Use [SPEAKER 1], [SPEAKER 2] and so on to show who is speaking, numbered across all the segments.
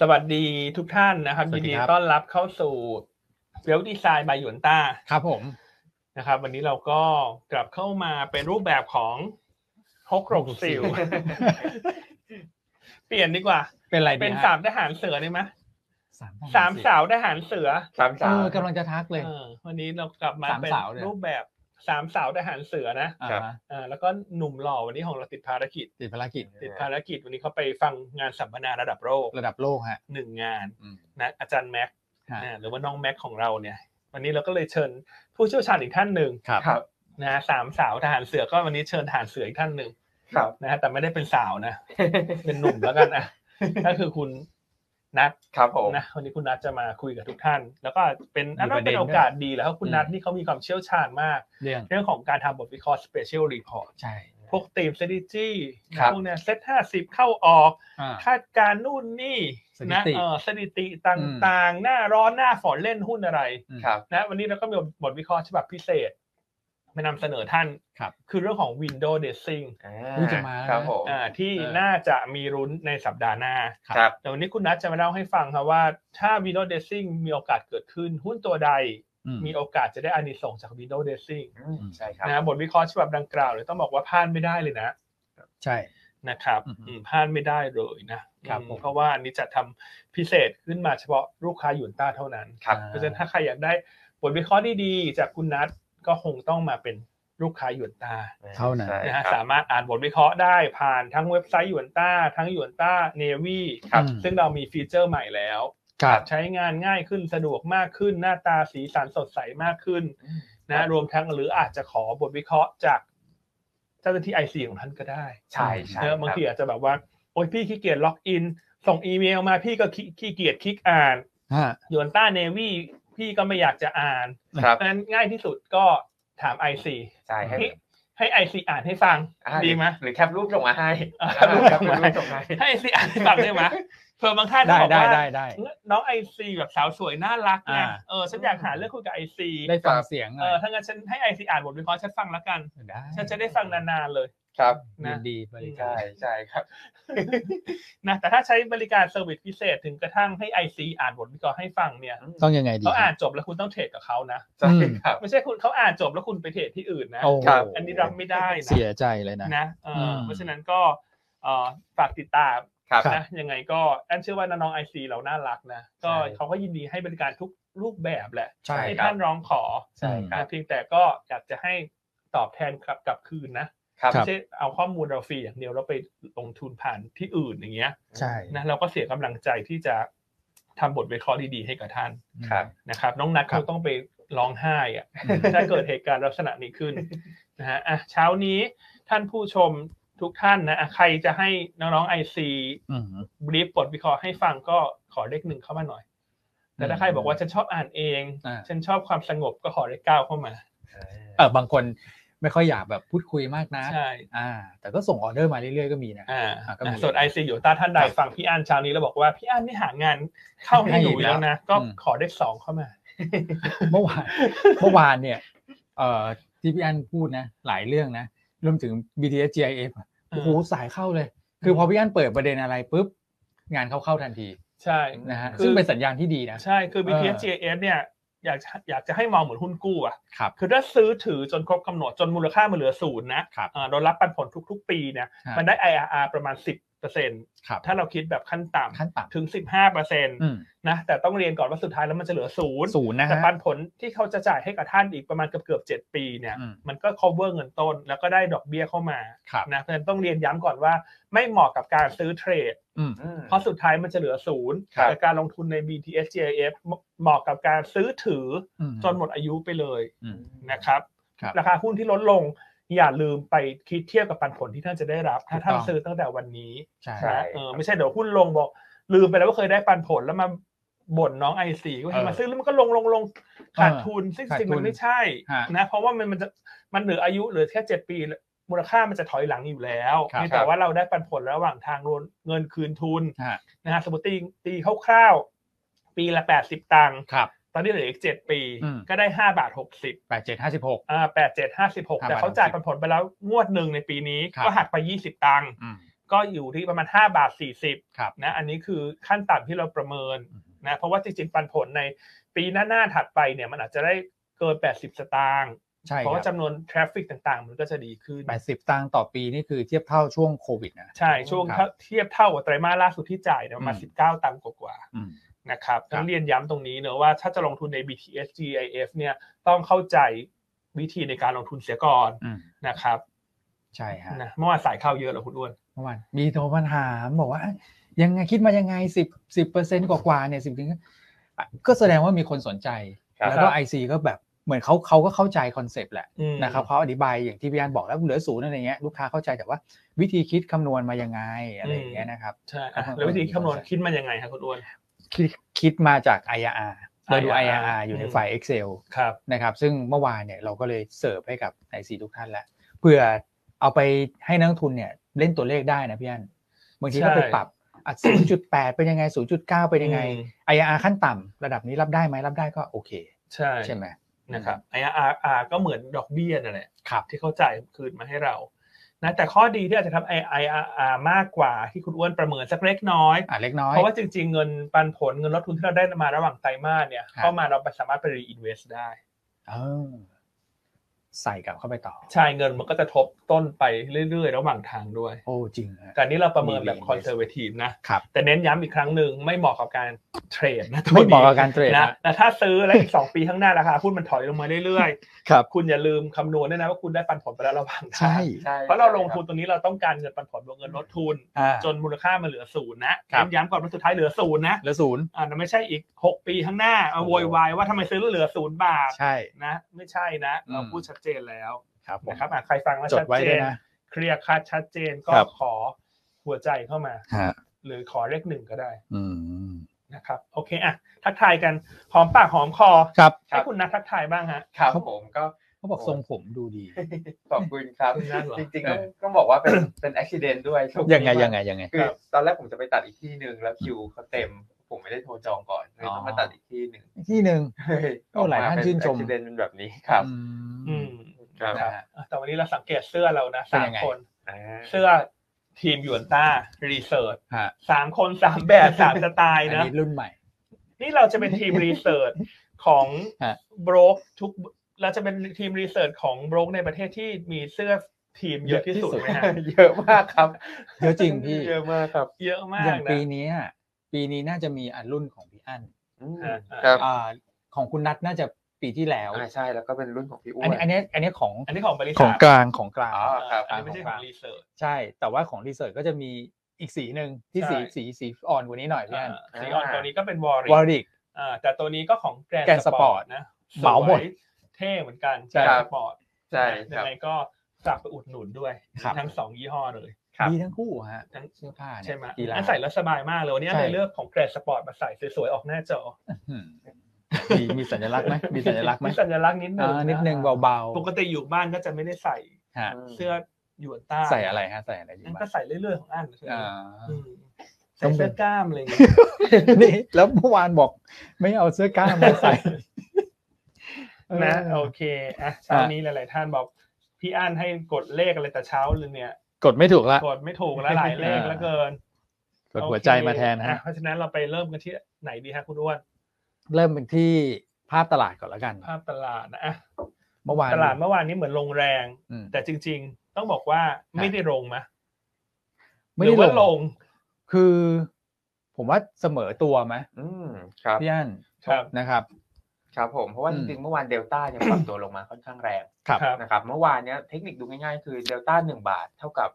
[SPEAKER 1] สวัสดีทุกท่านนะครับ
[SPEAKER 2] สวั
[SPEAKER 1] ยิ
[SPEAKER 2] ส
[SPEAKER 1] น
[SPEAKER 2] ดี
[SPEAKER 1] ดี
[SPEAKER 2] ครับ
[SPEAKER 1] ต้อนรับเข้าสู่เวลดีไซน์บายหยวนต้า
[SPEAKER 2] ครับผม
[SPEAKER 1] นะครับ วันนี้เราก็กลับเข้ามาเป็นรูปแบบของฮกรกสิ ว เปลี่ยนดีกว่า
[SPEAKER 2] เป็นอะไรดี
[SPEAKER 1] เป็น
[SPEAKER 2] ฮะ
[SPEAKER 1] สามทหารเสือได้ไหม
[SPEAKER 2] สาม
[SPEAKER 1] สามสาวทหารเสือ
[SPEAKER 3] สาม
[SPEAKER 2] เอ
[SPEAKER 3] สาว
[SPEAKER 2] อกำลังจะทักเลย
[SPEAKER 1] เออวันนี้เรากลับมา
[SPEAKER 2] สาม
[SPEAKER 1] เป็น
[SPEAKER 2] สาวเลย
[SPEAKER 1] รูปแบบสามสาวทหารเสือนะ
[SPEAKER 2] อ่า
[SPEAKER 3] ครับ
[SPEAKER 2] ฮะ
[SPEAKER 1] เออแล้วก็หนุ่มหล่อวันนี้ของเราติดภารกิจ
[SPEAKER 2] ติดภารกิจ
[SPEAKER 1] ติดภารกิจวันนี้เขาไปฟังงานสัมมนาระดับโลก
[SPEAKER 2] ระดับโลกฮะ
[SPEAKER 1] หนึ่งงาน
[SPEAKER 2] อืม
[SPEAKER 1] นะอาจารย์แม็ก
[SPEAKER 2] ฮะ
[SPEAKER 1] อ่าหรือว่าน้องแม็กของเราเนี่ย วันนี้เราก็เลยเชิญผู้เชี่ยวชาญอีกท่านหนึ่ง
[SPEAKER 2] ครับ
[SPEAKER 3] ครับ
[SPEAKER 1] นะสามสาวทหารเสือก็วันนี้เชิญทหารเสืออีกท่านหนึ่ง
[SPEAKER 3] ครับ
[SPEAKER 1] นะฮะแต่ไม่ได้เป็นสาวนะ เป็นหนุ่มแล้วกันนะก็คือคุณนัท
[SPEAKER 3] ครับผม
[SPEAKER 1] นะวันนี้คุณนัทจะมาคุยกับทุกท่าน แล้วก็เป็นอัน
[SPEAKER 2] มี
[SPEAKER 1] นั้น
[SPEAKER 2] ประเด็
[SPEAKER 1] เป็น น
[SPEAKER 2] ด้วย
[SPEAKER 1] โอกาสดีแล้วเพราะคุณนัทนี่เขามีความเชี่ยวชาญมาก
[SPEAKER 2] เรื่อง
[SPEAKER 1] เรื่องของการทำบทวิเคราะห์ special report
[SPEAKER 2] ใช่
[SPEAKER 1] พวกทีม strategy
[SPEAKER 3] ครับ
[SPEAKER 1] พวกเนี้ยเซตห้าสิบเข้าออก
[SPEAKER 2] อ่า
[SPEAKER 1] คาดการณ์นู่นนี่
[SPEAKER 2] สถิ
[SPEAKER 1] นะ
[SPEAKER 2] ติ
[SPEAKER 1] เออสถิติต่างๆ หน้าร้อนหน้าฝนเล่นหุ้นอะไร
[SPEAKER 3] ครับ
[SPEAKER 1] นะวันนี้เราก็มีบทวิเคราะห์ฉบับพิเศษมานำเสนอท่าน
[SPEAKER 2] ครับ
[SPEAKER 1] อเรื่องของ Windows Dressing
[SPEAKER 2] อุ้ยจะมาแล้วนะ
[SPEAKER 3] ครับผม
[SPEAKER 1] อ่าที่
[SPEAKER 2] เออ
[SPEAKER 1] น่าจะมีรุ้นในสัปดาห์หน้า
[SPEAKER 3] ครับ
[SPEAKER 1] แต่วันนี้คุณนัทจะมาเล่าให้ฟังครับว่า ถ้า Windows Dressing มีโอกาสเกิดขึ้น หุ้นตัวใด
[SPEAKER 2] อื
[SPEAKER 1] มีโอกาสจะได้อานิสงส์จาก Windows Dressing
[SPEAKER 3] ใช่ครับ
[SPEAKER 1] นะบทวิเคราะห์ฉบับดังกล่าวเลยต้องบอกว่าพลาดไม่ได้เลยนะ
[SPEAKER 2] ใช่
[SPEAKER 1] นะครับ
[SPEAKER 2] อือฮึ
[SPEAKER 1] อืมพลาดไม่ได้เลยนะครับ อืม
[SPEAKER 2] ผม
[SPEAKER 1] เพราะว่าอันนี้จะทำพิเศษขึ้นมาเฉพาะลูกค้าหยุนต้าเท่านั้น
[SPEAKER 3] ครับ
[SPEAKER 1] เพราะฉะนั้นถ้าใครอยากได้บทวิเคราะห์ดีๆจากคุณนัทก็คงต้องมาเป็นลูกค้าหยวนต้า
[SPEAKER 2] เท่านั้น
[SPEAKER 3] ใช่
[SPEAKER 1] นะฮะ
[SPEAKER 3] ครับ
[SPEAKER 1] สามารถอ่านบทวิเคราะห์ได้ผ่านทั้งเว็บไซต์หยวนต้า ทั้งหยวนต้าเนวี
[SPEAKER 3] ครับ
[SPEAKER 2] อืม
[SPEAKER 1] ซึ่งเรามีฟีเจอร์ใหม่แล้ว
[SPEAKER 2] ครับ
[SPEAKER 1] ใช้งานง่ายขึ้นสะดวกมากขึ้น หน้าตาสีสันสดใสมากขึ้นนะรวมทั้งหรืออาจจะขอบทวิเคราะห์จากเจ้าหน้าที่ไอซีของท่านก็ได้
[SPEAKER 3] ใช่ใช่
[SPEAKER 1] เนอะบางทีอาจจะแบบว่าโอ๊ยพี่ขี้เกียจล็อกอิน ส่งอีเมลมาพี่ก็ขี้ขี้เกียจคลิกอ่าน
[SPEAKER 2] ฮะ
[SPEAKER 1] โยนต้าเนวี่พี่ก็ไม่อยากจะอ่าน
[SPEAKER 3] ครับ
[SPEAKER 1] เพราะฉะนั้นง่ายที่สุดก็ถาม IC
[SPEAKER 3] ใช่ให้
[SPEAKER 1] ให้ให้ IC อ่านให้ฟัง
[SPEAKER 3] อ่า
[SPEAKER 1] ดี ไหม
[SPEAKER 3] หรือแคปรูปส่งมาให้
[SPEAKER 1] อ่า
[SPEAKER 3] แคปรูปส่งมาให้
[SPEAKER 1] ให้ IC อ่านให้ฟังได้ไหมเผื่อบางท่าน
[SPEAKER 2] ได้
[SPEAKER 1] บอก
[SPEAKER 2] ได้
[SPEAKER 1] ว่า
[SPEAKER 2] ได้ได้
[SPEAKER 1] น้อง IC แบบสาวสวยน่ารักไง
[SPEAKER 2] อ่า
[SPEAKER 1] เออฉันอยากหาเรื่องคุยกับ IC
[SPEAKER 2] ได้ฟังเสียงห
[SPEAKER 1] เอ
[SPEAKER 2] น่อ
[SPEAKER 1] อย ถ้างั้นฉันให้ IC อ่านบทวิเคราะห์ฉันฟังแล้วกัน
[SPEAKER 2] ได้
[SPEAKER 1] ฉันจะได้ฟังนานๆเลย
[SPEAKER 3] ครับ
[SPEAKER 1] นะ
[SPEAKER 2] ยิดีบริกา
[SPEAKER 3] ใช่
[SPEAKER 2] ร
[SPEAKER 3] ใช่ครับ
[SPEAKER 1] นะแต่ถ้าใช้บริการเซอร์วิสพิเศษถึงกระทั่งให้ IC อ่านบทวิเคราะห์ให้ฟังเนี่ย
[SPEAKER 2] ต้องยังไงดี
[SPEAKER 1] เขาอ่านจบแล้วคุณต้องเทรดกับเขานะ
[SPEAKER 3] ใช่ครับ
[SPEAKER 1] ไม่ใช่คุณเขาอ่านจบแล้วคุณไปเทรดที่อื่นนะ
[SPEAKER 2] โอ้โห
[SPEAKER 3] ครับ
[SPEAKER 1] อันนี้รับไม่ได้นะ
[SPEAKER 2] เสียใจเลยนะ
[SPEAKER 1] นะเอออ
[SPEAKER 2] ม
[SPEAKER 1] เพราะฉะนั้นก็เอ่อฝากติดตาม
[SPEAKER 3] ครับ
[SPEAKER 1] นะยังไงก็อันเชื่อว่าน้องไอซีเราน่ารักนะก็
[SPEAKER 3] ใช่
[SPEAKER 1] เขาก็ยินดีให้บริการทุกรูปแบบแหละ
[SPEAKER 2] ใช่
[SPEAKER 3] ใช่
[SPEAKER 1] ที่
[SPEAKER 3] ครับ
[SPEAKER 1] ท่านร้องขอ
[SPEAKER 3] ใช่ครั
[SPEAKER 1] นะ
[SPEAKER 3] บ
[SPEAKER 1] เพียงแต่ก็อยากจะให้ตอบแทนกลับกลับคืนนะครับ ไม่ใช่เอาข้อมูลเราฟรีอย่างเดียวแล้วไปลงทุนผ่านที่อื่นอย่างเงี้ย
[SPEAKER 2] ใช่
[SPEAKER 1] นะเราก็เสียกำลังใจที่จะทำบทวิเคราะห์ดีๆให้กับท่าน
[SPEAKER 3] ครับ
[SPEAKER 1] นะครับน้องนัท
[SPEAKER 2] ครั
[SPEAKER 1] ค
[SPEAKER 2] บ
[SPEAKER 1] งต้องไปร้องไห้อะถ้าเกิดเหตุการณ์ลักษณะนี้ขึ้น นะฮะอ่ะเช้านี้ท่านผู้ชมทุกท่านนะอ่ะใครจะให้น้องๆไอซี
[SPEAKER 2] อืม
[SPEAKER 1] บรีฟบทวิเคราะห์ให้ฟังก็ขอเลขหนึ่งเข้ามาหน่อย แต่ถ้าใครบอกว่าฉันชอบอ่านเอง
[SPEAKER 2] อ่า
[SPEAKER 1] ฉันชอบความสงบก็ขอเลขเก้าเข้ามา
[SPEAKER 2] เออบางคนไม่ค่อยอยากแบบพูดคุยมากนะ
[SPEAKER 1] ใช่
[SPEAKER 2] อ่า แต่ก็ส่งออเดอร์มาเรื่อยๆก็มีนะ
[SPEAKER 1] อ่า
[SPEAKER 2] อ่ะก็มี
[SPEAKER 1] อ่ะส่วนไอซีอยู่ใต้าท่านใดฟังพี่อันเช้านี้แล้วบอกว่าพี่อันนี่หางานเข้าให้หนูแล้วนะก็
[SPEAKER 2] อืม
[SPEAKER 1] ขอเลขสองเข้ามา
[SPEAKER 2] เมื่อวานเมื่อวานเนี่ย เอ่อที่พี่อันพูดนะ หลายเรื่องนะรวมถึง BTS GIF อะโอ้โหสายเข้าเลย คือพอพี่อันเปิดประเด็นอะไรปุ๊บ งานเข้าเข้าทันที
[SPEAKER 1] ใช่
[SPEAKER 2] นะฮะ
[SPEAKER 1] คือ
[SPEAKER 2] ซึ่งเป็นสัญญาณที่ดีนะ
[SPEAKER 1] ใช่คือ BTS
[SPEAKER 2] เออ
[SPEAKER 1] GAF เนี่ยอยากจะอยากจะให้มองเหมือนหุ้นกู้อ่ะ
[SPEAKER 2] ครับ
[SPEAKER 1] คือถ้าซื้อถือจนครบกำหนดจนมูลค่ามันเหลือศูนย์นะครับ เอ่อเรารับปันผลทุก ๆ ปีเนี่ย
[SPEAKER 2] ฮะ
[SPEAKER 1] มันได้ IRR ประมาณ 10%
[SPEAKER 2] ครับ
[SPEAKER 1] ถ้าเราคิดแบบขั้นต่
[SPEAKER 2] ขั้นต่
[SPEAKER 1] ำถึง 15%
[SPEAKER 2] ำอืม
[SPEAKER 1] นะแต่ต้องเรียนก่อนว่าสุดท้ายแล้วมันจะเหลือศูนย์
[SPEAKER 2] ศูนย์นะ
[SPEAKER 1] แต่
[SPEAKER 2] ฮะ
[SPEAKER 1] ปันผลที่เขาจะจ่ายให้กับท่านอีกประมาณเกือบเกือบเจ็ดปีเนี่ย
[SPEAKER 2] อืม
[SPEAKER 1] มันก็ cover เงินต้น แล้วก็ได้ดอกเบี้ยเข้ามา
[SPEAKER 2] ครับ
[SPEAKER 1] นะเพราะฉะนั้นต้องเรียนย้ำก่อนว่าไม่เหมาะกับการซื้อเทรด
[SPEAKER 2] อืม
[SPEAKER 1] เพราะสุดท้ายมันจะเหลือศูนย์
[SPEAKER 3] ครับ
[SPEAKER 1] แต่การลงทุนใน BTS GIF เหมาะกับการซื้อถือ
[SPEAKER 2] อืม
[SPEAKER 1] จนหมดอายุไปเลย
[SPEAKER 2] อืม
[SPEAKER 1] นะครับ
[SPEAKER 2] ครับ
[SPEAKER 1] ราคาหุ้นที่ลดลง อย่าลืมไปคิดเทียบกับปันผลที่ท่านจะได้รับ ถ้า
[SPEAKER 2] ถูกต้อง
[SPEAKER 1] ท่านซื้อตั้งแต่วันนี้
[SPEAKER 2] ใช่
[SPEAKER 3] ใช่
[SPEAKER 1] นะเออไม่ใช่เดี๋ยวหุ้นลงบอก ลืมไปแล้วว่าเคยได้ปันผลแล้วมาบ่นน้องไอซีก็ให้มาซื้อแล้วมันก็ลงลงลงขาดทุนซึ่งจริงๆมันไม่ใช่นะเพราะว่ามันมันจะมันเหลืออายุเหลือแค่เจ็ดปี มูลค่ามันจะถอยหลังอยู่แล้ว
[SPEAKER 2] ครับ
[SPEAKER 1] เพียงแต่ว่าเราได้ปันผลระหว่างทางรวมเงินคืนทุน
[SPEAKER 2] ฮะ
[SPEAKER 1] นะฮะสมมติตีตีคร่าวๆปีละแปดสิบตังค์
[SPEAKER 2] ครับ
[SPEAKER 1] ตอนนี้เหลืออีกเจ็ดปี
[SPEAKER 2] อืม
[SPEAKER 1] ก็ได้ห้าบาทหกสิบ
[SPEAKER 2] แปดเจ็ดห้าสิบหก
[SPEAKER 1] อ่าแปดเจ็ดห้าสิบหก
[SPEAKER 2] ห้าบาท
[SPEAKER 1] แต่เขาจ่ายผลผลไปแล้วงวดหนึ่งในปีนี้
[SPEAKER 2] ครับ
[SPEAKER 1] ก็หักไปยี่สิบตังค์ ก็อยู่ที่ประมาณ 5 บาท
[SPEAKER 2] ครับ
[SPEAKER 1] 40นะอันนี้คือขั้นต่ำที่เราประเมินนะเพราะว่าจริงๆปันผลในปีหน้าๆถัดไปเนี่ยมันอาจจะได้เกิน 80 สตางค์
[SPEAKER 2] ใช่
[SPEAKER 1] เพ
[SPEAKER 2] ค
[SPEAKER 1] ราะว่า
[SPEAKER 2] รับ
[SPEAKER 1] จำนวนทราฟฟิกต่างๆ มันก็จะดีขึ้น
[SPEAKER 2] แปดสิบตังค์ต่อปีนี่คือเทียบเท่าช่วงโควิดนะ
[SPEAKER 1] ใช่ช่วง
[SPEAKER 2] ครับ
[SPEAKER 1] เทียบเท่ากับไตรมาสล่าสุดที่จ่ายเนี่ยประมาณ
[SPEAKER 2] อืม
[SPEAKER 1] 19 ตังค์กว่าๆ
[SPEAKER 2] อืม
[SPEAKER 1] นะครับ
[SPEAKER 2] ครับ
[SPEAKER 1] ต้องเรียนย้ำตรงนี้เนอะว่าถ้าจะลงทุนใน BTS GIF เนี่ยต้องเข้าใจวิธีในการลงทุนเสียก่อน
[SPEAKER 2] อืม
[SPEAKER 1] นะครับ
[SPEAKER 2] ใช่ฮะ
[SPEAKER 1] นะเมื่อวานสายเข้าเยอะเหรอคุณอ้วน
[SPEAKER 2] เมื่อวานมีโทรมาถามบอกว่ายังไงคิดมายังไงสิบสิบเปอร์เซ็นต์กว่าๆเนี่ยสิบถึงก็แสดงว่ามีคนสนใจ
[SPEAKER 3] ครับ
[SPEAKER 2] แล้วก็ไอซีก็แบบเหมือนเขาเขาก็เข้าใจคอนเซปต์แหละ
[SPEAKER 1] อืม
[SPEAKER 2] นะครับเขาอธิบายอย่างที่พี่อันบอกแล้วเหลือศูนย์อะไรเงี้ยลูกค้าเข้าใจแต่ว่าวิธีคิดคำนวณมายังไงอะไรอย่างเงี้ยนะครับ
[SPEAKER 1] ใช่อ่ะแล้ววิธีคำนวณคิดมันยังไงครับคุณอ้วน
[SPEAKER 2] คิดคิดมาจาก IRR เราดู
[SPEAKER 1] IRR
[SPEAKER 2] IRR อยู่ในไฟล์ Excel
[SPEAKER 1] ครับ
[SPEAKER 2] นะครับซึ่งเมื่อวานเนี่ยเราก็เลยเสิร์ฟให้กับไอซีทุกท่านแล้วเพื่อเอาไปให้นักลงทุนเนี่ยเล่นตัวเลขได้นะพี่อันบางทีก็ไปปรับอัด0.8 เป็นยังไง 0.9 เป็นยังไง
[SPEAKER 1] อืม
[SPEAKER 2] IRR ขั้นต่ำระดับนี้รับได้ไหมรับได้ก็โอเค
[SPEAKER 1] ใช่
[SPEAKER 2] ใช่ไหม
[SPEAKER 1] นะครับ IRR ก็เหมือนดอกเบี้ยนั่นแหละ
[SPEAKER 2] ครับ
[SPEAKER 1] ที่เขาจ่ายคืนมาให้เรานะแต่ข้อดีที่อาจจะทำ IRR มากกว่าที่คุณอ้วนประเมินสักเล็กน้อย
[SPEAKER 2] อ่ะเล็กน้อย
[SPEAKER 1] เพราะว่าจริงๆ เงินปันผลเงินลดทุนที่เราได้มาระหว่างไตรมาสเนี่ย
[SPEAKER 2] ครับ
[SPEAKER 1] เข้ามาเราสามารถไป reinvest ได้
[SPEAKER 2] เออใส่กลับเข้าไปต่อ
[SPEAKER 1] ใช่เงินมันก็จะทบต้นไปเรื่อยๆ ระหว่างทางด้วย
[SPEAKER 2] โอ้จริงฮะ
[SPEAKER 1] การนี้เราประเมินแบบ
[SPEAKER 2] Reinvest
[SPEAKER 1] คอนเซอร์เวทีฟนะ
[SPEAKER 2] ครับ
[SPEAKER 1] แต่เน้นย้ำอีกครั้งหนึ่งไม่เหมาะกับการเทรดนะตัว
[SPEAKER 2] ไม่
[SPEAKER 1] นี้
[SPEAKER 2] เหมาะกับการเทรด
[SPEAKER 1] นะ
[SPEAKER 2] นะ
[SPEAKER 1] แต่ถ้าซื้อแล้วอีก 2 ปีข้างหน้าราคาหุ้นมันถอยลงมาเรื่อย
[SPEAKER 2] ครับ
[SPEAKER 1] ๆ คุณอย่าลืมคำนวณด้วยนะว่าคุณได้ปันผลไปแล้วระหว่างทา
[SPEAKER 2] ใช่
[SPEAKER 1] ง
[SPEAKER 3] ใช่
[SPEAKER 1] เพราะเราลงทุนตัวนี้เราต้องการเงินปันผลบวกเงินลดทุน
[SPEAKER 2] อ่า
[SPEAKER 1] จนมูลค่ามันเหลือศูนย์นะครับ เน้นย้ำก่อนว่าสุดท้ายเหลือศูนย์นะ
[SPEAKER 2] แล้วศูนย์
[SPEAKER 1] อ่ามันไม่ใช่อีก 6 ปีข้างหน้าเอาโวยวายว่าทำไมซื้อแล้วเหลือศูนย์บาท
[SPEAKER 2] ใช่
[SPEAKER 1] นะไม่ใช่นะเรา
[SPEAKER 2] อืม
[SPEAKER 1] พูดชัดเจนแล้ว
[SPEAKER 2] ครับผม
[SPEAKER 1] นะครับอ่ะใครฟังแล้ว
[SPEAKER 2] จด
[SPEAKER 1] ชัด
[SPEAKER 2] ไว้
[SPEAKER 1] เจ
[SPEAKER 2] ด้วย
[SPEAKER 1] น
[SPEAKER 2] นะ
[SPEAKER 1] เคลียร์คัดชัดเจนก็
[SPEAKER 2] ครับ
[SPEAKER 1] ขอหัวใจเข้ามา
[SPEAKER 2] ฮะ
[SPEAKER 1] หรือขอเลขหนึ่งก็ได้
[SPEAKER 2] อืม
[SPEAKER 1] นะครับโอเคอ่ะทักทายกันหอมปากหอมคอ
[SPEAKER 2] ครับ
[SPEAKER 1] ให้คุณนัททักทายบ้างฮะ
[SPEAKER 3] ครับผมก็
[SPEAKER 2] เขาบอกทรงผมดูดี
[SPEAKER 3] ขอบคุณครับ
[SPEAKER 1] คุณนั่นเหรอ
[SPEAKER 3] จริงๆต้องต้องบอกว่าเป็นเป็นอุบิเหตุด้วยโชคดี
[SPEAKER 2] ยังไง
[SPEAKER 3] มาก
[SPEAKER 2] ยังไงยังไง
[SPEAKER 3] คือตอนแรกผมจะไปตัดอีกที่หนึ่งแล้วคิวเขาเต็ม ผมไม่ได้โทรจองก่อนเลยต้องมาตัดอีกที่หนึ่ง
[SPEAKER 2] ที่หนึ่ง โอ้หลายท่านชื่นชม
[SPEAKER 3] อุบิเหตุเป็นแบบนี้ครับ
[SPEAKER 2] อื
[SPEAKER 1] อื
[SPEAKER 2] ม
[SPEAKER 1] ม
[SPEAKER 3] ครับ
[SPEAKER 1] ครับอ่ะแต่วันนี้เราสังเกตเสื้อเรานะ
[SPEAKER 2] เป็น
[SPEAKER 1] สาม
[SPEAKER 2] ยังไง
[SPEAKER 1] คน
[SPEAKER 3] อ่า
[SPEAKER 1] เสื้อทีมยูนต้ารีเสิร์ช
[SPEAKER 2] ฮะ
[SPEAKER 1] สามคนสามแบบ สามสไต
[SPEAKER 2] อั
[SPEAKER 1] ล์
[SPEAKER 2] น
[SPEAKER 1] นะ
[SPEAKER 2] นี้รุ่นใหม่
[SPEAKER 1] นี่เราจะเป็นทีมรีเสิร์ชของ
[SPEAKER 2] ฮะ
[SPEAKER 1] โบรกทุกเราจะเป็นทีมรีเสิร์ชของโบรกในประเทศที่มีเสื้อทีมเยอะที่สุดไหมฮะ
[SPEAKER 3] เยอะมากครับ
[SPEAKER 2] เยอะจริงพี่
[SPEAKER 3] เยอะมากครับ
[SPEAKER 1] เยอะมา
[SPEAKER 2] อก ย่าง
[SPEAKER 1] นะ
[SPEAKER 2] ปีนี้อะปีนี้น่าจะมีอันรุ่นของพี่อั้น
[SPEAKER 1] อ่า
[SPEAKER 3] ครับ
[SPEAKER 2] อ่าของคุณนัทน่าจะปีที่แล้ว
[SPEAKER 3] อ่าใช่แล้วก็เป็นรุ่นของพี่อ้ว
[SPEAKER 2] อัน
[SPEAKER 3] น
[SPEAKER 2] นี้อันนี้อันนี้ของ
[SPEAKER 1] อันนี้ของบริษัท
[SPEAKER 2] ของกลางของกลาง
[SPEAKER 3] อ๋อ
[SPEAKER 1] อ่า
[SPEAKER 3] ครับ
[SPEAKER 1] อันนี้ไม่ใช่ของรีเสิร์ช
[SPEAKER 2] ใช่ แต่ว่าของรีเสิร์ชก็จะมีอีกสีหนึ่งที่สี
[SPEAKER 1] ใช่
[SPEAKER 2] สีสีอ่อนกว่านี้หน่อยพี่อั้น
[SPEAKER 1] สีออนตัวนี้ก็เป็นวอริ
[SPEAKER 2] วอริก
[SPEAKER 1] อ่าแต่ตัวนี้ก็ของแกรน
[SPEAKER 2] Grand
[SPEAKER 1] สปอร์ต
[SPEAKER 2] Sport
[SPEAKER 1] นะ
[SPEAKER 2] เหมาหมด
[SPEAKER 1] สวยเท่เหมือนกัน
[SPEAKER 2] ใช่
[SPEAKER 1] แกรน
[SPEAKER 2] ครับ
[SPEAKER 1] สปอร์ต
[SPEAKER 3] ใช่ค
[SPEAKER 1] ยั
[SPEAKER 3] รับ
[SPEAKER 1] งไงก็ฝากไปอุดหนุนด้วย
[SPEAKER 2] ครับ
[SPEAKER 1] ทั้งสองยี่ห้อเลย
[SPEAKER 3] ครับ
[SPEAKER 2] ดีทั้งคู่ฮะ
[SPEAKER 1] ทั้ง
[SPEAKER 2] เสื้อผ้าเนี่ย
[SPEAKER 1] ใช่ไหม
[SPEAKER 2] กีฬา
[SPEAKER 1] อันใส่แล้วสบายมากเลยวันนี้อัน
[SPEAKER 2] ใช่
[SPEAKER 1] เลยเลือกของแกรนสปอร์ตมาใส่สวยๆออกหน้าจอ
[SPEAKER 2] อืมมีมีสัญลักษณ์ไหมมีสัญลักษณ์ไหม
[SPEAKER 1] มีสัญลักษณ์นิด
[SPEAKER 2] อ่าง
[SPEAKER 1] นึะ
[SPEAKER 2] นิดนึงเบา
[SPEAKER 1] ปกติอยู่บ้านก็จะไม่ได้ใส่
[SPEAKER 2] ๆฮะ
[SPEAKER 1] เสื้อหยวนต้า
[SPEAKER 2] ใส่อะไรฮะใส่อะไรอยู่
[SPEAKER 1] นั่น
[SPEAKER 2] บ้า
[SPEAKER 1] ก็
[SPEAKER 2] ง
[SPEAKER 1] ใส่เรื่อยๆของอัน
[SPEAKER 2] อ่า
[SPEAKER 1] อืมใส่เสื้อกล้ามอะไรอย่างเงี้ย
[SPEAKER 2] นี่แล้วเมื่อวานบอกไม่เอาเสื้อกล้ามมาใส่
[SPEAKER 1] นะ
[SPEAKER 2] เอ
[SPEAKER 1] โอ
[SPEAKER 2] อ
[SPEAKER 1] เคอ่ะเช้า
[SPEAKER 2] อ่ะ
[SPEAKER 1] นี้หลาย ๆ ท่านบอกพี่อั้นให้กดเลขอะไรแต่เช้าเลยเนี่ย
[SPEAKER 2] กดไม่ถูกละ
[SPEAKER 1] กดไม่ถูกแล้วหลายเลขแล้วเกิน
[SPEAKER 2] กดหัวใจมาแทน
[SPEAKER 1] โอเคอ่
[SPEAKER 2] ฮะ
[SPEAKER 1] เพราะฉะนั้นเราไปเริ่มกันที่ไหนดีฮะคุณอ้วน
[SPEAKER 2] เริ่มเป็นที่ภาพตลาดก่อนละกัน
[SPEAKER 1] ภาพตลาดนะอ่ะ
[SPEAKER 2] เมื่อวาน
[SPEAKER 1] ตลาดเมื่อวานนี้เหมือนลงแรง
[SPEAKER 2] อืม
[SPEAKER 1] แต่จริง ๆ ต้องบอกว่าไม่ได้ลงมะ
[SPEAKER 2] ไม่
[SPEAKER 1] หรื
[SPEAKER 2] ได้
[SPEAKER 1] อว่าล
[SPEAKER 2] ลง
[SPEAKER 1] ง
[SPEAKER 2] คือ ผมว่าเสมอตัวไหม
[SPEAKER 3] อืมครับ
[SPEAKER 2] พี่อัน
[SPEAKER 1] ครับ
[SPEAKER 2] นะครับ
[SPEAKER 3] ครับผมเพราะว่า
[SPEAKER 2] อื
[SPEAKER 3] จ
[SPEAKER 2] ม
[SPEAKER 3] ริงๆเมื่อวานเดลต้ายังปรับตัวลงมาค่อนข้างแรง
[SPEAKER 2] ครับ
[SPEAKER 1] ครับ
[SPEAKER 3] นะครับเมื่อวานเนี้ยเทคนิคดูง่ายๆ คือเดลต้าหนึ่งบาทเท่ากับ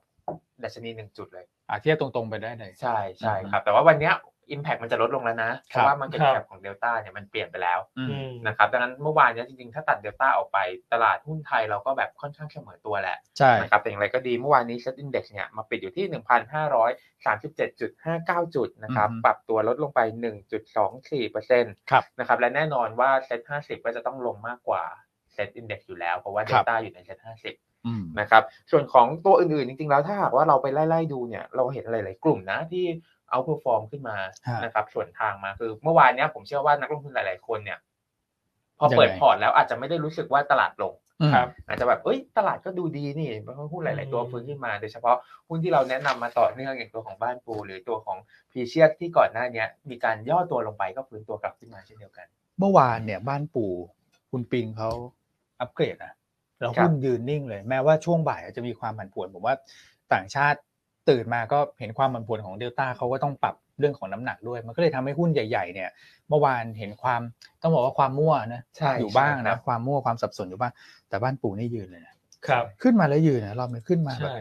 [SPEAKER 3] ดัชนีหนึ่งจุดเลย
[SPEAKER 2] อ่ะเทียบตรงๆไปได้เลย
[SPEAKER 3] ใช่ใช่
[SPEAKER 2] อืม
[SPEAKER 3] ครับแต่ว่าวันเนี้ย Impact มันจะลดลงแล้วนะ เพ
[SPEAKER 2] ครั
[SPEAKER 3] ราะ
[SPEAKER 2] บ
[SPEAKER 3] ว่ามันเก็ต
[SPEAKER 1] ครับ
[SPEAKER 3] แคปของเดลต้าเนี่ยมันเปลี่ยนไปแล้ว
[SPEAKER 2] อืม
[SPEAKER 1] อืม
[SPEAKER 3] นะครับดังนั้นเมื่อวานเนี้ยจริงๆ ถ้าตัดเดลต้าออกไปตลาดหุ้นไทยเราก็แบบค่อนข้างเสมอตัวแหละ
[SPEAKER 2] ใช่
[SPEAKER 3] นะครับแต่อย่างไรก็ดีเมื่อวานนี้เซ็ตอินดี x เนี่ยมาปิดอยู่ที่ 1,537.59 จุดนะครับ
[SPEAKER 2] อือฮึ
[SPEAKER 3] ปรับตัวลดลงไป 1.24%
[SPEAKER 2] ครับ
[SPEAKER 3] นะครับและแน่นอนว่าเซ็ต50 ก็จะต้องลงมากกว่าเซ็ตอินดี x อยู่แล้ว เพราะว่าเด
[SPEAKER 2] ครับ
[SPEAKER 3] ลต้าอยู่ในเซ็ต50
[SPEAKER 2] อืม
[SPEAKER 3] นะครับส่วนของตัวอื่นๆ จริงๆ แล้วถ้าหากว่าเราไปไล่ๆดูเนี่ยเราเห็นหลายๆกลุ่มนะที่เอาเพอร์ฟอร์มขึ้นมา
[SPEAKER 2] ฮะ
[SPEAKER 3] นะครับส่วนทางมาคือเมื่อวานเนี้ยผมเชื่อว่านักลงทุนหลายๆคนเนี่ย พอ
[SPEAKER 2] ยังไง
[SPEAKER 3] เปิดพอร์ตแล้วอาจจะไม่ได้รู้สึกว่าตลาดลง
[SPEAKER 2] อืม
[SPEAKER 1] ครับ
[SPEAKER 3] อาจจะแบบเอ้ยตลาดก็ดูดีนี่เพราะหุ้นหลาย ๆ ตัว
[SPEAKER 1] อืม
[SPEAKER 3] ฟื้นขึ้นมาโดยเฉพาะหุ้นที่เราแนะนำมาต่อเนื่องอย่างตัวของบ้านปู หรือตัวของพีเชียที่ก่อนหน้าเนี้ย มีการย่อตัวลงไปก็ฟื้นตัวกลับขึ้นมาเช่นเดียวกัน
[SPEAKER 2] เมื่อวานเนี่ยบ้านปู่คุณปิงเขาอัปเกรดนะแล้ว
[SPEAKER 3] ครับ
[SPEAKER 2] หุ้นยืนนิ่งเลย แม้ว่าช่วงบ่ายอาจจะมีความผันผวนผมว่าต่างชาติตื่นมาก็เห็นความผันผวนของเดลต้าเขาก็ต้องปรับเรื่องของน้ำหนักด้วย มันก็เลยทำให้หุ้นใหญ่ๆเนี่ย เมื่อวานเห็นความต้องบอกว่าความมั่วนะ
[SPEAKER 3] ใช่
[SPEAKER 2] อยู่บ้าง
[SPEAKER 3] ครั
[SPEAKER 2] นะความมั่วความสับสนอยู่บ้างแต่บ้านปู่นี่ยืนเลยนะครับ ขึ้นมาแล้วยืนนะรอบนี้ขึ้นมาแบบ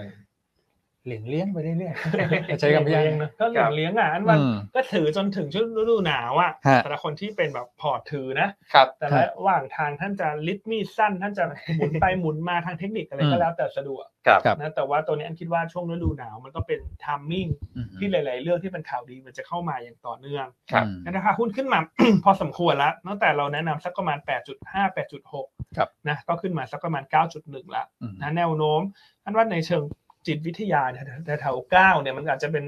[SPEAKER 2] เหลียงเลี้ยงไปเรื่อยๆ ใช้คำ พ
[SPEAKER 1] เลี้
[SPEAKER 2] ยายน
[SPEAKER 1] งนะก็เหลืองเลี้ยงอ่ะอันวัน
[SPEAKER 2] อืม
[SPEAKER 1] ก็ถือจนถึงช่วงฤดูหนาวอ่ะ
[SPEAKER 2] ฮะ
[SPEAKER 1] แต่ละคนที่เป็นแบบพอร์ตถือนะ
[SPEAKER 3] ครับ
[SPEAKER 1] แต่ละระหว่างทางท่านจะลิดมีดสั้น ท่านจะ หมุนไปหมุนมาทางเทคนิคอะไรก็แล้วแต่สะดวก
[SPEAKER 3] ครับ
[SPEAKER 2] ครับ
[SPEAKER 1] นะแต่ว่าตัวนี้อันคิดว่าช่วงฤดูหนาวมันก็เป็นทามมิ่ง
[SPEAKER 2] อืม
[SPEAKER 1] ที่หลาย ๆ เรื่องที่เป็นข่าวดีมันจะเข้ามาอย่างต่อเนื่อง
[SPEAKER 3] ครับ
[SPEAKER 1] นะราคาหุ้นขึ้นมา พอสมควรละตั้งแต่เราแนะนำสักประมาณ 8.5 8.6
[SPEAKER 2] ครับ
[SPEAKER 1] นะก็ขึ้นมาสักประมาณ 9.1 ละ
[SPEAKER 2] อืม
[SPEAKER 1] นะแนวโน้มท่านว่าในเชิงจิตวิทยาเนี่ยแถวเก้าเนี่ยมันอาจจะเป็น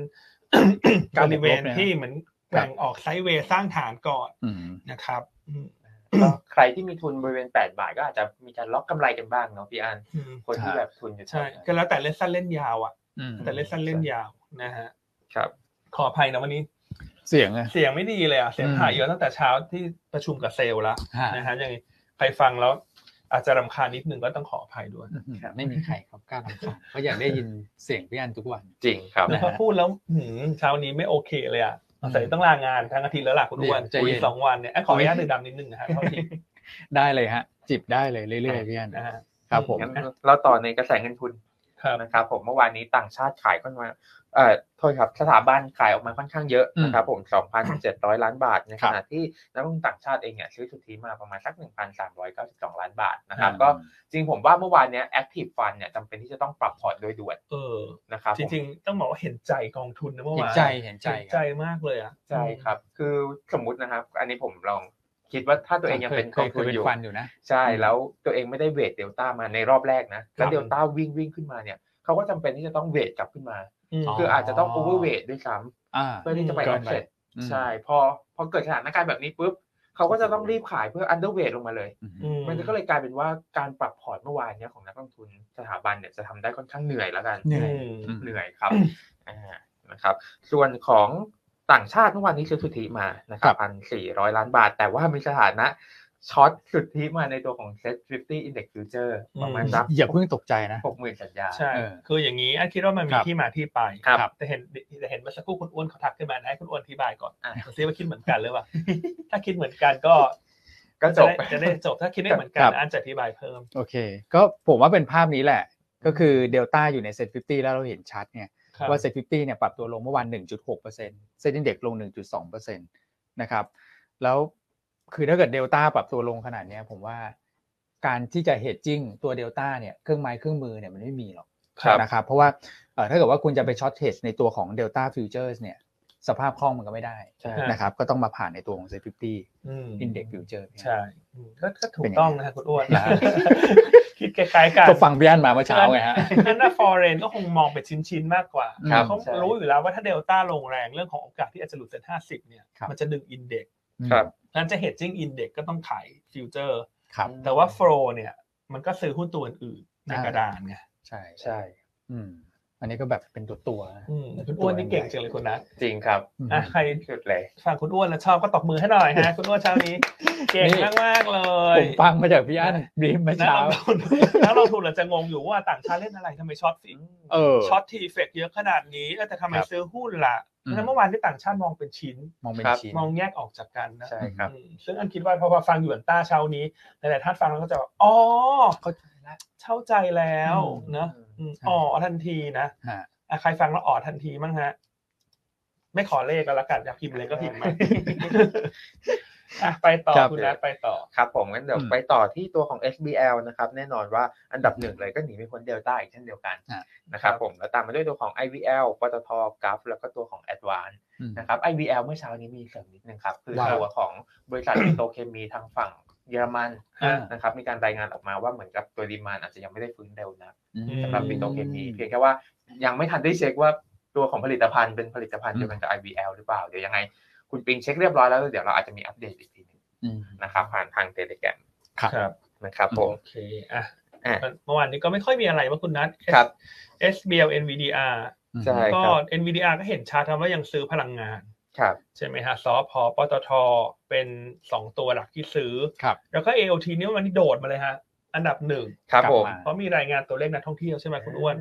[SPEAKER 1] บ
[SPEAKER 2] เก้าบวกล
[SPEAKER 1] ริ
[SPEAKER 2] บ
[SPEAKER 1] เวณ
[SPEAKER 2] เนี่ย
[SPEAKER 1] ที่เหมือนแกว่งออกไซด์เวย์สร้างฐานก่อน
[SPEAKER 2] อืม
[SPEAKER 1] นะครับอืม
[SPEAKER 3] ก็ใครที่มีทุนบริเวณ 8 บาทก็อาจจะมีการล็อกกำไรกันบ้างเนาะพี่อัน
[SPEAKER 1] อืม
[SPEAKER 3] คนที่
[SPEAKER 2] ใช่
[SPEAKER 3] แบบทุนอยู่
[SPEAKER 1] ใช่
[SPEAKER 3] แถ
[SPEAKER 1] ก็
[SPEAKER 3] วนั้น
[SPEAKER 1] แล้วแต่เล่นสั้นเล่นยาวอ่ะ
[SPEAKER 2] อืม
[SPEAKER 1] แต่เล่นสั้นเล่นยาวนะฮะ
[SPEAKER 3] ครับ
[SPEAKER 1] ขออภัยนะวันนี้
[SPEAKER 2] เสียงอะ
[SPEAKER 1] เสียงไม่ดีเลยอ่ะเสียง
[SPEAKER 2] อืม
[SPEAKER 1] ถ่ายเยอะตั้งแต่เช้าที่ประชุมกับเซลล์ละ
[SPEAKER 2] ฮะ
[SPEAKER 1] นะฮะยังไงใครฟังแล้ว อาจจะรำคาญนิดนึงก็ต้องขออภัยด้วย
[SPEAKER 2] ไม่มีใครครับกล้ารำคาญเขาอยากได้ยินเสียงพี่อันทุกวัน
[SPEAKER 3] จริงครับ
[SPEAKER 1] แล้วพอพูดแล้วหืมเช้านี้ไม่โอเคเลยอ่ะใส่ต้องลางานทั้งอาทิตย์แล้วล่ะคุณอ้วน
[SPEAKER 2] เดี๋ยวใจเย็น
[SPEAKER 1] คุยสองวันเนี่ยอ่ะขออนุญาตดื่มดำนิดนึง นะฮะเท่าที่
[SPEAKER 2] ได้เลยฮะ จิบได้เลยเรื่อยๆพี่อัน
[SPEAKER 1] นะฮะ
[SPEAKER 2] ครับผม
[SPEAKER 3] งั้นเราต่อในกระแสเงินทุน
[SPEAKER 1] ครับ
[SPEAKER 3] นะครับผมเมื่อวานนี้ต่างชาติขายค่อนมาเอ่อโทษครับสถาบันขายออกมาค่อนข้างเยอะนะครับผม 2,700 ล้านบาทใน
[SPEAKER 2] ค
[SPEAKER 3] ข
[SPEAKER 2] รับ
[SPEAKER 3] ณะที่นักลงทุนต่างชาติเองเนี่ยซื้อสุทธิมาประมาณสัก 1,392 ล้านบาทนะครับก็จริงผมว่าเมื่อวานเนี้ย Active Fund เนี่ยจำเป็นที่จะต้องปรับพอร์ตโดยด่วน
[SPEAKER 1] เออ
[SPEAKER 3] นะครับ
[SPEAKER 1] จ
[SPEAKER 3] ผม
[SPEAKER 1] ริงๆ ต้องบอกว่าเห็นใจกองทุนนะเมื่อ
[SPEAKER 2] เห็
[SPEAKER 1] วาน น
[SPEAKER 2] ใจเห็นใจ
[SPEAKER 1] เห็น
[SPEAKER 2] ค
[SPEAKER 1] ใจ
[SPEAKER 2] รับ
[SPEAKER 1] มากเลยอ่ะ
[SPEAKER 3] ใช่ครับ คือสมมุตินะครับ อันนี้ผมลองคิดว่าถ้าตัวเองยังเป็น
[SPEAKER 2] เค
[SPEAKER 3] กอง
[SPEAKER 2] เค
[SPEAKER 3] ทุน
[SPEAKER 2] เป็
[SPEAKER 3] อนยู่
[SPEAKER 2] ฟันอยู่นะ
[SPEAKER 3] ใช่ แล้วตัวเองไม่ได้เวทเดลต้ามาในรอบแรกนะ แล้วเดลต้าวิ่งวิ่งขึ้นมาเนี่ยเขาก็จำเป็นที่จะต้องเวทกลับขึ้นมา
[SPEAKER 1] อืม
[SPEAKER 2] อ๋อ
[SPEAKER 3] คืออาจจะต้องโอเวอร์เวทด้วยซ้
[SPEAKER 2] อ่า
[SPEAKER 3] ำเพื่อที่จะไปอ
[SPEAKER 1] เกิ
[SPEAKER 3] อน ฟ
[SPEAKER 1] ไป
[SPEAKER 3] เซ็ตใช่ พอพอเกิดสถานการณ์แบบนี้ปุ๊บเขาก็จะต้องรีบขายเพื่ออันเดอร์เวทลงมาเลย
[SPEAKER 2] อืม
[SPEAKER 1] อื
[SPEAKER 3] มันก็เลยกลายเป็นว่าการปรับพอร์ตเมื่อวานเนี่ยของนักลงทุนสถาบันเนี่ยจะทำได้ค่อนข้างเหนื่อยแล้วกัน
[SPEAKER 2] เหนื่อย
[SPEAKER 1] อืม
[SPEAKER 2] อืม
[SPEAKER 3] เหนื่อยครับอ่านะครับ ส่วนของต่างชาติเมื่อวานนี้ซื้อสุทธิมานะครั
[SPEAKER 2] ครับ บ
[SPEAKER 3] พันสี่ร้อยล้านบาท แต่ว่ามีสถานะช็อตสุทธิมาในตัวของ Set 50 Index Future ประมาณ
[SPEAKER 1] อืม
[SPEAKER 3] สัก
[SPEAKER 2] อย่าเพิ่งตกใจนะ
[SPEAKER 3] หกหมื่นสัญญา
[SPEAKER 1] ใช่
[SPEAKER 2] เออ
[SPEAKER 1] คืออย่างนี้อันคิดว่ามันมี
[SPEAKER 2] ครับ
[SPEAKER 1] ที่มาที่ไป
[SPEAKER 3] ครับ
[SPEAKER 1] แต่เห็นแต่เห็นเมื่อสักครู่คุณอ้วนเขาทักขึ้นมานะให้คุณอ้วนอธิบายก่อน
[SPEAKER 3] อ่ะ
[SPEAKER 1] ดูซิว่าคิดเหมือนกันหรือเปล่า ถ้าคิดเหมือนกันก็
[SPEAKER 3] ก็จบ
[SPEAKER 1] จะได้จะได้จบถ้าคิดไม่เหมือนกั
[SPEAKER 2] ครั
[SPEAKER 1] น
[SPEAKER 2] บ
[SPEAKER 1] อันจะอธิบายเพิ่ม
[SPEAKER 2] โอเค ก็ผมว่าเป็นภาพนี้แหละ ก็คือเดลต้าอยู่ในเซ็ตฟิแล้วเราเห็นชัดไง
[SPEAKER 1] ครับ
[SPEAKER 2] ว่าเซ็ตฟิเนี่ยปรับตัวลงเมื่อวาน 1.6%เซ็นดินเด็กลง 1.2%นะครับ แล้วคือถ้าเกิดเดลต้าปรับตัวลงขนาดเนี้ยผมว่าการที่จะเฮดจิ้งตัวเดลต้าเนี่ยเครื่องไม้เครื่องมือเนี่ยมันไม่มีหรอก
[SPEAKER 3] ครับ
[SPEAKER 2] นะครับ เพราะว่าเอ่อถ้าเกิดว่าคุณจะไปช็อตเทสในตัวของเดลต้าฟิวเจอร์สเนี่ยสภาพคล่องมันก็ไม่ได้
[SPEAKER 3] ใช่
[SPEAKER 2] นะครับ ก็ต้องมาผ่านในตัวของเซ็ตฟิฟตี้
[SPEAKER 1] อืม
[SPEAKER 2] อินเด็กฟิวเจอร์
[SPEAKER 1] ใช่อืมก็ก็ถู
[SPEAKER 2] เป็
[SPEAKER 1] ก
[SPEAKER 2] นยังไง
[SPEAKER 1] ต้องนะฮะคุณอ้วน
[SPEAKER 2] นะฮะ
[SPEAKER 1] คิดคล้ายๆกัน
[SPEAKER 2] ก็ฟังพี่อันมาเมื่อเช้าไงฮะ
[SPEAKER 1] นั่นนะฟอร์เรนก็คงมองเป็นชิ้นๆ มากกว่า
[SPEAKER 2] ครับ
[SPEAKER 1] เขา
[SPEAKER 3] ใช่
[SPEAKER 1] รู้อยู่แล้วว่าถ้าเดลต้าลงแรงเรื่องของโอกาสที่อาจจะหลุดเซ็นห้าสิบเนี่ย
[SPEAKER 2] ครับ
[SPEAKER 1] มันจะดึงอินเด็กซ์
[SPEAKER 3] ครับ
[SPEAKER 1] นั้นจะเฮดจิ้งอินเด็กซ์ก็ต้องขายฟิวเจอร์
[SPEAKER 2] ครับ
[SPEAKER 1] แต่ว่าโฟลเนี่ย มันก็ซื้อหุ้นตัวอื่นๆใน
[SPEAKER 2] อ่ากก
[SPEAKER 1] ระดานไง
[SPEAKER 2] ใช่
[SPEAKER 3] ใช่
[SPEAKER 2] อืมอันนี้ก็แบบเป็นตัวตัวๆนะ
[SPEAKER 1] อืมคุณอ้วนนี่เก่งจังเลยคุณนะ
[SPEAKER 3] จริงครับ
[SPEAKER 1] อ่ะใคร
[SPEAKER 3] สุดเลย
[SPEAKER 1] ฟังคุณอ้วนแล้วชอบก็ตบมือให้หน่อยฮะ คุณอ้วนเช้านี้ เก่ง
[SPEAKER 2] นี่
[SPEAKER 1] มากๆเล
[SPEAKER 2] ผ
[SPEAKER 1] ย
[SPEAKER 2] มฟังมาจากพี่อันบีมเมื่อ
[SPEAKER 1] นัก
[SPEAKER 2] เช้า
[SPEAKER 1] ลงทุน นักลงทุนเราจะงงอยู่ว่าต่างชาติเล่นอะไรทำไมช็อตสิ
[SPEAKER 2] เออ
[SPEAKER 1] ช็อตทีเฟกเยอะขนาดนี้เออแต่ทำไม
[SPEAKER 2] ครับ
[SPEAKER 1] ซื้อหุ้นล่ะเพ
[SPEAKER 2] อืม
[SPEAKER 1] ราะฉะนั้นเมื่อวานที่ต่างชาติมองเป็นชิ้น
[SPEAKER 2] มองเป็นชิ้น
[SPEAKER 1] มองแยกออกจากกันนะ
[SPEAKER 3] ใช่ครับ
[SPEAKER 1] อืมซึ่งอันคิดว่าพอฟังหยวนต้าเช้านี้หลายๆท่านฟังแล้วก็จะแบบอ๋อ
[SPEAKER 2] เข้าใจแล้ว
[SPEAKER 1] เข้าใจแล้ว
[SPEAKER 2] อืม
[SPEAKER 1] เนอะอืม
[SPEAKER 2] ใช่
[SPEAKER 1] อ๋อทันทีนะ
[SPEAKER 2] ฮะ
[SPEAKER 1] อ่ะใครฟังแล้วอ๋อทันทีมั้งฮะ ไม่ขอเลขก็แล้วกันอยากพิมพ์เลยก็พิมพ์มาอ่ะไปต่อ
[SPEAKER 2] ครับ
[SPEAKER 1] คุณนัทไปต่อ
[SPEAKER 3] ครับผมงั้นเดี๋ยว
[SPEAKER 2] อืม
[SPEAKER 3] ไปต่อที่ตัวของ SBL นะครับแน่นอนว่าอันดับหนึ่งเลยก็หนีไม่พ้นเดลต้าอีกเช่นเดียวกัน
[SPEAKER 2] อ่ะ
[SPEAKER 3] นะครับ
[SPEAKER 1] ครับ
[SPEAKER 3] ผมแล้วตามมาด้วยตัวของ IVL ปตทกราฟแล้วก็ตัวของ Advance
[SPEAKER 2] อืม
[SPEAKER 3] นะครับ IVL เมื่อเช้านี้มีเสริมนิดนึงครับ คือ
[SPEAKER 2] ว้าว
[SPEAKER 3] ตัวของบริษัท ปิโตรเคมีทางฝั่งเยอรมัน
[SPEAKER 1] อ่ะ
[SPEAKER 3] นะครับมีการรายงานออกมาว่าเหมือนกับตัวดีมานอาจจะยังไม่ได้ฟื้นเร็วนะ
[SPEAKER 2] อืม
[SPEAKER 3] สำหรับปิโตรเคมี
[SPEAKER 2] อืม
[SPEAKER 3] เพียงแค่ว่ายังไม่ทันได้เช็คว่าตัวของผลิตภัณฑ์เป็นผลิตภัณฑ์เดียวกันกับ IVL หรือเปล่า เดี๋ยวยังไง คุณปิงเช็คเรียบร้อยแล้วเดี๋ยวเราอาจจะมีอัปเดตอีกทีหนึง
[SPEAKER 2] อืม
[SPEAKER 3] นะครับผ่านทางเทเลแกรม
[SPEAKER 2] ครับ
[SPEAKER 1] ครับ
[SPEAKER 3] นะครับผม
[SPEAKER 1] โอเคอ่ะ
[SPEAKER 3] อ่ะ
[SPEAKER 1] เมื่อวานนี้ก็ไม่ค่อยมีอะไรว่าคุณนัท
[SPEAKER 3] ครับ
[SPEAKER 1] SBL NVDR
[SPEAKER 3] ใช่
[SPEAKER 1] ก็
[SPEAKER 3] ครับ
[SPEAKER 1] NVDR ก็เห็นชาร์ทว่ายังซื้อพลังงาน
[SPEAKER 3] ครับ
[SPEAKER 1] ใช่ไหมฮะซอพอปตทเป็นสองตัวหลักที่ซื้อ
[SPEAKER 2] ครับ
[SPEAKER 1] แล้วก็ AOT นี่วันนี้โดดมาเลยฮะ อันดับหนึ่ง
[SPEAKER 3] ครับผม
[SPEAKER 2] กลับมา
[SPEAKER 1] เพราะมีรายงานตัวเลขนักท่องเที่ยวใช่ไหมคุณอ้วน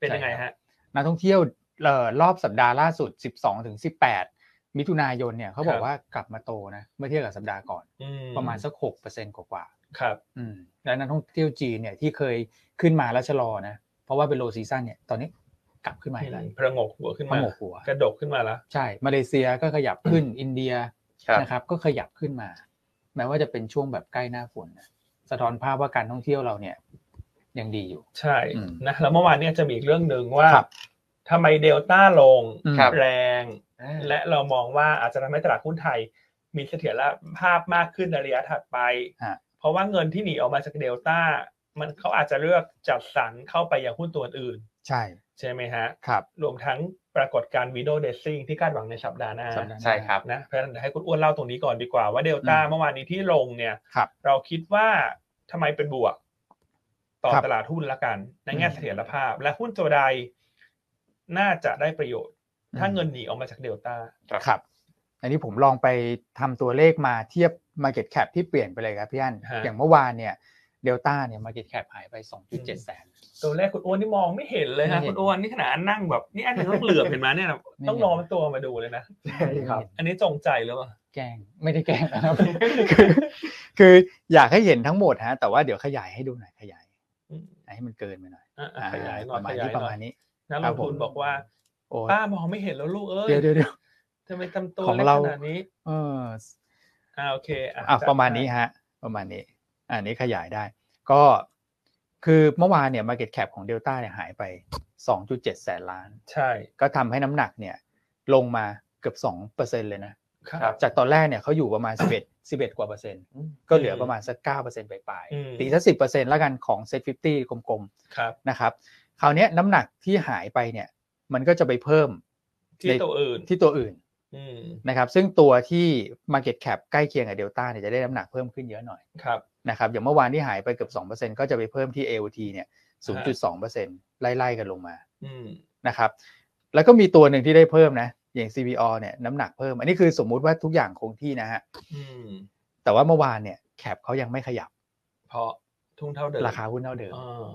[SPEAKER 1] เป็นยังไงฮะ
[SPEAKER 2] นักท่องเที่ยวเอ่อรอบสัปดาห์ล่าสุด 12ถึง18 มิถุนายนเนี่ยเขาบ
[SPEAKER 1] ครั
[SPEAKER 2] อก
[SPEAKER 1] บ
[SPEAKER 2] ว่ากลับมาโตนะเมื่อเทียบกับสัปดาห์ก่อน
[SPEAKER 1] อื
[SPEAKER 2] ประมาณสัก6เปอร์เซ็นต์กว่า
[SPEAKER 1] ครับ
[SPEAKER 2] ๆอืมแล้วนักท่องเที่ยวจีนเนี่ยที่เคยขึ้นมาแล้วชะลอนะ เพราะว่าเป็นโลซีซันเนี่ยตอนนี้กลับขึ้นมาอีกแล้ว
[SPEAKER 1] พระงกหัวขึ้น
[SPEAKER 2] ม
[SPEAKER 1] มา
[SPEAKER 2] โหหัว
[SPEAKER 1] กระดกขึ้นมาแล้ว
[SPEAKER 2] ใช่มาเลเซียก็ขยับขึ้นอินเดีย
[SPEAKER 3] ครับ
[SPEAKER 2] นะครับ ก็ขยับขึ้นมา แม้ว่าจะเป็นช่วงแบบใกล้หน้าฝนนะสะท้อนภาพว่าการท่องเที่ยวเราเนี่ย ยังดีอยู่
[SPEAKER 1] ใช่
[SPEAKER 2] อืม
[SPEAKER 1] นะแล้วเมื่อวานเนี้จะมีอีกเรื่องหนึ่งว่า
[SPEAKER 2] ครับ
[SPEAKER 1] ทำไมเดลต้าลง
[SPEAKER 3] ครับ
[SPEAKER 1] แรง และเรามองว่าอาจจะทำให้ตลาดหุ้นไทย มีเสถียรภาพมากขึ้นในระยะถัดไป
[SPEAKER 2] ฮะ
[SPEAKER 1] เพราะว่าเงินที่หนีออกมาจากเดลต้ามันเขาอาจจะเลือกจัดสรรเข้าไปอย่างหุ้นตัวอื่น
[SPEAKER 2] ใช่
[SPEAKER 1] ใช่ไหมฮะ
[SPEAKER 2] ครับ
[SPEAKER 1] รวมทั้งปรากฏการณ์วีโดเดซิ่งที่คาดหวังในสัปดาห์หน้า
[SPEAKER 2] สัปดาห์หน้า
[SPEAKER 3] ใช่ครับ
[SPEAKER 1] นะเพราะฉะนั้นเดี๋ยวให้คุณอ้วนเล่าตรงนี้ก่อนดีกว่าว่าเดลต้า
[SPEAKER 2] อืม
[SPEAKER 1] เมื่อวานนี้ที่ลงเนี่ย
[SPEAKER 2] ครับ
[SPEAKER 1] เราคิดว่าทำไมเป็นบวก ต่อ
[SPEAKER 2] ครับ
[SPEAKER 1] ตลาดหุ้นละกัน ในแง่
[SPEAKER 2] อืม
[SPEAKER 1] เสถียรภาพ และหุ้นตัวใดน่าจะได้ประโยชน์ ถ้า
[SPEAKER 2] อืม
[SPEAKER 1] เงินหนีออกมาจากเดลต้า
[SPEAKER 2] ครับ อันนี้ผมลองไปทำตัวเลขมาเทียบ Market Cap ที่เปลี่ยนไปเลยครับพี่อัน
[SPEAKER 1] ฮะ
[SPEAKER 2] อย่างเมื่อวานเนี่ยเดลต้าเนี่ย Market Cap หายไป 2.7 แสน
[SPEAKER 1] ตัวแรกคุณอ้วนนี่มองไม่เห็นเลยฮะ
[SPEAKER 2] ไม่เห็น
[SPEAKER 1] คุณอ้วนนี่ขนาดนั่งแบบนี่อันนี้ต้องเหลือบเห็นไหมเนี่ย
[SPEAKER 2] ไม่เห็น
[SPEAKER 1] ต้องนอนตัวมาดูเลยนะ
[SPEAKER 3] ใช่ครับ
[SPEAKER 1] อันนี้จงใจหรือเปล่า
[SPEAKER 2] แกล้งไม่ได้แกล้ง นะครับ คือคืออยากให้เห็นทั้งหมดฮะ แต่ว่าเดี๋ยวขยายให้ดูหน่อยขยาย
[SPEAKER 1] อืม
[SPEAKER 2] ให้มันเกินไปหน่อย
[SPEAKER 1] อ่ะ
[SPEAKER 2] อ่า
[SPEAKER 1] ขยายหน่
[SPEAKER 2] ป
[SPEAKER 1] อย
[SPEAKER 2] ระมา
[SPEAKER 1] ขยาย
[SPEAKER 2] ณนี้ป
[SPEAKER 1] ห
[SPEAKER 2] ระ
[SPEAKER 1] น่อ
[SPEAKER 2] มาย ณนี้
[SPEAKER 1] นักล
[SPEAKER 2] ครับ
[SPEAKER 1] ง
[SPEAKER 2] ผ
[SPEAKER 1] ทุ
[SPEAKER 2] ม
[SPEAKER 1] นบอกว่า
[SPEAKER 2] โอ้ย
[SPEAKER 1] ป้ามองไม่เห็นแล้วลูกเอ้ย
[SPEAKER 2] เดี๋ยวเดี๋ยวเดี๋ยว
[SPEAKER 1] ทำไมทำตัว
[SPEAKER 2] ของ
[SPEAKER 1] เล็ก
[SPEAKER 2] เรา
[SPEAKER 1] ขนาดนี้
[SPEAKER 2] เออ
[SPEAKER 1] อ่าโอเคอ่ะ
[SPEAKER 2] อ่ะ
[SPEAKER 1] จัด
[SPEAKER 2] ประมาณ
[SPEAKER 1] ให้
[SPEAKER 2] นี้ฮะประมาณนี้อะอันนี้ขยายได้ ก็คือเมื่อวานเนี่ย Market Cap ของ Delta เนี่ยหายไป 2.7 แสนล้าน
[SPEAKER 1] ใช่
[SPEAKER 2] ก็ทำให้น้ำหนักเนี่ยลงมาเกือบ 2%เลยนะ
[SPEAKER 1] ครั
[SPEAKER 3] ครับ บ
[SPEAKER 2] จากตอนแรกเนี่ยเขาอยู่ประมาณ 11 11 กว่าเปอร์เซ็นต์ ก็เหลือประมาณสัก 9%ปลาย
[SPEAKER 1] อืม
[SPEAKER 2] ๆตีสัก10%แล้วกันของ Set 50 กลม
[SPEAKER 1] ครับ
[SPEAKER 2] ๆนะครับ คราวเนี้ยน้ำหนักที่หายไปเนี่ย มันก็จะไปเพิ่ม
[SPEAKER 1] ที่
[SPEAKER 2] ใน
[SPEAKER 1] ตัวอื่น
[SPEAKER 2] ที่ตัวอื่น
[SPEAKER 1] อืม
[SPEAKER 2] นะครับซึ่งตัวที่ Market Cap ใกล้เคียงกับ Delta เนี่ยจะได้น้ำหนักเพิ่มขึ้นเยอะหน่อย
[SPEAKER 1] ครับ
[SPEAKER 2] นะครับอย่างเมื่อวานที่หายไปเกือบ 2%ก็จะไปเพิ่มที่ AOT เนี่ย0.2%ไล่ๆกันลงมา
[SPEAKER 1] อืม
[SPEAKER 2] นะครับแล้วก็มีตัวหนึ่งที่ได้เพิ่มนะอย่าง CBO เนี่ยน้ำหนักเพิ่ม อันนี้คือสมมุติว่าทุกอย่างคงที่นะฮะ
[SPEAKER 1] อืม
[SPEAKER 2] แต่ว่าเมื่อวานเนี่ยแคปเขายังไม่ขยับ
[SPEAKER 1] เพราะทุ่งเท่าเดิม
[SPEAKER 2] ราคาหุ้นเท่าเดิม
[SPEAKER 1] อ่า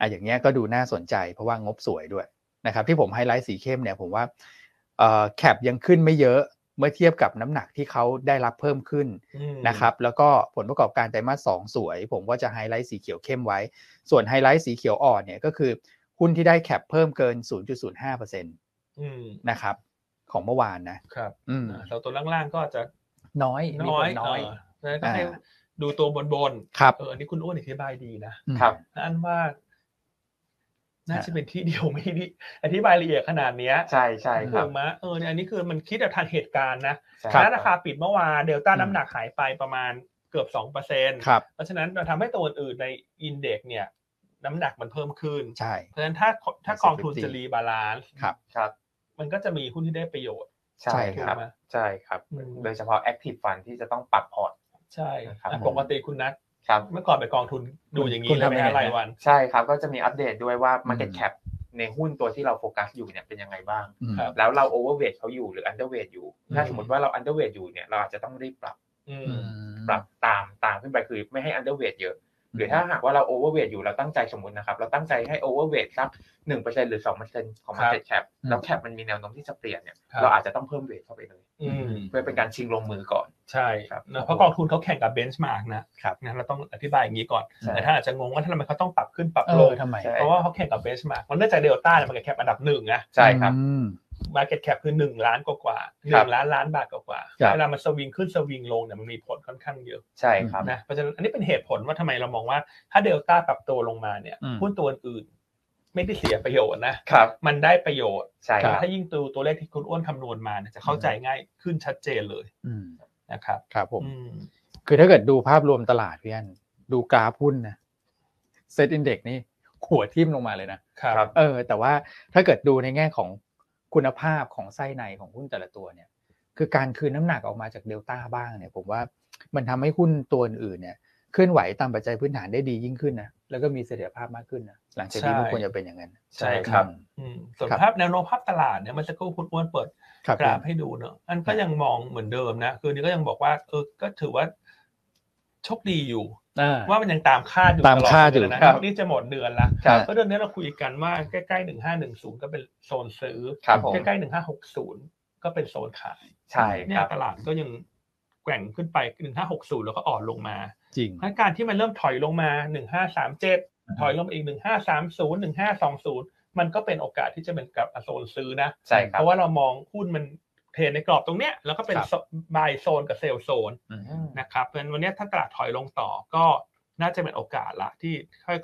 [SPEAKER 2] อ่ะอย่างเงี้ยก็ดูน่าสนใจเพราะว่างบสวยด้วยนะครับที่ผมไฮไลท์สีเข้มเนี่ยผมว่าแคปยังขึ้นไม่เยอะเมื่อเทียบกับน้ำหนักที่เขาได้รับเพิ่มขึ้น
[SPEAKER 1] อืม
[SPEAKER 2] นะครับแล้วก็ผลประกอบการไตรมาสสองสวย ผมก็จะไฮไลท์สีเขียวเข้มไว้ ส่วนไฮไลท์สีเขียวอ่อนเนี่ยก็คือหุ้นที่ได้แคปเพิ่มเกิน 0.05%น
[SPEAKER 1] อืม
[SPEAKER 2] ะครับของเมื่อวานนะครับ อืม
[SPEAKER 1] อ่าแต่ตัวล่างๆก็อาจจะ
[SPEAKER 2] น้อยมี
[SPEAKER 1] น้
[SPEAKER 2] ค
[SPEAKER 1] อย
[SPEAKER 2] นน้อย
[SPEAKER 1] เออแล้วก็ให้
[SPEAKER 2] อ่า
[SPEAKER 1] ดูตัวบนบน
[SPEAKER 2] ครับ
[SPEAKER 1] ๆเอออันนี้คุณอ้วนอธิบายดีนะครับ อันว่า น่าจะเป็นที่เดียวไม่ดีอธิบายละเอียดขนาดเนี้ย
[SPEAKER 3] ใช่ใช่ค
[SPEAKER 1] ถู
[SPEAKER 3] รับ
[SPEAKER 1] กไหมเออเนี่ยอันนี้คือมันคิดแบบทันเหตุการณ์นะ
[SPEAKER 3] ใช่
[SPEAKER 1] ณราคาปิดเมื่อวานเดลต้าน้ำหนักหายไปประมาณเกือบสองเปอร์เซ็นต์
[SPEAKER 2] ครับ
[SPEAKER 1] เพราะฉะนั้นเราทำให้ตัวอื่นๆในอินเด็กซ์เนี่ย น้ำหนักมันเพิ่มขึ้น
[SPEAKER 2] ใช่
[SPEAKER 1] เพราะฉะนั้นถ้าถ้ากองทุนจะรีบาลานซ์
[SPEAKER 2] ครับ
[SPEAKER 3] ครับ
[SPEAKER 1] มันก็จะมีหุ้นที่ได้ประโยชน์
[SPEAKER 3] ใช่ครับ
[SPEAKER 1] ใช่ไหม
[SPEAKER 3] ใช่ครับ
[SPEAKER 1] อืม
[SPEAKER 3] โดยเฉพาะ Active Fund ที่จะต้องปรับพอร์ต
[SPEAKER 1] ใช่
[SPEAKER 3] ครับ
[SPEAKER 1] อ่ะปกติคุณนัท
[SPEAKER 3] ครับ
[SPEAKER 1] เมื่อก่อนไปกองทุนดูอย่าง
[SPEAKER 2] คุ
[SPEAKER 1] นี้เล
[SPEAKER 2] ณ
[SPEAKER 1] ยไหม
[SPEAKER 2] ทำยังไง
[SPEAKER 1] ฮะรายวัน
[SPEAKER 3] ใช่ครับ ก็จะมีอัปเดตด้วยว่า Market Cap ในหุ้นตัวที่เราโฟกัสอยู่เนี่ยเป็นยังไงบ้าง
[SPEAKER 2] อืม
[SPEAKER 1] ครับ
[SPEAKER 3] แล้วเรา overweight เขาอยู่หรือ underweight อยู่ ถ้า
[SPEAKER 1] อืม
[SPEAKER 3] สมมติว่าเรา underweight อยู่เนี่ยเราอาจจะต้องรีบปรับ
[SPEAKER 1] อืม
[SPEAKER 3] ปรับตามตามขึ้นไปคือไม่ให้ underweight เยอะ หรือถ้าหากว่าเรา overweight อยู่เราตั้งใจสมมตินะครับ เราตั้งใจให้ overweight สัก1%หรือ2%ของ market cap
[SPEAKER 2] อืม
[SPEAKER 3] แล้ว cap มันมีแนวโน้มที่จะเปลี่ยนเนี่ย
[SPEAKER 1] ครับ
[SPEAKER 3] เราอาจจะต้องเพิ่ม weight เข้าไปเลย
[SPEAKER 1] อืม
[SPEAKER 3] เพื่อเป็นการชิงลงมือก่อน
[SPEAKER 1] ใช่
[SPEAKER 3] ครับ
[SPEAKER 1] เนอะเพราะกองทุนเขาแข่งกับเบนช์มาร์กนะครับ นะเราต้องอธิบายอย่างนี้ก่อน
[SPEAKER 3] ใช่
[SPEAKER 1] แต่ถ้านอาจจะงงว่าทำไมเขาต้องปรับขึ้นปรับ
[SPEAKER 2] เอ
[SPEAKER 1] ล
[SPEAKER 2] อง ทำไม
[SPEAKER 3] ใช่
[SPEAKER 1] เพราะว่าเขาแข่งกับเบนช์มาร์กมันเนื่องจากเดลต้าเนี่ยมันแคปอันดับหนึ่งนะ
[SPEAKER 3] ใช่ครับ
[SPEAKER 2] อืม
[SPEAKER 1] มาร์เก็ตแคปคือหนึ่งล้านกว่ากว่าห
[SPEAKER 3] ครั
[SPEAKER 1] นึ่
[SPEAKER 3] บ
[SPEAKER 1] งล้านล้านบาทกว่ากว่า
[SPEAKER 2] ครับ
[SPEAKER 1] เวลามันสวิงขึ้นสวิงลงเนี่ยมันมีผลค่อนข้างเยอะ
[SPEAKER 3] ใช่ครับ
[SPEAKER 1] นะเพราะฉะนั้นอันนี้เป็นเหตุผลว่าทำไมเรามองว่าถ้าเดลต้าปรับตัวลงมาเนี่ย
[SPEAKER 2] อืม
[SPEAKER 1] หุ้นตัวอื่นไม่ได้เสียประโยชน์นะครับ มันได้ประโยชน์
[SPEAKER 3] ใช่ค
[SPEAKER 1] แต่
[SPEAKER 3] รับ
[SPEAKER 1] ถ้ายิ่งตัวตัวเลขที่คุณอ้วนคำนวณมาเนี่ยจะเข้าใจง่ายขึ้นชัดเจนเลย
[SPEAKER 2] อืม
[SPEAKER 1] นะครับ
[SPEAKER 2] ครับผม
[SPEAKER 1] อืม
[SPEAKER 2] คือถ้าเกิดดูภาพรวมตลาดพี่อันดูกราฟหุ้นนะเซตอินเด็กนี่หัวทิ่มลงมาเลยนะ
[SPEAKER 1] ครั
[SPEAKER 3] ครับ บ
[SPEAKER 2] เออแต่ว่าถ้าเกิดดูในแง่ของคุณภาพของไส้ในของหุ้นแต่ละตัวเนี่ย คือการคืนน้ำหนักออกมาจากเดลต้าบ้างเนี่ย ผมว่ามันทำให้หุ้นตัวอื่นๆเนี่ย เคลื่อนไหวตามปัจจัยพื้นฐานได้ดียิ่งขึ้นนะแล้วก็มีเสถียรภาพมากขึ้นนะหลังจากนี้
[SPEAKER 1] ใช่
[SPEAKER 2] มันควรจะเป็นอย่างนั้น
[SPEAKER 1] ใช่ครับ
[SPEAKER 2] อืม
[SPEAKER 1] อืมส่วน
[SPEAKER 2] ครับ
[SPEAKER 1] ภาพแนวโน้มภาพตลาดเนี่ยเมันจะก็คุณอ้วนเปิด
[SPEAKER 2] ครับ
[SPEAKER 1] กราฟให้ดูเนอะอันก็ยังมองเหมือนเดิมนะ คือนี่ก็ยังบอกว่า เออ ก็ถือว่าโชคดีอยู่
[SPEAKER 2] อ่
[SPEAKER 1] ว่ามันยังตามคาดอยู่
[SPEAKER 2] ตามคาดอยู่
[SPEAKER 1] ตลเวล
[SPEAKER 2] ครับ
[SPEAKER 1] นะนี่จะหมดเดือนละ
[SPEAKER 3] ครับ
[SPEAKER 1] ก็เดือนนี้เราคุยกันว่าใกล้ๆหนึ่งห้าหนึ่งศูนย์ก็เป็นโซนซื้อ
[SPEAKER 3] ครับผม
[SPEAKER 1] ใกล้ๆหนึ่งห้าหกศูนย์ก็เป็นโซนขาย
[SPEAKER 3] ใช่
[SPEAKER 1] เนี่
[SPEAKER 3] ค
[SPEAKER 1] ย
[SPEAKER 3] รับ
[SPEAKER 1] ตลาดก็ยังแกว่งขึ้นไปหนึ่งห้าหกศูนย์แล้วก็อ่อนลงมา
[SPEAKER 2] จริง
[SPEAKER 1] งั้นการที่มันเริ่มถอยลงมาหนึ่งห้าสามเจ็ด
[SPEAKER 2] อืม
[SPEAKER 1] ถอยลงมาอีกหนึ่งห้าสามศูนย์หนึ่งห้าสองศูนย์มันก็เป็นโอกาสที่จะเป็นกลับมาโซนซื้อนะ
[SPEAKER 3] ใช่ค
[SPEAKER 1] เพ
[SPEAKER 3] รับ
[SPEAKER 1] ราะว่าเรามองหุ้นมันเทรนในกรอบตรงเนี้ยแล้วก็เป็น
[SPEAKER 2] ครับ
[SPEAKER 1] บายโซนกับเซลโซน
[SPEAKER 2] อืม
[SPEAKER 1] นะครับเพราะฉะนั้นวันเนี้ยถ้าตลาดถอยลงต่อก็น่าจะเป็นโอกาสละที่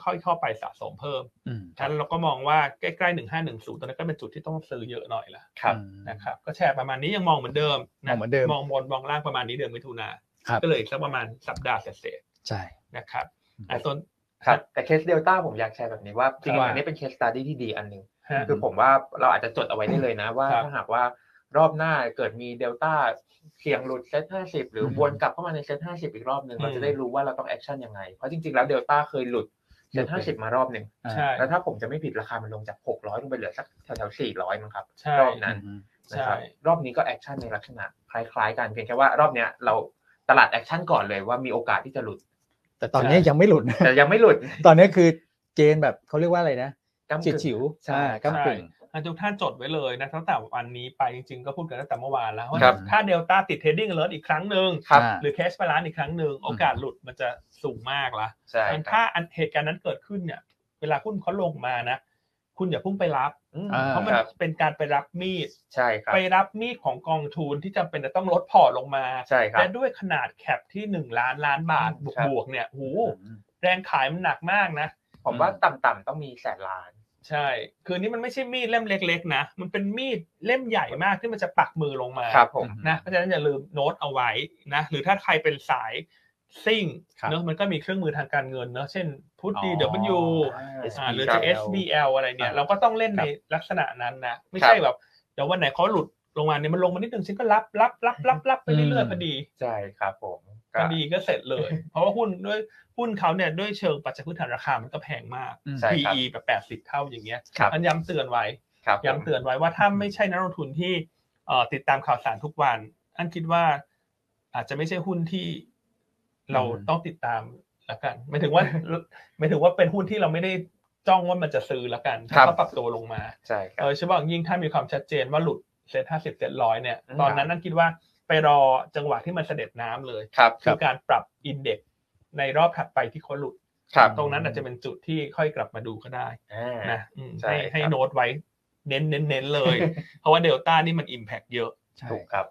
[SPEAKER 1] ค่อยๆเข้าไปสะสมเพิ่ม
[SPEAKER 2] อืม
[SPEAKER 1] ฉะนั้นเราก็มองว่าใกล้ๆหนึ่งห้าหนึ่งศูนย์ตรงนั้นก็เป็นจุดที่ต้องซื้อเยอะหน่อยละ
[SPEAKER 3] ครับ
[SPEAKER 2] อืม
[SPEAKER 1] นะครับก็แชร์ประมาณนี้ยังมองเหมือนเดิม
[SPEAKER 2] ม
[SPEAKER 1] นะ
[SPEAKER 2] องเหมือนเดิม
[SPEAKER 1] มองบนมองล่างประมาณนี้เดือนมิถุนา
[SPEAKER 2] ครับ
[SPEAKER 1] ก็เลยสักประมาณสัปดาห์เศษ
[SPEAKER 2] ใช่
[SPEAKER 1] ๆนะครับอ่ะส่วน
[SPEAKER 3] ครับ แต่เคสเดลต้าผมอยากแชร์แบบนี้ว่าจริงๆ
[SPEAKER 2] ว่า
[SPEAKER 3] อันนี้เป็นเคสสตาดี้ที่ดีอันหนึ่ง
[SPEAKER 1] ฮะ
[SPEAKER 3] คือผมว่าเราอาจจะจดเอาไว้ได้เลยนะ ว่า
[SPEAKER 1] ครับ
[SPEAKER 3] ถ้าหากว่ารอบหน้าเกิดมีเดลต้าเสี่ยงหลุดเซตห้าสิบหรือ
[SPEAKER 2] ม
[SPEAKER 3] วนกลับเข้ามาในเซตห้าสิบอีกรอบหนึ่ง
[SPEAKER 1] อืม
[SPEAKER 3] เราจะได้รู้ว่าเราต้องแอคชั่นยังไง เพราะจริงๆแล้วเดลต้าเคยหลุด
[SPEAKER 2] ห
[SPEAKER 3] เซ
[SPEAKER 2] ลุด
[SPEAKER 3] ต
[SPEAKER 2] ไป
[SPEAKER 3] ห้าสิบมารอบหนึ่ง
[SPEAKER 2] อ่า
[SPEAKER 1] ใช่
[SPEAKER 3] แล้วถ้าผมจะไม่ผิดราคามันลงจากหกร้อยลงไปเหลือสักแถวๆสี่ร้อยมั้งครับ
[SPEAKER 1] ใช่
[SPEAKER 3] รอบนั้น
[SPEAKER 2] อืม
[SPEAKER 3] นะครับ
[SPEAKER 1] ใช่
[SPEAKER 3] รอบนี้ก็แอคชั่นในลักษณะคล้ายๆกันเพียงแค่ว่ารอบเนี้ยเราตลาดแอคชั่นก่อนเลยว่ามีโอกาสที่จะหลุด
[SPEAKER 2] แต่ตอนนี้ยังไม่หลุดนะ
[SPEAKER 3] แต่ยังไม่หลุด
[SPEAKER 2] ตอนนี้คือเจนแบบเขาเรียกว่าอะไรนะ
[SPEAKER 3] กำกึ่ง
[SPEAKER 2] จิตฉิว
[SPEAKER 3] ใช่
[SPEAKER 2] อ่าก้ามกึ่ง
[SPEAKER 1] อ่ะทุกท่านจดไว้เลยนะตั้งแต่วันนี้ไปจริงๆก็พูดกันตั้งแต่เมื่อวานแล้วว่า
[SPEAKER 2] ครับ
[SPEAKER 1] ถ้าเดลต้าติดเทรดดิ้งเลิศอีกครั้งหนึ่ง
[SPEAKER 2] ครับ
[SPEAKER 1] หรือแคชบาลานอีกครั้งหนึ่งโอกาสหลุดมันจะสูงมากละ
[SPEAKER 3] ใช่
[SPEAKER 1] งั้น
[SPEAKER 3] ครั
[SPEAKER 1] ถ้า
[SPEAKER 3] บ
[SPEAKER 1] อันเหตุการณ์นั้นเกิดขึ้นเนี่ย เวลาหุ้นเขาลงมานะ คุณอย่าเพุ่งไปรับ
[SPEAKER 3] อืม
[SPEAKER 2] อ่า
[SPEAKER 1] เพราะมัน
[SPEAKER 3] ครับ
[SPEAKER 1] เป็นการไปรับมีด
[SPEAKER 3] ใช่ครับ
[SPEAKER 1] ไปรับมีดของกองทุนที่จำเป็นจะต้องลดพอร์ตลงมา
[SPEAKER 3] ใช่ครับ
[SPEAKER 1] และด้วยขนาดแคปที่หนึ่งล้านล้านบาท
[SPEAKER 3] ครับ
[SPEAKER 1] บวกๆเนี่ยโอ้โหแรงขายมันหนักมากนะ
[SPEAKER 3] ผมว่าต่ำๆต้องมีแสนล้าน
[SPEAKER 1] ใช่ คือนี่มันไม่ใช่มีดเล่มเล็ก ๆ นะ มันเป็นมีดเล่มใหญ่มากที่มันจะปักมือลงมา
[SPEAKER 3] ครับผม
[SPEAKER 1] นะ เพราะฉะนั้นอย่าลืมโน้ตเอาไว้นะ หรือถ้าใครเป็นสายซิ่ง
[SPEAKER 2] ครับ
[SPEAKER 1] เนอะมันก็มีเครื่องมือทางการเงินเนอะเช่นพุท
[SPEAKER 2] อ๋อ
[SPEAKER 1] ดีเดี๋ยวมันอยู่าหรือจะ SBL อะไรเนี่ย
[SPEAKER 2] อ่า
[SPEAKER 1] เราก็ต้องเล่น
[SPEAKER 2] ค
[SPEAKER 1] ใน
[SPEAKER 2] รับ
[SPEAKER 1] ลักษณะนั้นนะ ไม่ใช่แบบเดี๋ยววันไหนเขาหลุดลงมาเนี่ยมันลงมานิดนึงฉันก็รับรับรับรับรับไปเรื่อยๆพอดี
[SPEAKER 3] ใช่ครับผม
[SPEAKER 1] พอดีก็เสร็จเลย เพราะว่าหุ้นด้วยหุ้นเขาเนี่ยด้วยเชิงปัจจัยพื้นฐานราคามันก็แพงมาก
[SPEAKER 2] อืม
[SPEAKER 3] ใช่ครับ
[SPEAKER 1] PE แบบแปดสิบเท่าอย่างเงี้ย
[SPEAKER 3] ครับ
[SPEAKER 1] อันย้ำเตือนไว้
[SPEAKER 3] ครับผม
[SPEAKER 1] ย้ำเตือนไว้ว่าถ้าไม่ใช่นักลงทุนที่เอ่อติดตามข่าวสารทุกวัน อันคิดว่าอาจจะไม่ใช่หุ้นที่เรา
[SPEAKER 2] อืม
[SPEAKER 1] ต้องติดตามละกันหมายถึงว่า หมายถึงว่าเป็นหุ้นที่เราไม่ได้จ้องว่ามันจะซื้อละกัน
[SPEAKER 3] ครับ
[SPEAKER 1] ถ้าปรับตัวลงมา
[SPEAKER 3] ใช่ครั
[SPEAKER 1] เอบ อใช่ป่ะยิ่งถ้ามีความชัดเจนว่าหลุดเซ็ตห้าสิบเซ็ตร้อยเนี่ย
[SPEAKER 3] อืม
[SPEAKER 1] ตอนนั้นนั่นคิดว่าไปรอจังหวะที่มันเสด็จน้ำเลย
[SPEAKER 3] ครับ
[SPEAKER 1] คือการปรับอินเด็กซ์ในรอบถัดไปที่เขาหลุด
[SPEAKER 3] ครับ
[SPEAKER 1] ตรงนั้นอาจจะเป็นจุดที่ค่อยกลับมาดูก็ได้
[SPEAKER 3] อ่า
[SPEAKER 1] นะอืม
[SPEAKER 3] ใช่
[SPEAKER 1] ให้
[SPEAKER 3] ครับ
[SPEAKER 1] ให้โน้ตไว้เน้นเน้นเน้นเลย เพราะว่าเดลต้านี่มัน Impact เยอะ
[SPEAKER 2] ใช่
[SPEAKER 3] ถูกครับ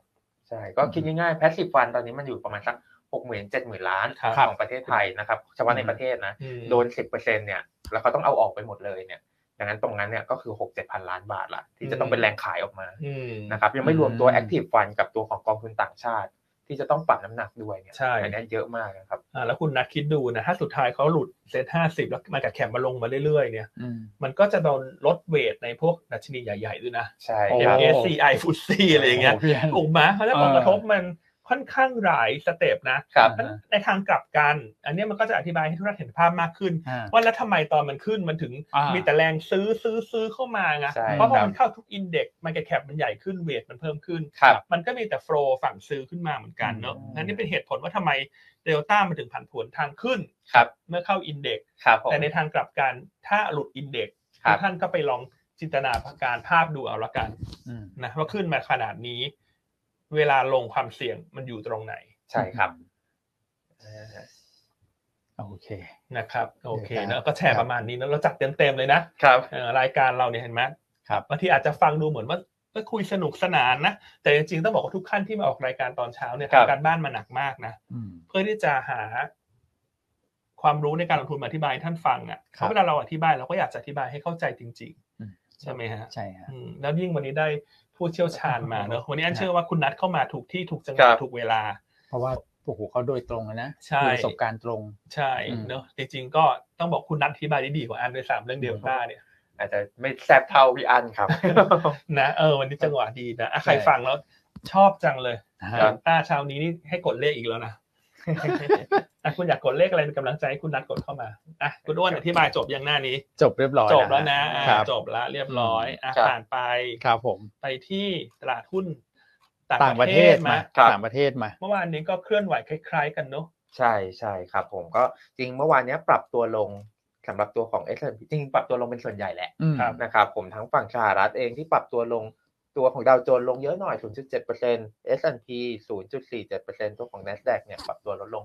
[SPEAKER 3] ใช่ก็คิดง่ายๆแพสซีฟฟันตอนนี้มันอยู่ประมาณสักหกหมื่นเจ็ดหมื่นล้าน
[SPEAKER 1] ครับ
[SPEAKER 3] ของประเทศไทยนะครับเฉพาะในประเทศนะ
[SPEAKER 1] อืม
[SPEAKER 3] โดนสิบเปอร์เซ็นเนี่ย แล้วเขาต้องเอาออกไปหมดเลยเนี่ยดังนั้นตรงนั้นเนี่ยก็คือหกเจ็ดพันล้านบาทละที่จะต้องเป็นแรงขายออกมา
[SPEAKER 1] อืม
[SPEAKER 3] นะครับยังไม่รวมตัว
[SPEAKER 2] อืม
[SPEAKER 3] แอคทีฟฟันกับตัวของกองทุนต่างชาติ ที่จะต้องปรับน้ำหนักด้วยเนี่ย
[SPEAKER 1] ใช่
[SPEAKER 3] อันนี้เยอะมากนะครับ
[SPEAKER 1] อ่าแล้วคุณนัดคิดดูนะถ้าสุดท้ายเขาหลุดเซตห้าสิบแล้วมากับแคมมาลงมาเรื่อยๆ เนี่ย
[SPEAKER 2] อืม
[SPEAKER 1] มันก็จะโดนลดเวทในพวกดัชนีใหญ่ๆ ด้วยนะ
[SPEAKER 3] ใช่
[SPEAKER 2] โอ้
[SPEAKER 3] ครับ
[SPEAKER 1] MSCI f u t s e อะไรอย่างเงี้ย
[SPEAKER 2] โพี่น
[SPEAKER 1] ถูกไหมเพราะฉะนั้นผลกระทบมันค่อนข้างหลายสเต็ปนะครับ เพราะฉะนั้นในทางกลับกัน อันเนี้ยมันก็จะอธิบายให้ทุกท่านเห็นภาพมากขึ้น
[SPEAKER 2] อ่า
[SPEAKER 1] ว่าแล้วทำไมตอนมันขึ้นมันถึง
[SPEAKER 2] อ่ามี
[SPEAKER 1] มีแต่แรงซื้อซื้อซื้อเข้ามาไง
[SPEAKER 3] ใช่
[SPEAKER 1] เพราะพอ
[SPEAKER 3] ครับ
[SPEAKER 1] มันเข้าทุกอินเด็กซ์มันแคปมันใหญ่ขึ้นเวทมันเพิ่มขึ้น
[SPEAKER 3] ครับ
[SPEAKER 1] มันก็มีแต่โฟลฝั่งซื้อขึ้นมาเหมือนกันเนอะ
[SPEAKER 3] อืม
[SPEAKER 1] นั่นนี่เป็นเหตุผลว่าทำไมเดลต้ามันถึงผันผวนทางขึ้น
[SPEAKER 3] ครับ
[SPEAKER 1] เมื่อเข้าอินเด็กซ์
[SPEAKER 3] ครับผม
[SPEAKER 1] แต่ในทางกลับกันถ้าหลุดอินเด็กซ์
[SPEAKER 3] ครับ
[SPEAKER 1] ท่านก็ไปลองจินตนาการภาพดูเอาละกัน
[SPEAKER 2] อืม
[SPEAKER 1] นะว่าขึ้นมาขนาดนี้ เวลาลงความเสี่ยงมันอยู่ตรงไหน
[SPEAKER 3] ใช่ครับ
[SPEAKER 2] โอเค
[SPEAKER 1] นะครับโอเค
[SPEAKER 2] ครับ
[SPEAKER 1] เนอะก็แชร์ประมาณนี้เนอะเราจัดเต็มๆเลยนะ
[SPEAKER 3] ครับ
[SPEAKER 1] เอ่อรายการเราเนี่ยเห็นไหม
[SPEAKER 2] ครับ
[SPEAKER 1] บางทีอาจจะฟังดูเหมือนว่าก็คุยสนุกสนานนะ แต่จริงๆต้องบอกว่าทุกขั้นที่มาออกรายการตอนเช้าเนี่ย
[SPEAKER 3] ครับ
[SPEAKER 1] ทำการบ้านมาหนักมากนะ
[SPEAKER 2] อืม
[SPEAKER 1] เพื่อที่จะหาความรู้ในการลงทุนมาอธิบายให้ท่านฟังอ่ะ
[SPEAKER 2] ค
[SPEAKER 1] เพ
[SPEAKER 2] รับ
[SPEAKER 1] ราะเวลาเราอธิบายเราก็อยากจะอธิบายให้เข้าใจจริง
[SPEAKER 2] อืม
[SPEAKER 1] ๆ ใช่ไหมฮะ
[SPEAKER 2] ใช่ฮะ
[SPEAKER 1] อืมแล้วยิ่งวันนี้ได้ผู้เชี่ยวชาญมาเนอะวันนี้อันเชื่อว่าคุณนัดเข้ามาถูกที่ถูกจังห
[SPEAKER 3] ครั
[SPEAKER 1] วะ
[SPEAKER 3] บ
[SPEAKER 1] ถูกเวลา
[SPEAKER 2] เพราะว่าโอ้โหเขาโดยตรงเลยนะ
[SPEAKER 1] ใช่
[SPEAKER 2] มีประสบการณ์ตรง
[SPEAKER 1] ใช่
[SPEAKER 2] อืม
[SPEAKER 1] เนอะจริงๆก็ต้องบอกคุณนัดอธิบายได้ดีกว่าอันด้วยสามเรื่องเดลต้าเนี่ย
[SPEAKER 3] อาจจะไม่แซบเท่าพี่อันครับ
[SPEAKER 1] นะเออวันนี้จังหวะดีนะอ่ะ
[SPEAKER 2] ใช่
[SPEAKER 1] ใครฟังแล้วชอบจังเลย
[SPEAKER 2] นะ
[SPEAKER 1] ด
[SPEAKER 2] ฮะ
[SPEAKER 1] นต้าเช้านี้นี่ให้กดเลขอีกแล้วนะ อ่ะคุณอยากกดเลขอะไรเป็นกำลังใจให้คุณนัดกดเข้ามาอ่ะคุณอ้วนอธิบายจบยังหน้านี้
[SPEAKER 2] จบเรียบร้อย
[SPEAKER 1] จบแล้วนะอ่ะ
[SPEAKER 2] ครับ
[SPEAKER 1] จบแล้วเรียบร้อยอ่ะ
[SPEAKER 3] ครับ
[SPEAKER 1] ผ่านไป
[SPEAKER 2] ครับผม
[SPEAKER 1] ไปที่ตลาดหุ้น
[SPEAKER 2] ต่างประเทศมา
[SPEAKER 1] มา
[SPEAKER 3] ครับ
[SPEAKER 2] ต่างประเทศมา
[SPEAKER 1] เมื่อวานนี้ก็เคลื่อนไหวคล้าย ๆ กันเนอะ
[SPEAKER 3] ใช่ใช่ครับผมก็จริงเมื่อวานเนี้ยปรับตัวลงสำหรับตัวของ S&P จริงๆปรับตัวลงเป็นส่วนใหญ่แหละ
[SPEAKER 2] อืม
[SPEAKER 1] ครับ
[SPEAKER 3] นะครับผมทั้งฝั่งสหรัฐเองที่ปรับตัวลงตัวของดาวโจนส์ลงเยอะหน่อย 0.7% S&P 0.47%ตัวของ NASDAQ เนี่ยปรับตัวลดลง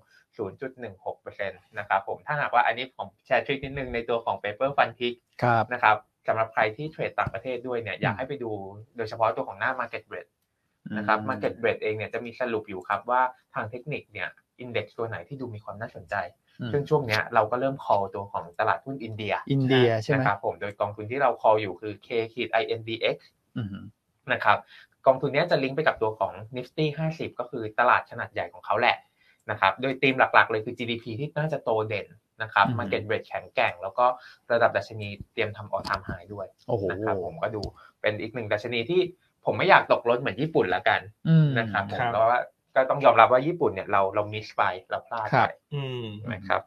[SPEAKER 3] 0.16%นะครับผมถ้าหากว่าอันนี้ผมแชร์ทริคนิดนึงในตัวของ Paper Fund Pick
[SPEAKER 2] ครับ
[SPEAKER 3] นะครับสำหรับใครที่เทรดต่างประเทศด้วยเนี่ยอยากให้ไปดูโดยเฉพาะตัวของหน้า Market Breadth นะครับ Market Breadth เองเนี่ยจะมีสรุปอยู่ครับว่าทางเทคนิคเนี่ยอินเด็กซ์ตัวไหนที่ดูมีความน่าสนใจ
[SPEAKER 2] อืม
[SPEAKER 3] ซึ่งช่วงเนี้ยเราก็เริ่ม call ตัวของตลาดหุ้นอินเดีย
[SPEAKER 2] อินเดียใช่ไหม
[SPEAKER 3] นะครับผมโดยกองทุนที่เรา call อยู่คือ K ขีด INDX
[SPEAKER 2] อืม
[SPEAKER 3] นะครับกองทุนเนี้ยจะลิงก์ไปกับตัวของ Nifty 50 ก็คือตลาดขนาดใหญ่ของเขาแหละนะครับโดยธีมหลักๆเลยคือ GDP ที่น่าจะโตเด่นนะครับ
[SPEAKER 2] อืม
[SPEAKER 3] Market Rate แข็งแกร่ง แล้วก็ระดับดัชนีเตรียมทำ all time high ด้วย
[SPEAKER 2] โอ้โห
[SPEAKER 3] นะครับผมก็ดูเป็นอีกหนึ่งดัชนีที่ผมไม่อยากตกรถเหมือนญี่ปุ่นละกัน
[SPEAKER 2] อืม
[SPEAKER 3] นะครับผ
[SPEAKER 1] ค
[SPEAKER 3] ม
[SPEAKER 1] รับ
[SPEAKER 3] เพราะว่าก็ต้องยอมรับว่าญี่ปุ่นเนี่ยเราเรามิสไปเราพลาด
[SPEAKER 2] ครั
[SPEAKER 3] ไป
[SPEAKER 2] บ
[SPEAKER 1] อืม
[SPEAKER 3] นะครับ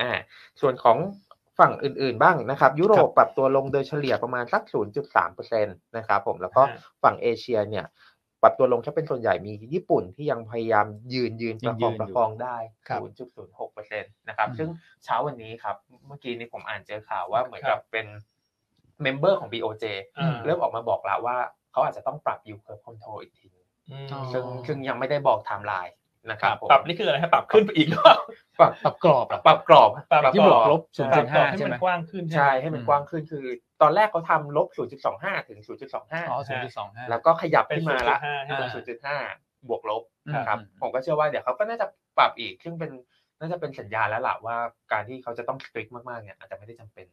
[SPEAKER 3] อ่า ส่วนของฝั่งอื่นๆบ้างนะครับ ยุโรปปรับตัวลงโดยเฉลี่ยประมาณสัก 0.3%นะครับผม แล้วก็
[SPEAKER 1] ฮะ
[SPEAKER 3] ฝั่งเอเชียเนี่ย ปรับตัวลงถ้าเป็นส่วนใหญ่มีญี่ปุ่นที่ยังพยายามยืนยืนประค
[SPEAKER 2] ยัง
[SPEAKER 3] อง
[SPEAKER 2] ยืนอยู่
[SPEAKER 3] ประคองได้
[SPEAKER 2] ครับ
[SPEAKER 3] 0.06%นะครับ
[SPEAKER 2] อืม
[SPEAKER 3] ซึ่งเช้าวันนี้ครับ เมื่อกี้นี้ผมอ่านเจอข่าวว่าเหมือนกับเป็นเมมเบอร์ของ BOJ
[SPEAKER 1] อ่า
[SPEAKER 3] เริ่มออกมาบอกแล้วว่าเขาอาจจะต้องปรับยูเคอร์คอนโทรอีกที
[SPEAKER 1] อืม
[SPEAKER 2] อ๋อ
[SPEAKER 3] ซึ่งซึ่งยังไม่ได้บอกไทม์ไลน์นะค
[SPEAKER 1] ป
[SPEAKER 3] รั
[SPEAKER 1] รั
[SPEAKER 3] บบ ผม
[SPEAKER 1] ปรับนี่คืออะไรครับปรับขึ้นไปอีกหรือเปล่า
[SPEAKER 3] ปรับ
[SPEAKER 2] ปรับกรอบ
[SPEAKER 3] ป
[SPEAKER 2] อะ
[SPEAKER 3] รับปรับกรอบ
[SPEAKER 1] ปรับ
[SPEAKER 2] ที่บวกลบ
[SPEAKER 3] ใช่
[SPEAKER 2] 0.5
[SPEAKER 1] ปรับกรอบให้
[SPEAKER 2] ใช่
[SPEAKER 1] มัน
[SPEAKER 2] ไหม
[SPEAKER 1] กว้างขึ้นใช่ไหม
[SPEAKER 3] ใช่ให้มันกว้างขึ้นคือ ตอนแรกเขาทำลบ 0.25 ถึง
[SPEAKER 2] อ๋อ
[SPEAKER 1] ใช่
[SPEAKER 2] ศูนย์จุดสองห้า
[SPEAKER 3] 0.25 แล้วก็ขยับขึ้นมาละ
[SPEAKER 1] เป็น0.5
[SPEAKER 3] เป็น0.5 บวกลบนะครับ
[SPEAKER 2] อืม
[SPEAKER 3] ผมก็เชื่อว่าเดี๋ยวเขาก็น่าจะปรับอีก ซึ่งเป็นน่าจะเป็นสัญญาณแล้วล่ะว่าการที่เขาจะต้องสตริกมากๆเนี่ยอาจจะไม่ได้จำเป็น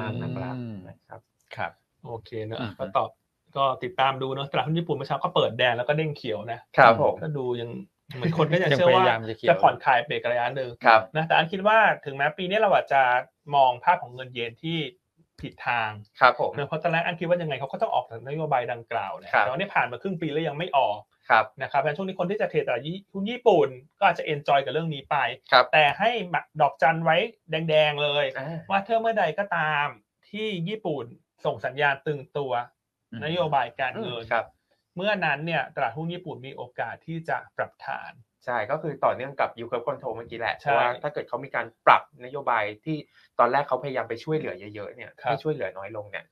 [SPEAKER 3] มากนักละนะครับ
[SPEAKER 2] ครับ
[SPEAKER 1] โอเคเนอะ
[SPEAKER 2] อืม
[SPEAKER 1] ก็ตอบก็ติดตามดูเนอะตลาดหุ้นญี่ปุ่นเมื่อเช้าก็เปิดแดงแล้วก็เด้งเขียวนะครับ
[SPEAKER 3] ผม
[SPEAKER 1] ก็ดูยังเหมือนคนก็ยังเชื่อว่าย
[SPEAKER 2] พายามจะเขียว
[SPEAKER 1] จะผ่อนคลายเบรกระยะหนึ่ง
[SPEAKER 3] ครับ
[SPEAKER 1] นะแต่อันคิดว่าถึงแม้ปีนี้เราอาจจะมองภาพของเงินเยนที่ผิดทาง
[SPEAKER 3] ครับผม
[SPEAKER 1] เนอะเพราะตอนแรกอันคิดว่ายังไงเขาก็ต้องออกจากนโยบายดังกล่าวนะครับ แต่ว่านี่ผ่านมาครึ่งปีแล้วยังไม่ออก
[SPEAKER 3] ครับ
[SPEAKER 1] นะครับเพราะฉะนั้นช่วงนี้คนที่จะเทรดตลาดหุ้นญี่ปุ่นก็อาจจะเอนจอยกับเรื่องนี้ไป
[SPEAKER 3] ครับ
[SPEAKER 1] แต่ให้ดอกจันไว้แดงๆเลย
[SPEAKER 3] อ่า
[SPEAKER 1] ว่าเธอเมื่อใดก็ตามที่ญี่ปุ่นส่งสัญญาณตึงตัว นโยบายการเงิน
[SPEAKER 3] อืมครับ
[SPEAKER 1] เมื่อนั้นเนี่ยตลาดหุ้นญี่ปุ่นมีโอกาสที่จะปรับฐาน
[SPEAKER 3] ใช่ก็คือต่อเนื่องกับยูเคอร์คอนโทรเมื่อกี้แหละเพ
[SPEAKER 1] ใช่
[SPEAKER 3] ราะว่าถ้าเกิดเขามีการปรับนโยบายที่ตอนแรกเขาพยายามไปช่วยเหลือเยอะๆเนี่ย
[SPEAKER 1] ครับ
[SPEAKER 3] ให้ช่วยเหลือน้อยลงเนี่ย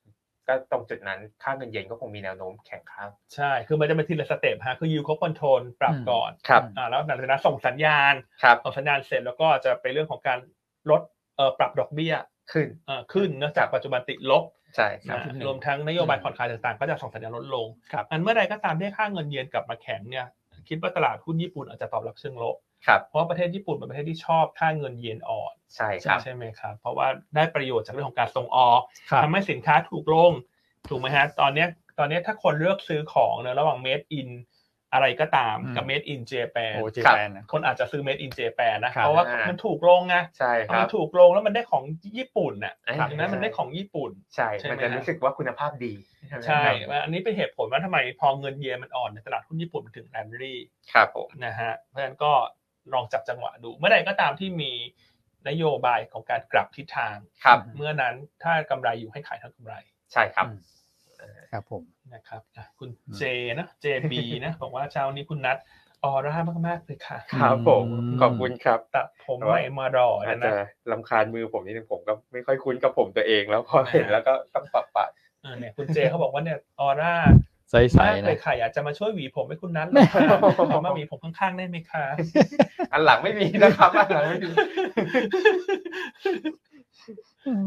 [SPEAKER 3] ก็ตรงจุดนั้นค่าเงินเยนก็คงมีแนวโน้มแข็งค่า
[SPEAKER 1] ใช่ คือมันจะเป็นทีละสเต็ปฮะคือยูคบคอนโทรลปรับก่อน
[SPEAKER 3] ครับ
[SPEAKER 1] อ่าแล้วหลังจากนั้นส่งสัญญาณ
[SPEAKER 3] ครับ
[SPEAKER 1] ส่งสัญญาณเสร็จแล้วก็จะไปเรื่องของการลดเอ่อปรับดอกเบี้ย
[SPEAKER 3] ขึ้น
[SPEAKER 1] เอ่อขึ้นเนื่องจากปัจจุบันติดลบ
[SPEAKER 3] ใช่ครับ
[SPEAKER 1] นะรวมทั้งนโยบายผ่อนคลายต่างๆ ก็จะส่งสัญญาณลดลง
[SPEAKER 2] ครับ
[SPEAKER 1] อันเมื่อใดก็ตามที่ค่าเงินเยนกลับมาแข็งเนี่ยคิดว่าตลาดหุ้นญี่ปุ่นอาจจะตอบรับเชิงลบ
[SPEAKER 3] ครับ
[SPEAKER 1] เพราะว่าประเทศญี่ปุ่นเป็นประเทศที่ชอบค่าเงินเยนอ่อน
[SPEAKER 3] ใช่ครับ
[SPEAKER 1] ใช่ไหมครับ เพราะว่าได้ประโยชน์จากเรื่องของการส่งออก
[SPEAKER 2] ครับ
[SPEAKER 1] ทำให้สินค้าถูกลง ถูกไหมฮะ ตอนเนี้ยตอนเนี้ยถ้าคนเลือกซื้อของเนอะระหว่าง made in อะไรก็ตาม
[SPEAKER 2] อืม
[SPEAKER 1] กับ made in Japan
[SPEAKER 2] โอ้เจ
[SPEAKER 3] ครับ
[SPEAKER 2] แปนนะ
[SPEAKER 1] คนอาจจะซื้อ made in Japan นะครับ เพราะว่า
[SPEAKER 3] อ่ามั
[SPEAKER 1] มันถูกลงไง
[SPEAKER 3] ใช่ค
[SPEAKER 1] มั
[SPEAKER 3] รั
[SPEAKER 1] น
[SPEAKER 3] บ
[SPEAKER 1] ถูกลงแล้วมันได้ของญี่ปุ่นน่ะ
[SPEAKER 3] เอ้ย
[SPEAKER 2] ครับ
[SPEAKER 1] ดังนั้นมันได้ของญี่ปุ่น
[SPEAKER 3] ใช่
[SPEAKER 1] ใช่ไหม
[SPEAKER 3] มันจะรู้สึกว่าคุณภาพดีไหม
[SPEAKER 1] ใช่
[SPEAKER 3] ครับ
[SPEAKER 1] ว่าอันนี้เป็นเหตุผลว่าทำไมพอเงินเยนมันอ่อนในตลาดหุ้นญี่ปุ่นมันถึงแรนดี่
[SPEAKER 3] ครับผม
[SPEAKER 1] นะฮะ เพราะฉะนั้นก็ลองจับจังหวะดู เมื่อใดก็ตามที่มีนโยบายของการกลับทิศทาง
[SPEAKER 3] ครับ
[SPEAKER 1] เมื่อนั้นถ้ากำไรอยู่ให้ขายทั้งกำไร
[SPEAKER 3] ใช่ครับ
[SPEAKER 2] อืม ครับผม
[SPEAKER 1] นะครับอ่ะคุณ
[SPEAKER 2] อืม
[SPEAKER 1] เจนะ JB นะ บอกว่าเช้านี้คุณนัดออร่ามาก ๆ เลยค่ะ
[SPEAKER 3] ครับผม
[SPEAKER 2] อืม
[SPEAKER 3] ขอบคุณครับ
[SPEAKER 1] ตัดผมใหม่มารอ
[SPEAKER 3] อาจ
[SPEAKER 1] นะ
[SPEAKER 3] จะ
[SPEAKER 1] นะ
[SPEAKER 3] ลำคาญมือผมนิดนึงผมก็ไม่ค่อยคุ้นกับผมตัวเอง แล้วพอเห็น
[SPEAKER 1] นะฮะ
[SPEAKER 3] แล้วก็ต้องปรับปะ
[SPEAKER 1] เออเนี่ยคุณเจเขาบอกว่าเนี่ยออร่า
[SPEAKER 2] ใส
[SPEAKER 1] มาก
[SPEAKER 2] ๆ
[SPEAKER 1] เล
[SPEAKER 2] นะ
[SPEAKER 1] ยค่ะอยากจะมาช่วยหวีผมให้คุณนัทเลยค่ะ
[SPEAKER 3] แม่
[SPEAKER 1] ขอมาหวีผมข้าง ๆ ได้ไหมคะ
[SPEAKER 3] อันหลังไม่มีนะครับอันหลังไม่มี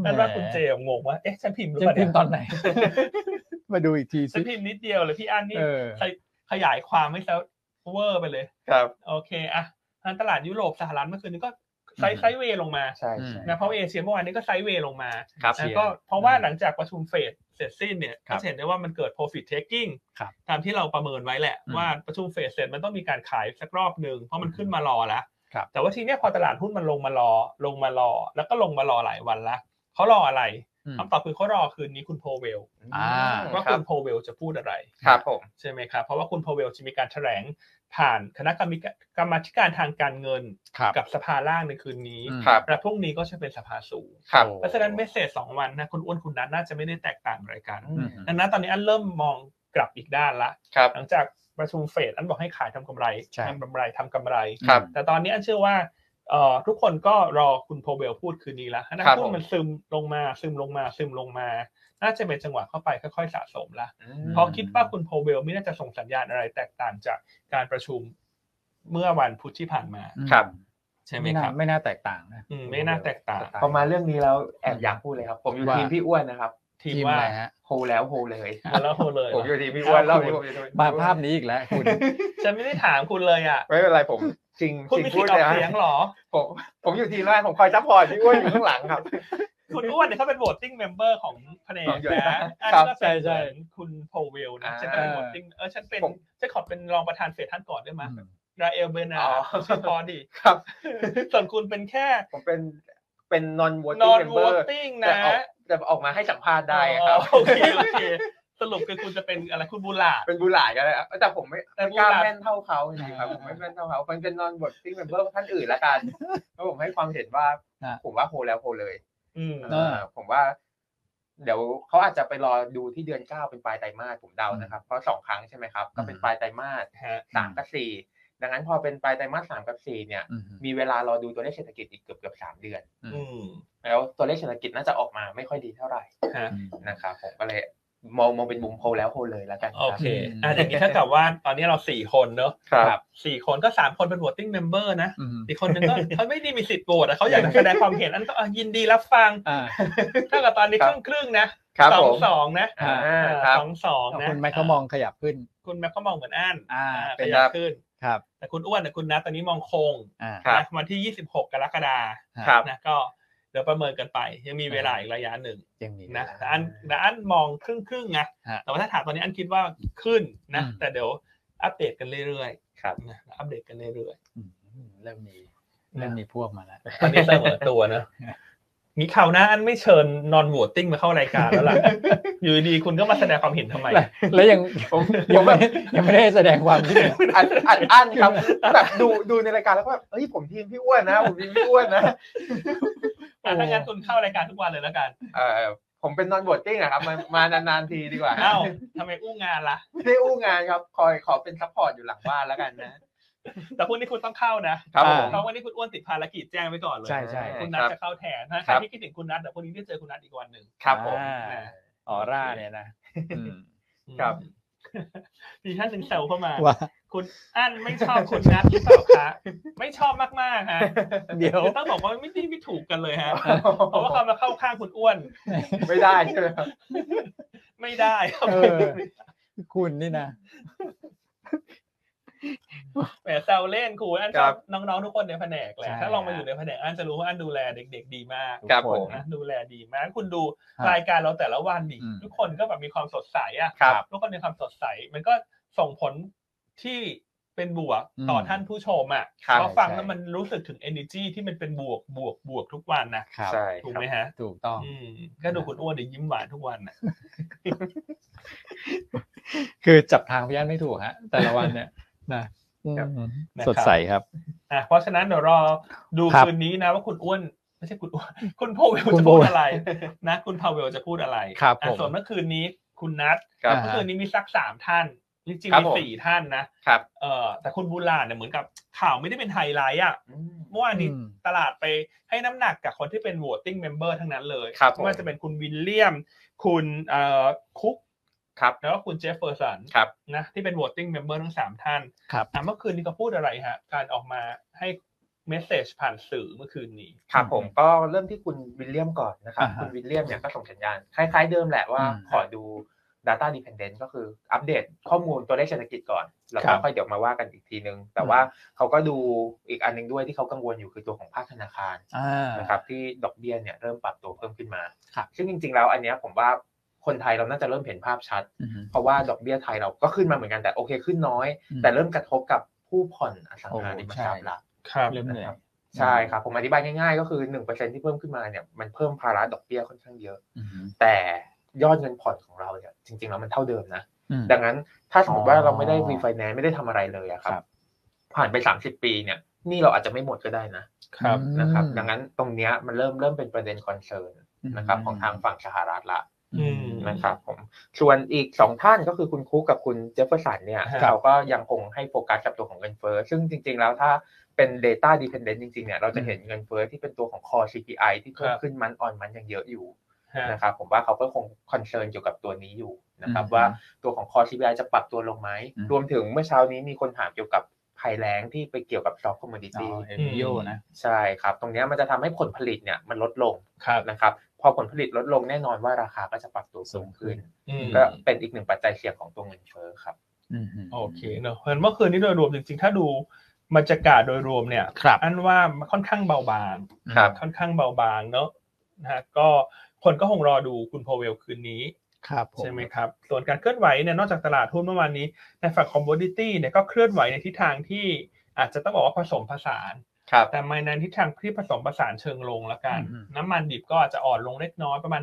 [SPEAKER 1] นั่นว่าคุณเจงงว่าเอ๊ะฉันพิมพ์หรือ
[SPEAKER 2] จะ
[SPEAKER 1] เปล่า
[SPEAKER 2] พิ
[SPEAKER 1] เนี่
[SPEAKER 2] ม
[SPEAKER 1] ย
[SPEAKER 2] พ์ตอนไหน มาดูอีกที
[SPEAKER 1] ฉั
[SPEAKER 2] สิ
[SPEAKER 1] นพิมพ์นิดเดียวเลยพี่อันนี่
[SPEAKER 2] เออ
[SPEAKER 1] ขยขยายความให้แล้วเวอร์ไปเลย
[SPEAKER 3] ครับ
[SPEAKER 1] โอเคอ่ะทางตลาดยุโรปสหรัฐเมื่อคืนนี้ก็ไซด์
[SPEAKER 2] อืม
[SPEAKER 1] ไซด์เวย์ลงมา
[SPEAKER 3] ใช่
[SPEAKER 2] อืม
[SPEAKER 3] ใช่
[SPEAKER 1] นะเพราะว่าเอเชียเมื่อวานนี้ก็ไซด์เวย์ลงมา
[SPEAKER 3] ครับ
[SPEAKER 1] แล้ว
[SPEAKER 2] เชียร์
[SPEAKER 1] ก็เพราะว่า
[SPEAKER 2] อืม
[SPEAKER 1] หลังจากประชุมเฟดเสร็จสิ้นเนี่ย
[SPEAKER 2] ครั
[SPEAKER 1] ก็
[SPEAKER 2] บ
[SPEAKER 1] จะเห็นได้ว่ามันเกิด profit taking
[SPEAKER 2] ครับ
[SPEAKER 1] ตามที่เราประเมินไว้แหละ
[SPEAKER 2] อืม
[SPEAKER 1] ว่าประชุมเฟดเสร็จมันต้องมีการขายสักรอบหนึ่งเพราะมันขึ้นมารอแล้ว
[SPEAKER 2] ครับ
[SPEAKER 1] แต่ว่าทีเนี้ยพอตลาดหุ้นมันลงมารอลงมารอ แล้วก็ลงมารอหลายวันละเขารออะไร
[SPEAKER 2] อืม
[SPEAKER 1] คำตอบคือเขารอคืนนี้คุณโพเวล
[SPEAKER 2] อ่า
[SPEAKER 1] ว่า
[SPEAKER 3] ครั
[SPEAKER 1] คุ
[SPEAKER 3] บ
[SPEAKER 1] ณโพเวลจะพูดอะไร
[SPEAKER 3] ครับผม
[SPEAKER 1] ใช่ไหมครับเพราะว่าคุณโพเวลจะมีการแถลง ผ่านคณะกรรมกกรรมาธิการทางการเงิน
[SPEAKER 2] ครับ
[SPEAKER 1] กับสภาล่างในคืนนี้
[SPEAKER 2] อืม
[SPEAKER 3] ครับ
[SPEAKER 1] และพรุ่งนี้ก็จะเป็นสภาสูง
[SPEAKER 3] ครับ
[SPEAKER 1] เพราะฉะนั้นเมสเซจสองวันนะคุณอ้วนคุณนัทน่าจะไม่ได้แตกต่างอะไรกัน
[SPEAKER 2] อืม
[SPEAKER 1] ดังนั้นตอนนี้อันเริ่มมองกลับอีกด้านละ
[SPEAKER 3] ครับ
[SPEAKER 1] หลังจากประชุมเฟดอันบอกให้ขายทำกำไร
[SPEAKER 2] ใช่
[SPEAKER 1] ทำกำไรทำกำไร
[SPEAKER 3] ครับ
[SPEAKER 1] แต่ตอนนี้อันเชื่อว่าเอ่อทุกคนก็รอคุณโพเวลพูดคืนนี้แล้วนัก
[SPEAKER 3] ครับ
[SPEAKER 1] พู
[SPEAKER 3] ผ
[SPEAKER 1] ด
[SPEAKER 3] ม
[SPEAKER 1] มันซึมลงมาซึมลงมาซึมลงมา น่าจะเป็นจังหวะเข้าไปค่อยๆสะสมละ
[SPEAKER 2] ม
[SPEAKER 1] เพราะคิดว่าคุณโพเวลไม่น่าจะส่งสัญญาณอะไรแตกต่างจากการประชุมเมื่อวันพุธที่ผ่านมา
[SPEAKER 3] ครับ
[SPEAKER 1] ใช่ไหมค
[SPEAKER 2] น่า
[SPEAKER 1] รับ
[SPEAKER 2] ไม่น่าแตกต่างนะ
[SPEAKER 1] อืมไม่น่าแตกต่าง
[SPEAKER 3] พอมาเรื่องนี้แล้วแอบอยากพูดเลยครับ ผมอยู่
[SPEAKER 2] ว่า
[SPEAKER 3] ทีมพี่อ้วนนะครับ
[SPEAKER 1] ทีม
[SPEAKER 2] ทีม
[SPEAKER 1] ว่า
[SPEAKER 2] อะไรฮะ
[SPEAKER 3] โฮแล้วโฮเลย
[SPEAKER 1] หมดแล้วโหเลย
[SPEAKER 3] ผมอยู่ทีมพี่อ้วน
[SPEAKER 1] ครั
[SPEAKER 3] เล่า
[SPEAKER 1] บ
[SPEAKER 3] ที่ผมอยู่ทีมพี่อ้วน
[SPEAKER 2] มาภาพนี้อีกแล้วคุณ
[SPEAKER 1] ฉันไม่ได้ถามคุณเลยอ่ะ
[SPEAKER 3] ไม่เป็นไรผมจริง
[SPEAKER 1] คุณ
[SPEAKER 3] จริง
[SPEAKER 1] มีสิ
[SPEAKER 3] พู
[SPEAKER 1] ท
[SPEAKER 3] ด
[SPEAKER 1] ธิ์ออย ก
[SPEAKER 3] เลนะ
[SPEAKER 1] เสียงเหรอ
[SPEAKER 3] ผมผมอยู่ทีมแรกผมคอยซัพพอร์ตพี่อ้วนอยู่ข้างหลัง ครับ
[SPEAKER 1] คุณอ้วนเนี่ยเขาเป็นโหวตติ้งเมมเบอร์ของแผนก
[SPEAKER 3] ของหยวน
[SPEAKER 1] นะอัน
[SPEAKER 3] ครับ
[SPEAKER 1] ก็
[SPEAKER 2] ใช่
[SPEAKER 1] เป็น
[SPEAKER 2] ใช่
[SPEAKER 1] เหมือนคุณโพเวลนะ
[SPEAKER 3] อ่า
[SPEAKER 1] ฉันเป็นโหวตติ้งเออฉันเป็น
[SPEAKER 3] ผม
[SPEAKER 1] ฉันขอเป็นรองประธานเฟดท่านก่อนได้ไหม
[SPEAKER 2] อืม
[SPEAKER 1] ราเอลเบอร์นา
[SPEAKER 3] อ๋อ
[SPEAKER 1] ชื่อพอดี
[SPEAKER 3] ครับ
[SPEAKER 1] ส่วนคุณเป็นแค่
[SPEAKER 3] ผมเป็นเป็น non voting
[SPEAKER 1] นอนโหว
[SPEAKER 3] member
[SPEAKER 1] ตติ้ง
[SPEAKER 3] แต่
[SPEAKER 1] นะ
[SPEAKER 3] ออกแต่ออกมาให้สัมภาษณ์ได้ครับ
[SPEAKER 1] อ๋อโอเคโอเคสรุปคือคุณจะเป็นอะไรคุณบูลาด
[SPEAKER 3] เป็นบูหลายก็ได้ครับแต่ผมไม่
[SPEAKER 1] แต่
[SPEAKER 3] ไม่
[SPEAKER 1] บู
[SPEAKER 3] กล้า
[SPEAKER 1] หลา
[SPEAKER 3] แม่นเท่าเขาจริงๆครับผมไม่แม่นเท่าเขาผมเป็นนอนบทที่เป็นเบอร์ท่านอื่นละ กันแล้วผมให้ความเห็นว่า
[SPEAKER 2] อ่ะ
[SPEAKER 3] ผมว่าโฮแล้วโฮเลย
[SPEAKER 1] อืม
[SPEAKER 2] เออ
[SPEAKER 3] เออผมว่า เดี๋ยวเขาอาจจะไปรอดูที่เดือนเก้าเป็นปลายไตรมาสผมเดานะครับ เพราะสองครั้งใช่ไหมครับ ก็เป็นปลายไตรมาส
[SPEAKER 1] ฮะ
[SPEAKER 3] สามกับสี่ดังนั้นพอเป็นปลายไตรมาสสามกับสี่เนี่ย
[SPEAKER 2] อืม
[SPEAKER 3] มีเวลารอดูตัวเลขเศรษฐกิจอีกเกือบเกือบสามเดือน
[SPEAKER 1] อืม
[SPEAKER 3] แล้วตัวเลขเศรษฐกิจน่าจะออกมาไม่ค่อยดีเท่าไหร่
[SPEAKER 1] ฮะ
[SPEAKER 3] นะครับผมก็เลยมองมองเป็นมุมโฮแล้วโฮเลยละกัน
[SPEAKER 1] โอเค
[SPEAKER 2] อืม
[SPEAKER 1] อ่ะอย่างนี้เท่ากับว่าตอนนี้เราสี่คนเนอะ
[SPEAKER 3] ครับ
[SPEAKER 1] สี่คนก็สามคนเป็นโหวตติ้งเมมเบอร์นะ
[SPEAKER 2] อืม
[SPEAKER 1] อีกคนนึงก็ เขาไม่ได้มีสิทธิ์โหวตอะเขาอยากจะแสดงความเห็นอันก็อ่ะยินดีรับฟัง
[SPEAKER 2] อ่า
[SPEAKER 1] เท่ากับตอนนี้
[SPEAKER 3] ค
[SPEAKER 1] ครับ รึ่งครึ่งๆนะครับ สอ
[SPEAKER 3] ผ
[SPEAKER 1] ง
[SPEAKER 3] ม
[SPEAKER 1] สองนะ
[SPEAKER 2] อ่า
[SPEAKER 1] เออ
[SPEAKER 3] ครับ
[SPEAKER 1] สองสองนะ
[SPEAKER 2] คุณแม็กเขามองขยับขึ้น
[SPEAKER 1] คุณแม็กเขามองเหมือนอัน
[SPEAKER 2] อ่า
[SPEAKER 1] ข
[SPEAKER 3] เป็น
[SPEAKER 1] ยับ
[SPEAKER 3] ครับ
[SPEAKER 1] ขึ้น
[SPEAKER 2] ครับ
[SPEAKER 1] แต่คุณอ้วนแต่คุณนัทตอนนี้มองคง
[SPEAKER 2] อ่า
[SPEAKER 3] ครับ
[SPEAKER 1] นะวันที่ยี่สิบหกกรกฎา
[SPEAKER 3] ครับ
[SPEAKER 1] นะก็เดี๋ยวประเมินกันไป ยังมีเวลาอีกระยะหนึ่ง
[SPEAKER 2] ยังมี
[SPEAKER 1] นะ
[SPEAKER 2] เวลา
[SPEAKER 1] แต่อันแต่อันมองครึ่งครึ่งๆนะ
[SPEAKER 2] ฮะ
[SPEAKER 1] แต่ว่าถ้าถามตอนนี้อันคิดว่าขึ้นนะ
[SPEAKER 2] อืม
[SPEAKER 1] แต่เดี๋ยวอัปเดตกันเรื่อย
[SPEAKER 3] ครับ
[SPEAKER 1] ๆนะอัปเดตกันเรื่อย
[SPEAKER 2] อืมเริ่มมีเริ่มมีพวกมาแล้ว
[SPEAKER 1] ๆตอนนี้เสมอตัวนะ มีข่าวหน้าอันไม่เชิญนอนโหวตติ้งมาเข้ารายการแล้วล่ะอยู่ดีๆคุณก็มาแสดงความเห็นทำ ไม
[SPEAKER 2] แล้วแล้วยัง
[SPEAKER 3] ผม
[SPEAKER 2] ยังไม่ยังไม่ได้แสดงความคิดเห็น
[SPEAKER 3] อัดอัดอั้นครับแบบดูดูในรายการแล้วก็แบบเฮ้ยผมทีมพี่อ้วนนะ ผมทีมพี่อ้วนนะ
[SPEAKER 1] อ่ะถ้างั้นคุณเข้ารายการทุกวันเลยแล้วกัน
[SPEAKER 3] เออผมเป็นนอนบทติ้งอะครับมามานานๆทีดีกว่า
[SPEAKER 1] เอ้าทำไมอู้งานล่ะ
[SPEAKER 3] ไม่ได้อู้งานครับ คอยขอเป็นซัพพอร์ตอยู่หลังบ้านแล้วกันนะ
[SPEAKER 1] แต่พรุ่งนี้คุณต้องเข้านะครับ
[SPEAKER 3] ผม
[SPEAKER 1] เพราะวันนี้คุณอ้วนติดภารกิจแจ้งไว้ก่อนเลย
[SPEAKER 2] ใช่ใช่
[SPEAKER 1] คุณนัท
[SPEAKER 3] ครับ
[SPEAKER 1] จะเข้าแทนนะใค
[SPEAKER 3] ครั
[SPEAKER 1] ร
[SPEAKER 3] บ
[SPEAKER 1] ที่คิดถึงคุณนัทแต่พรุ่งนี้ได้เจอคุณนัทอีกวันหนึ่ง
[SPEAKER 3] ครับผม
[SPEAKER 2] อ่า
[SPEAKER 1] อ่า
[SPEAKER 2] ออร่าเนี่ยนะอืม
[SPEAKER 3] ครับ
[SPEAKER 1] มี ท่านหนึ่งแซวเข้ามา
[SPEAKER 2] ว่า
[SPEAKER 1] คุณอั้นไม่ชอบคุณนัทหรือเปล่าคะไม่ชอบมากๆฮะ
[SPEAKER 2] เดี๋ยว
[SPEAKER 1] คือต้องบอกว่าไม่ได้ไม่ถูกกันเลยฮะเพราะว่าเขามาเข้าข้างคุณอ้วน
[SPEAKER 3] ไม่ได้ใช่ไหมครับ
[SPEAKER 1] ไม่ได้ครับ
[SPEAKER 2] เออ คุณนี่นะ
[SPEAKER 1] แหมแซวเล่นคุณอั้นชอบน้องๆทุกคนในแผนกแหละ
[SPEAKER 2] ใช่
[SPEAKER 1] ถ้าลองมาอยู่ในแผนกอั้นจะรู้ว่าอั้นดูแลเด็ก ๆ ดีมาก
[SPEAKER 3] ครับผ
[SPEAKER 2] ทุก
[SPEAKER 3] ม
[SPEAKER 2] น
[SPEAKER 1] นะดูแลดีมากคุณดู
[SPEAKER 2] ครับ
[SPEAKER 1] รายการเราแต่ละวันนี่
[SPEAKER 2] อืม
[SPEAKER 1] ทุกคนก็แบบมีความสดใสอ่ะ
[SPEAKER 3] ครับ
[SPEAKER 1] ทุกคนมีความสดใส มันก็ส่งผลที่เป็นบวก
[SPEAKER 2] อืม
[SPEAKER 1] ต่อท่านผู้ชมอ่ะ
[SPEAKER 3] ครับ
[SPEAKER 1] เพราะฟัง
[SPEAKER 2] ใช่
[SPEAKER 1] แล้วมันรู้สึกถึง energy ที่มันเป็นบวกบวกบวกทุกวันนะครับ
[SPEAKER 3] ใช่
[SPEAKER 1] ถูก
[SPEAKER 3] ครั
[SPEAKER 1] ไหม
[SPEAKER 3] บ
[SPEAKER 1] ฮะ
[SPEAKER 2] ถูกต้อง
[SPEAKER 1] อืมก็ดูคุณอ้วนเดี๋ยวยิ้มหวานทุกวันนะ
[SPEAKER 2] คือจับทางพี่อันไม่ถูกฮะ แต่ละวันเนี่ยนะอืม
[SPEAKER 1] นะครับ
[SPEAKER 2] สดใสครับ
[SPEAKER 1] อ่ะเพราะฉะนั้นเดี๋ยวรอดู
[SPEAKER 2] ครับ
[SPEAKER 1] คืนนี้นะว่าคุณอ้วนไม่ใช่คุณอ้วน คุณโพเวล
[SPEAKER 2] คุ
[SPEAKER 1] จะ
[SPEAKER 2] ณโพ
[SPEAKER 1] พูด
[SPEAKER 2] เวล
[SPEAKER 1] อะไรนะ คุณพาเวลจะพูดอะไร
[SPEAKER 2] ครับ
[SPEAKER 1] อ่ะ
[SPEAKER 2] ผม
[SPEAKER 1] ส่วนเมื่อคืนนี้คุณนัท
[SPEAKER 3] ครับ
[SPEAKER 2] อ่า
[SPEAKER 1] เมื่อคืนนี้มีสักสามท่าน จริง
[SPEAKER 3] ครั
[SPEAKER 1] ๆ
[SPEAKER 3] บ
[SPEAKER 1] มี
[SPEAKER 3] ผม
[SPEAKER 1] สี่ท่านนะครับ เออแต่คุณบูลาเนี่ยเหมือนกับข่าวไม่ได้เป็นไฮไลท์อ่ะ
[SPEAKER 3] อืม
[SPEAKER 1] เมื่อวานนี้
[SPEAKER 2] อืม
[SPEAKER 1] ตลาดไปให้น้ำหนักกับคนที่เป็น voting member ทั้งนั้นเลย
[SPEAKER 3] ครับผม
[SPEAKER 1] ไม่ว่าจะเป็นคุณวิลเลียม คุณเอ่อคุก
[SPEAKER 3] ครับ
[SPEAKER 1] แล้วก็คุณเจฟเฟอร์สัน
[SPEAKER 3] ครับ
[SPEAKER 1] นะที่เป็น voting member ทั้งสามท่าน
[SPEAKER 2] ครับ
[SPEAKER 1] อ่ะเมื่อคืนนี้เขาพูดอะไรฮะ การออกมาให้เมสเซจผ่านสื่อเมื่อคืนนี้
[SPEAKER 3] ครับผมก็เริ่มที่คุณวิลเลียมก่อนนะครับ
[SPEAKER 2] อ่าฮะ
[SPEAKER 3] คุณวิลเลียมเนี่ยก็ส่งสัญญาณคล้ายๆเดิมแหละว่า
[SPEAKER 2] อืม
[SPEAKER 3] ขอดู Data Dependent ก็คืออัปเดตข้อมูลตัวเลขเศรษฐกิจก่อน แล้ว
[SPEAKER 2] ครั
[SPEAKER 3] ก็
[SPEAKER 2] บ
[SPEAKER 3] ค่อยเดี๋ยวมาว่ากันอีกทีนึง แต่
[SPEAKER 2] อืม
[SPEAKER 3] ว่าเขาก็ดูอีกอันหนึงด้วยที่เขากังวลอยู่คือตัวของภาคธนาคาร
[SPEAKER 2] อ่า
[SPEAKER 3] นะครับที่ดอกเบี้ยเนี่ยเริ่มปรับตัวเพิ่มขึ้นมา
[SPEAKER 2] ครับ
[SPEAKER 3] ซึ่งจริงๆแล้วอันเนี้ยผมว่าคนไทยเราน่าจะเริ่มเห็นภาพชัด
[SPEAKER 2] อืม
[SPEAKER 3] เพราะว่าดอกเบี้ยไทยเราก็ขึ้นมาเหมือนกันแต่โอเคขึ้นน้อย
[SPEAKER 2] อืม
[SPEAKER 3] แต่เริ่มกระทบกับผู้ผ่อนอสังหาริมทรัพ
[SPEAKER 2] โอ้
[SPEAKER 3] ย์
[SPEAKER 2] ใช่
[SPEAKER 3] ละ
[SPEAKER 1] ครับ
[SPEAKER 2] เริ่มเหนื่อย
[SPEAKER 3] ใช่ครับ ผมอธิบายง่ายๆ ก็คือ 1%ที่เพิ่มขึ้นมาเนี่ยมันเพิ่มภาระดอกเบี้ยค่อนข้างเยอะ
[SPEAKER 2] อืม
[SPEAKER 3] แต่ยอดเงินผ่อนของเราเนี่ยจริงๆแล้วมันเท่าเดิมนะ
[SPEAKER 2] อืม
[SPEAKER 3] ดังนั้นถ้าสมมติว่าเราไม่ได้
[SPEAKER 2] อ๋อ
[SPEAKER 3] รีไฟแนนซ์ไม่ได้ทำอะไรเลยอะครับ
[SPEAKER 2] ครับ
[SPEAKER 3] ผ่านไป 30 ปีเนี่ยหนี่เราอาจจะไม่หมดก็ได้นะ
[SPEAKER 1] รับ
[SPEAKER 3] นะครับ
[SPEAKER 2] อืม
[SPEAKER 3] ดังนั้นตรงเนี้ยมันเริ่มเริ่มเป็นประเด็นคอนเซิร์นนะครับของทางฝั่งสหรัฐละ
[SPEAKER 1] อืม
[SPEAKER 3] นะครับผมส่วนอีกสองท่านก็คือคุณคุกกับคุณเจฟเฟอร์สันเนี่ย
[SPEAKER 1] ครับ
[SPEAKER 3] เขาก็ยังคงให้โฟกัสกับตัวของเงินเฟ้อซึ่งจริงๆแล้วถ้าเป็น Data Dependent จริงๆเนี่ยเราจะเห็นเงินเฟ้อที่เป็นตัวของ Core CPI ที่เพิ่มขึ้นมันออนมันยังเยอะอยู่
[SPEAKER 1] ฮะ
[SPEAKER 3] นะครับผมว่าเขาก็คงคอนเซิร์นเกี่ยวกับตัวนี้อยู่นะครับ
[SPEAKER 2] อืม
[SPEAKER 3] ว่าตัวของ Core CPI จะปรับตัวลงไหม
[SPEAKER 2] อืม
[SPEAKER 3] รวมถึงเมื่อเช้านี้มีคนถามเกี่ยวกับภัยแล้งที่ไปเกี่ยวกับ soft commodity
[SPEAKER 2] เอลนิโยนะ
[SPEAKER 3] ใช่ครับ ตรงเนี้ยมันจะทำให้ผลผลิตเนี่ยมันลดลง
[SPEAKER 1] ครับ
[SPEAKER 3] นะครับพอผลผลิตลดลงแน่นอนว่าราคาก็จะปรับตัวสูงขึ้น
[SPEAKER 1] อืม
[SPEAKER 3] ก็เป็นอีกหนึ่งปัจจัยเสี่ยงของตัวเงินเฟ้อครับ
[SPEAKER 1] โอเคเนอะเพราะฉะนั้นเมื่อคืนนี้โดยรวมจริงๆ ถ้าดูบรรยากาศโดยรวมเนี่ย
[SPEAKER 2] ครับ
[SPEAKER 1] อันว่ามันค่อนข้างเบาบาง
[SPEAKER 3] ครับ
[SPEAKER 1] ค่อนข้างเบาบางเนอะนะฮะก็คนก็คงรอดูคุณพอเวลคืนนี้
[SPEAKER 2] ครับผ
[SPEAKER 1] ใช่ไหมครับ ส่วนการเคลื่อนไหวเนี่ยนอกจากตลาดหุ้นเมื่อวานนี้ ในฝั่งคอมมดิตี้เนี่ยก็เคลื่อนไหวในทิศทางที่อาจจะต้องบอกว่าผสมผสาน
[SPEAKER 3] ครับ
[SPEAKER 1] แต่ไม่ในทิศทางที่ผสมผสานเชิงลงละกัน
[SPEAKER 2] อืม
[SPEAKER 1] น้ำมันดิบก็อาจจะอ่อนลงเล็กน้อยประมาณ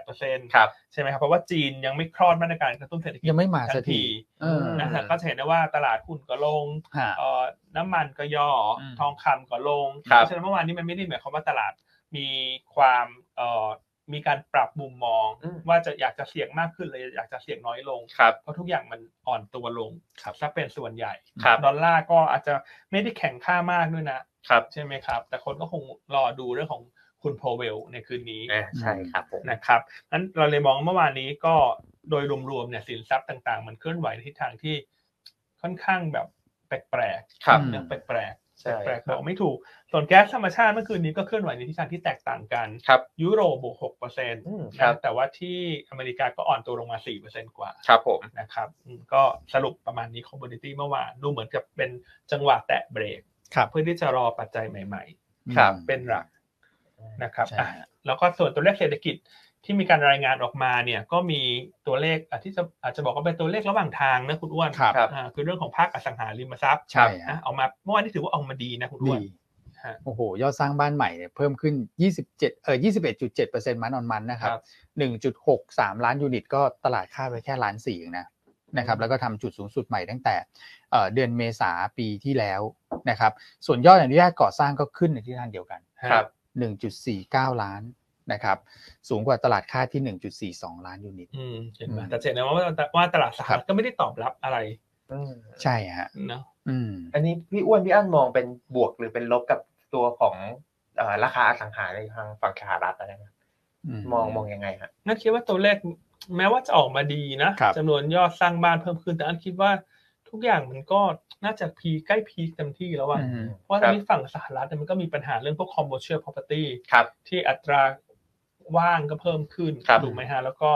[SPEAKER 1] 1.8%
[SPEAKER 3] ครับ
[SPEAKER 1] ใช่ไหมครับเพราะว่าจีนยังไม่คลอดมาตรการกระตุ้นเศรษฐกิจ
[SPEAKER 2] ยังไม่มาสั
[SPEAKER 1] ทั
[SPEAKER 2] ก
[SPEAKER 1] น
[SPEAKER 2] ที
[SPEAKER 1] ที
[SPEAKER 2] เออ
[SPEAKER 1] นะ
[SPEAKER 3] ครั
[SPEAKER 1] ฮะ
[SPEAKER 3] บ
[SPEAKER 1] ก็จะเห็นได้ว่าตลาดหุ้นก็ลง
[SPEAKER 2] ฮะ
[SPEAKER 1] เอ่อน้ำมันก็ย่ออ
[SPEAKER 2] ม
[SPEAKER 1] ทองคำก็ลง
[SPEAKER 3] ครับ
[SPEAKER 1] ฉะนั้นเมื่อวานนี้มันไม่ได้หมายความว่าตลาดมีความเอ่อมีการปรับมุมมอง ว่าจะอยากจะเสี่ยงมากขึ้นเลยอยากจะเสี่ยงน้อยลง
[SPEAKER 3] ครับ
[SPEAKER 1] เพราะทุกอย่างมันอ่อนตัวลง
[SPEAKER 2] ครับ
[SPEAKER 1] ซะเป็นส่วนใหญ่
[SPEAKER 3] ครับ
[SPEAKER 1] ดอลลาร์ก็อาจจะไม่ได้แข็งค่ามากด้วยนะ
[SPEAKER 3] ครับ
[SPEAKER 1] ใช่ไหมครับ แต่คนก็คงรอดูเรื่องของคุณโพเวลในคืนนี้
[SPEAKER 3] อ่าใช่ครับผม
[SPEAKER 1] นะครับงั้นเราเลยมองเมื่อวานนี้ก็โดยรวมๆเนี่ยสินทรัพย์ต่างๆ มันเคลื่อนไหวในทิศทางที่ค่อนข้างแบบแปลก
[SPEAKER 3] ครั
[SPEAKER 1] ๆ
[SPEAKER 3] บ
[SPEAKER 2] อื
[SPEAKER 1] เรื่
[SPEAKER 2] ม
[SPEAKER 1] องแปลก
[SPEAKER 3] ใช่
[SPEAKER 1] ๆแป
[SPEAKER 3] ค
[SPEAKER 1] ล
[SPEAKER 3] รับ
[SPEAKER 1] กๆบอกไม่ถูก ส่วนแก๊สธรรมชาติเมื่อคืนนี้ก็เคลื่อนไหวในทิศทางที่แตกต่างกัน
[SPEAKER 3] ครับ
[SPEAKER 1] ยุโรปบวกหกเปอร์เซ็นต์
[SPEAKER 3] อืมครับ
[SPEAKER 1] แต่ว่าที่อเมริกาก็อ่อนตัวลงมาสี่เปอร์เซ็นต์กว่า
[SPEAKER 3] ครับผม
[SPEAKER 1] นะครับอืมก็สรุปประมาณนี้คอมมูนิตี้เมื่อวานดูเหมือนกับเป็นจังหวะแตะเบรก
[SPEAKER 2] ครับ
[SPEAKER 1] เพื่อที่จะรอปัจจัยใหม่
[SPEAKER 3] ครับ
[SPEAKER 1] ๆ เป็นหลักนะครับ
[SPEAKER 2] ใช่
[SPEAKER 1] อ่ะแล้วก็ส่วนตัวเลขเศรษฐกิจที่มีการรายงานออกมาเนี่ยก็มีตัวเลขอ่ะที่จะอาจจะบอกว่าเป็นตัวเลขระหว่างทางนะคุณอ้วน
[SPEAKER 2] ครับ
[SPEAKER 1] อ่าคือเรื่องของภาคอสังหาริมทรัพย์
[SPEAKER 2] ใช่ฮะ
[SPEAKER 1] นะออกมาเมื่อวานนี้ถือว่าออกมาดีนะคุณอ้ว
[SPEAKER 2] ดี
[SPEAKER 1] นฮะ
[SPEAKER 2] โอ้โห ยอดสร้างบ้านใหม่เนี่ยเพิ่มขึ้น 27เอ่อ21.7เปอร์เซ็นต์มันออนมันนะครับ
[SPEAKER 1] ครับ
[SPEAKER 2] 1.63 ล้านยูนิต ก็ตลาดคาดไว้แค่ล้านสี่เองนะนะครับแล้วก็ทำจุดสูงสุดใหม่ตั้งแต่เอ่อเดือนเมษาปีที่แล้วนะครับส่วนยอดอนุญาตก่อสร้างก็ขึ้นในทิศทางเดียวกัน
[SPEAKER 3] ครับ
[SPEAKER 2] 1.49 ล้านนะครับสูงกว่าตลาดคาดที่ 1.42 ล้านยูนิต
[SPEAKER 1] อืมเห็นไหม
[SPEAKER 2] อืม
[SPEAKER 1] แต่จะเห็นได้ว่าว่าตลาดสห
[SPEAKER 2] ครั
[SPEAKER 1] รัฐ
[SPEAKER 2] บ
[SPEAKER 1] ก็ไม่ได้ตอบรับอะไร
[SPEAKER 3] อืม
[SPEAKER 2] ใช่ฮะ
[SPEAKER 1] เนอะ
[SPEAKER 2] อืม
[SPEAKER 3] อันนี้พี่อ้วนพี่อั้นมองเป็นบวกหรือเป็นลบกับตัวของเอ่อราคาอสังหาในทางฝั่งสหรัฐอะไรนะมองมองยังไงฮะ
[SPEAKER 1] น่าคิดว่าตัวเลขแม้ว่าจะออกมาดีนะครับ จำนวนยอดสร้างบ้านเพิ่มขึ้นแต่อันคิดว่าทุกอย่างมันก็น่าจะพีคใกล้พีคเต็มที่แล้วอะ
[SPEAKER 2] อืม
[SPEAKER 1] เพราะว่าตอนนี้ฝั่งสหรัฐเนี่ยมันก็มีปัญหาเรื่องพวก commercial property
[SPEAKER 3] ครับ
[SPEAKER 1] ที่อัตราว่างก็เพิ่มขึ้น
[SPEAKER 3] ครับ
[SPEAKER 1] ถูกไหมฮะ แล้วก็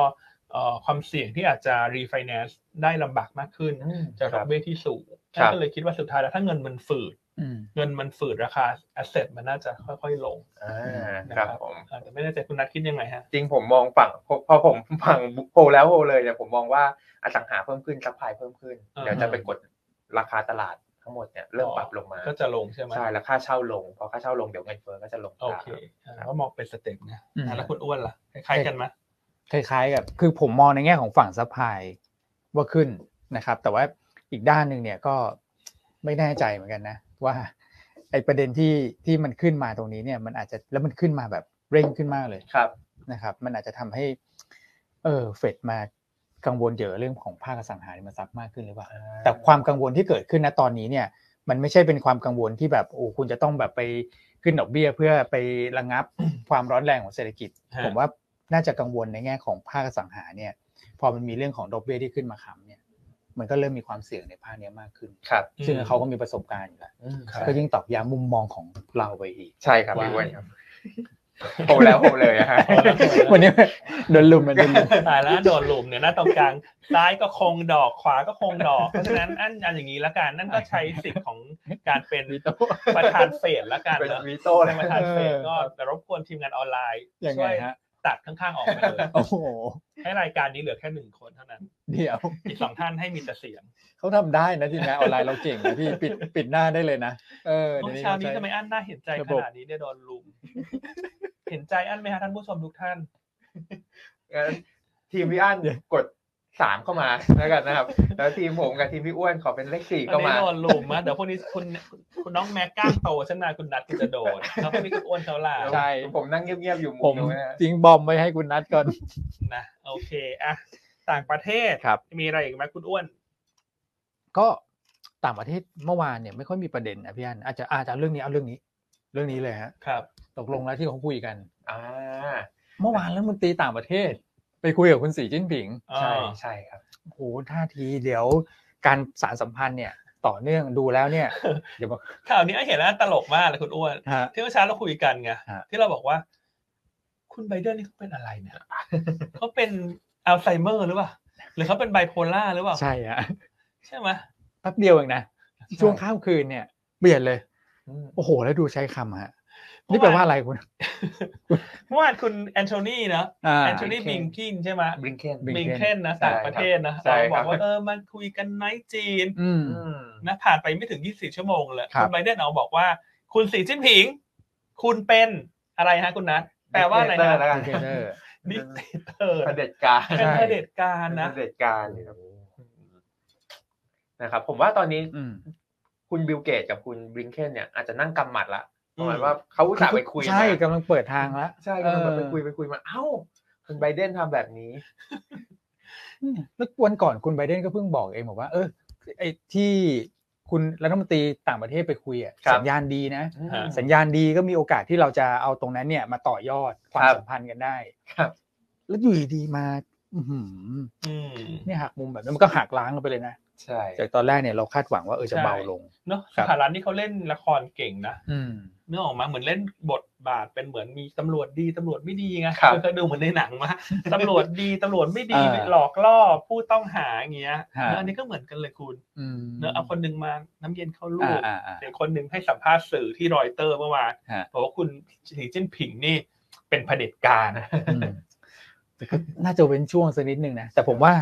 [SPEAKER 1] เอ่อความเสี่ยงที่อาจจะ refinance ได้ลำบากมากขึ้น
[SPEAKER 3] อืม
[SPEAKER 1] จากดอกเบี้ยที่สูง
[SPEAKER 3] ครับ
[SPEAKER 1] ก็เลยคิดว่าสุดท้ายแล้วถ้าเงินมันฝืด
[SPEAKER 2] อืม
[SPEAKER 1] เงินมันฝืดราคา asset มันน่าจะค่อยๆลง
[SPEAKER 3] อ่าครับผม
[SPEAKER 1] อาจจะแต่ไม่แน่ใจคุณนัทคิดยังไงฮะ
[SPEAKER 3] จริงผมมองฝั่ง พอพอผมฝั่งโพลแล้วโพลเลยเนี่ยผมมองว่าอสังหาเพิ่มขึ้นซัพพลายเพิ่มขึ้น
[SPEAKER 1] อ่า
[SPEAKER 3] เดี๋ยวจะไปกดราคาตลาดทั้งหมดเนี่ยเริ่มปรับลงมา
[SPEAKER 1] ก็จะลงใช่ไหม
[SPEAKER 3] ใช่แล้วค่าเช่าลงพอค่าเช่าลงเดี๋ยวเงินเฟ้อก็จะลง
[SPEAKER 1] โอ
[SPEAKER 3] ตาม
[SPEAKER 1] เคอ่าก็มองเป็นสเต็ปนะ
[SPEAKER 2] อืม
[SPEAKER 1] อ่าแล้วคุณอ้วนล่ะคล้ายๆกันไหม
[SPEAKER 2] คล้ายๆกับคือผมมองในแง่ของฝั่งซัพพลายว่าขึ้นนะครับ แต่ว่าอีกด้านหนึ่งเนี่ยก็ไม่แน่ใจเหมือนกันนะ ว่าไอ้ประเด็นที่ที่มันขึ้นมาตรงนี้เนี่ยมันอาจจะแล้วมันขึ้นมาแบบเร่งขึ้นมากเลย
[SPEAKER 3] ครับ
[SPEAKER 2] นะครับ มันอาจจะทำให้ เออเฟดมากังวลเยอะเรื่องของภาคอสังหาริมทรัพย์มากขึ้นหรือเปล่า แต่ความกังวลที่เกิดขึ้นนะตอนนี้เนี่ย มันไม่ใช่เป็นความกังวลที่แบบโอ้คุณจะต้องแบบไปขึ้นดอกเบี้ยเพื่อไประงับ ความร้อนแรงของเศรษฐกิจ
[SPEAKER 1] ฮะ
[SPEAKER 2] ผมว่าน่าจะกังวลในแง่ของภาคอสังหาเนี่ย พอมันมีเรื่องของดอกเบี้ยที่ขึ้นมาค้ำเนี่ย มันก็เริ่มมีความเสี่ยงในภาคเนี้ยมากขึ้น
[SPEAKER 3] ครับ
[SPEAKER 2] ซึ่งเขาก็มีประสบการณ์อยู่แล้ว
[SPEAKER 3] อืม
[SPEAKER 1] ครับ
[SPEAKER 2] ก็ยิ่งตอกย้ำมุมมองของเราไปอีก
[SPEAKER 3] ใช่ครับ
[SPEAKER 1] ว่า
[SPEAKER 3] พี่อ้วนครับโพลแล้วโพลเลยอะฮะ
[SPEAKER 2] วันนี้โดนลุมมันโดนลุม
[SPEAKER 1] ตายแล้วโดนหลุมเนี่ยหน้าตรงกลางซ้ายก็คงดอกขวาก็คงดอกเพราะฉะนั้นอันอันอย่างนี้ละกันนั่นก็ใช้สิทธิ์ของการเป็นประธานเฟดละกัน
[SPEAKER 3] เป็น
[SPEAKER 1] เนอะ
[SPEAKER 3] วีโต้เล
[SPEAKER 1] เป็
[SPEAKER 3] ย
[SPEAKER 1] น
[SPEAKER 3] ไหม
[SPEAKER 1] ประ
[SPEAKER 3] ค
[SPEAKER 1] ธา
[SPEAKER 3] รับ
[SPEAKER 1] นเฟดก็รบกวนทีมงานออนไลน์
[SPEAKER 2] ยัง
[SPEAKER 1] ช่
[SPEAKER 2] ไง
[SPEAKER 1] วย
[SPEAKER 2] ฮะ
[SPEAKER 1] ตัดข้างๆออกไปเลย
[SPEAKER 2] โอ้โห
[SPEAKER 1] ให้รายการนี้เหลือแค่หนึ่งคนเท่านั้น
[SPEAKER 2] เดี๋ยว
[SPEAKER 1] อีกสองท่านให้มีแต่เสียง
[SPEAKER 2] เขาทำได้นะทีมงานออนไลน์เราเก่งนะพี่ปิดปิดหน้าได้เลยนะ เออ
[SPEAKER 1] เมื่อ
[SPEAKER 2] ดี๋ยนี้
[SPEAKER 1] เช้า
[SPEAKER 2] ข
[SPEAKER 1] นี้
[SPEAKER 2] ใ
[SPEAKER 1] ทำไมอันน่าเห็นใจขนาดนี้เนี่ยโดนลุม เห็นใจอันไหมฮะท่านผู้ชมทุกท่าน
[SPEAKER 3] งั้นทีมพี่อั้นกด สามเข้ามาแล้วกันนะครับ แล้วทีมผมกับทีมพี่อ้วนขอเป็นเลขสี่
[SPEAKER 1] อัน
[SPEAKER 3] เข้า
[SPEAKER 1] นี้
[SPEAKER 3] มา
[SPEAKER 1] โดนลุมนะเดี๋ยวพวกนี้คุณคุณน้องแม็กกล้ามโตฉันนาคุณนัดคุณจะโดนแล้วพวกนี้ก็อ้วนเท่าล่า
[SPEAKER 2] ใช่
[SPEAKER 3] ผมนั่งเงียบๆอยู่มุ
[SPEAKER 2] ผม ม
[SPEAKER 3] นึงนะ
[SPEAKER 2] ทิ้งบอมไว้ให้คุณนัดก่อน
[SPEAKER 1] นะโอเคอ่ะต่างประเทศ
[SPEAKER 2] ครับ
[SPEAKER 1] มีอะไรอีกไหมคุณอ้วน
[SPEAKER 2] ก็ต่างประเทศเมื่อวานเนี่ยไม่ค่อยมีประเด็นนะพี่อันอาจจะอาจจะเอาเรื่องนี้เอาเรื่องนี้ เรื่องนี้เลยฮะ
[SPEAKER 1] ครับ
[SPEAKER 2] ตกลงแล้วที่เขาคุยกัน
[SPEAKER 3] อ่า
[SPEAKER 2] เมื่อวานรัฐมนตรีต่างประเทศ ไปคุยกับคุณสีจิ้นผิง
[SPEAKER 3] ใช่ใช่ครับ
[SPEAKER 2] โอ้โหท่าทีเดี๋ยวการสารสัมพันธ์เนี่ย ต่อเนื่องดูแล้ว เนี่ย เดี๋ยวบอก
[SPEAKER 1] ข่าวนี้เห็นแล้วตลกมากเลยคุณอ้วน
[SPEAKER 2] ฮะ
[SPEAKER 1] ที่เมื่อเช้าเราคุยกันไง
[SPEAKER 2] ฮะ
[SPEAKER 1] ที่เราบอกว่า คุณไบเดนนี่เขาเป็นอะไรเนี่ย เขาเป็นอัลไซเมอร์หรือเปล่าหรือเขาเป็นไบโพล่าหรือเปล่า
[SPEAKER 2] ใช่ฮะ
[SPEAKER 1] ใช่ไหม
[SPEAKER 2] แป๊บเดียวเองนะ ช่วงข้ามคืนเนี่ยเปลี่ยนเลย
[SPEAKER 3] อืม
[SPEAKER 2] โอ้โห แล้วดูใช้คำฮะ นี่แปลว่าอะไรคุณ
[SPEAKER 1] เมื่อวานคุณแอนโทนีนะ
[SPEAKER 2] อ่า
[SPEAKER 1] แอนโทนี
[SPEAKER 3] บิ
[SPEAKER 1] บิง
[SPEAKER 3] งเคน
[SPEAKER 1] กินใช่ไหม
[SPEAKER 3] บริงเคน
[SPEAKER 2] บิ
[SPEAKER 1] บิง
[SPEAKER 2] Blinken
[SPEAKER 1] เคนนะต่างประเทศนะ
[SPEAKER 3] ใช่
[SPEAKER 1] เรา
[SPEAKER 3] ค
[SPEAKER 1] บ
[SPEAKER 3] รับ
[SPEAKER 1] อกว่าเออมันคุยกันไนท์จีน
[SPEAKER 2] อืม
[SPEAKER 3] อืม
[SPEAKER 1] นะผ่านไปไม่ถึง 24 ชั่วโมงเลย
[SPEAKER 2] ครับ
[SPEAKER 1] คุณไบเดนเอาบอกว่า คุณสีจิ้นผิง คุณเป็นอะไรฮะคุณนัทแปลว่าอะไรนะ
[SPEAKER 3] Dictator
[SPEAKER 2] เทเดอร์
[SPEAKER 1] ดิกเตอร์
[SPEAKER 3] เผด็จการ
[SPEAKER 2] ใช่
[SPEAKER 1] เป็นเผด็จการนะ
[SPEAKER 3] เผด็จการครับนะครับ ผมว่าตอนนี้
[SPEAKER 2] อืม
[SPEAKER 3] คุณบิลเกตกับคุณบริงเคนเนี่ยอาจจะนั่งกำหมัดละ
[SPEAKER 1] อื
[SPEAKER 3] ป
[SPEAKER 1] ม
[SPEAKER 3] ระมาณว่าเขาอุตส่าห์ไปคุย
[SPEAKER 2] ใช่
[SPEAKER 3] มา
[SPEAKER 2] กำลังเปิดทางแล้ว
[SPEAKER 3] ใช่ก็แบบไปคุยไปคุยมาเอ้าคุณไบเดนทำแบบนี้
[SPEAKER 2] แล้ววันก่อนคุณไบเดนก็เพิ่งบอกเองบอกว่า เออไอ้ที่คุณรัฐมนตรีต่างประเทศไปคุยอะ
[SPEAKER 3] ครับ
[SPEAKER 2] สัญญาณดีนะ
[SPEAKER 1] ฮะ
[SPEAKER 2] สัญญาณดีก็มีโอกาสที่เราจะเอาตรงนั้นเนี่ย มาต่อยอดความ
[SPEAKER 3] ครับ
[SPEAKER 2] สัมพันธ์กันได้
[SPEAKER 3] ครับ
[SPEAKER 2] แล้วอยู่ดีๆมา อื้อหือ
[SPEAKER 1] อืม
[SPEAKER 2] เนี่ยหักมุมแบบนั้นมันก็หักล้างกันไปเลยนะ
[SPEAKER 3] ใช่
[SPEAKER 2] จากตอนแรกเนี่ยเราคาดหวังว่าเออจะ
[SPEAKER 1] ใช่
[SPEAKER 2] เบาลง
[SPEAKER 1] เนอะส
[SPEAKER 2] ครับ
[SPEAKER 1] หรัฐนี่เขาเล่นละครเก่งนะ
[SPEAKER 2] อืม
[SPEAKER 1] เนื้อออกมาเหมือนเล่นบทบาทเป็นเหมือนมีตำรวจดีตำรวจไม่ดีไง
[SPEAKER 3] ครับ
[SPEAKER 1] เคยดูเหมือนในหนัง มาตำรวจดีตำรวจไม่ดี
[SPEAKER 2] อ่า
[SPEAKER 1] หลอกล่อผู้ต้องหาอย่างเงี้ย
[SPEAKER 2] ฮะ
[SPEAKER 1] เนอะอันนี้ก็เหมือนกันเลยคุณ
[SPEAKER 2] อืม
[SPEAKER 1] เนอะเอาคนหนึ่งมาน้ำเย็นเข้าลู
[SPEAKER 2] อ่าก อ่าอ่า
[SPEAKER 1] เดี๋ยวคนหนึ่งให้สัมภาษณ์สื่อที่รอยเตอร์เมื่อวาน
[SPEAKER 2] ฮะ
[SPEAKER 1] บอกว่าคุณสีจิ้นผิงนี่เป็นเผด็จการ
[SPEAKER 2] อืมแต่ก็น่าจะเว้นช่วงสักนิดหนึ่งนะแต่ผมว่า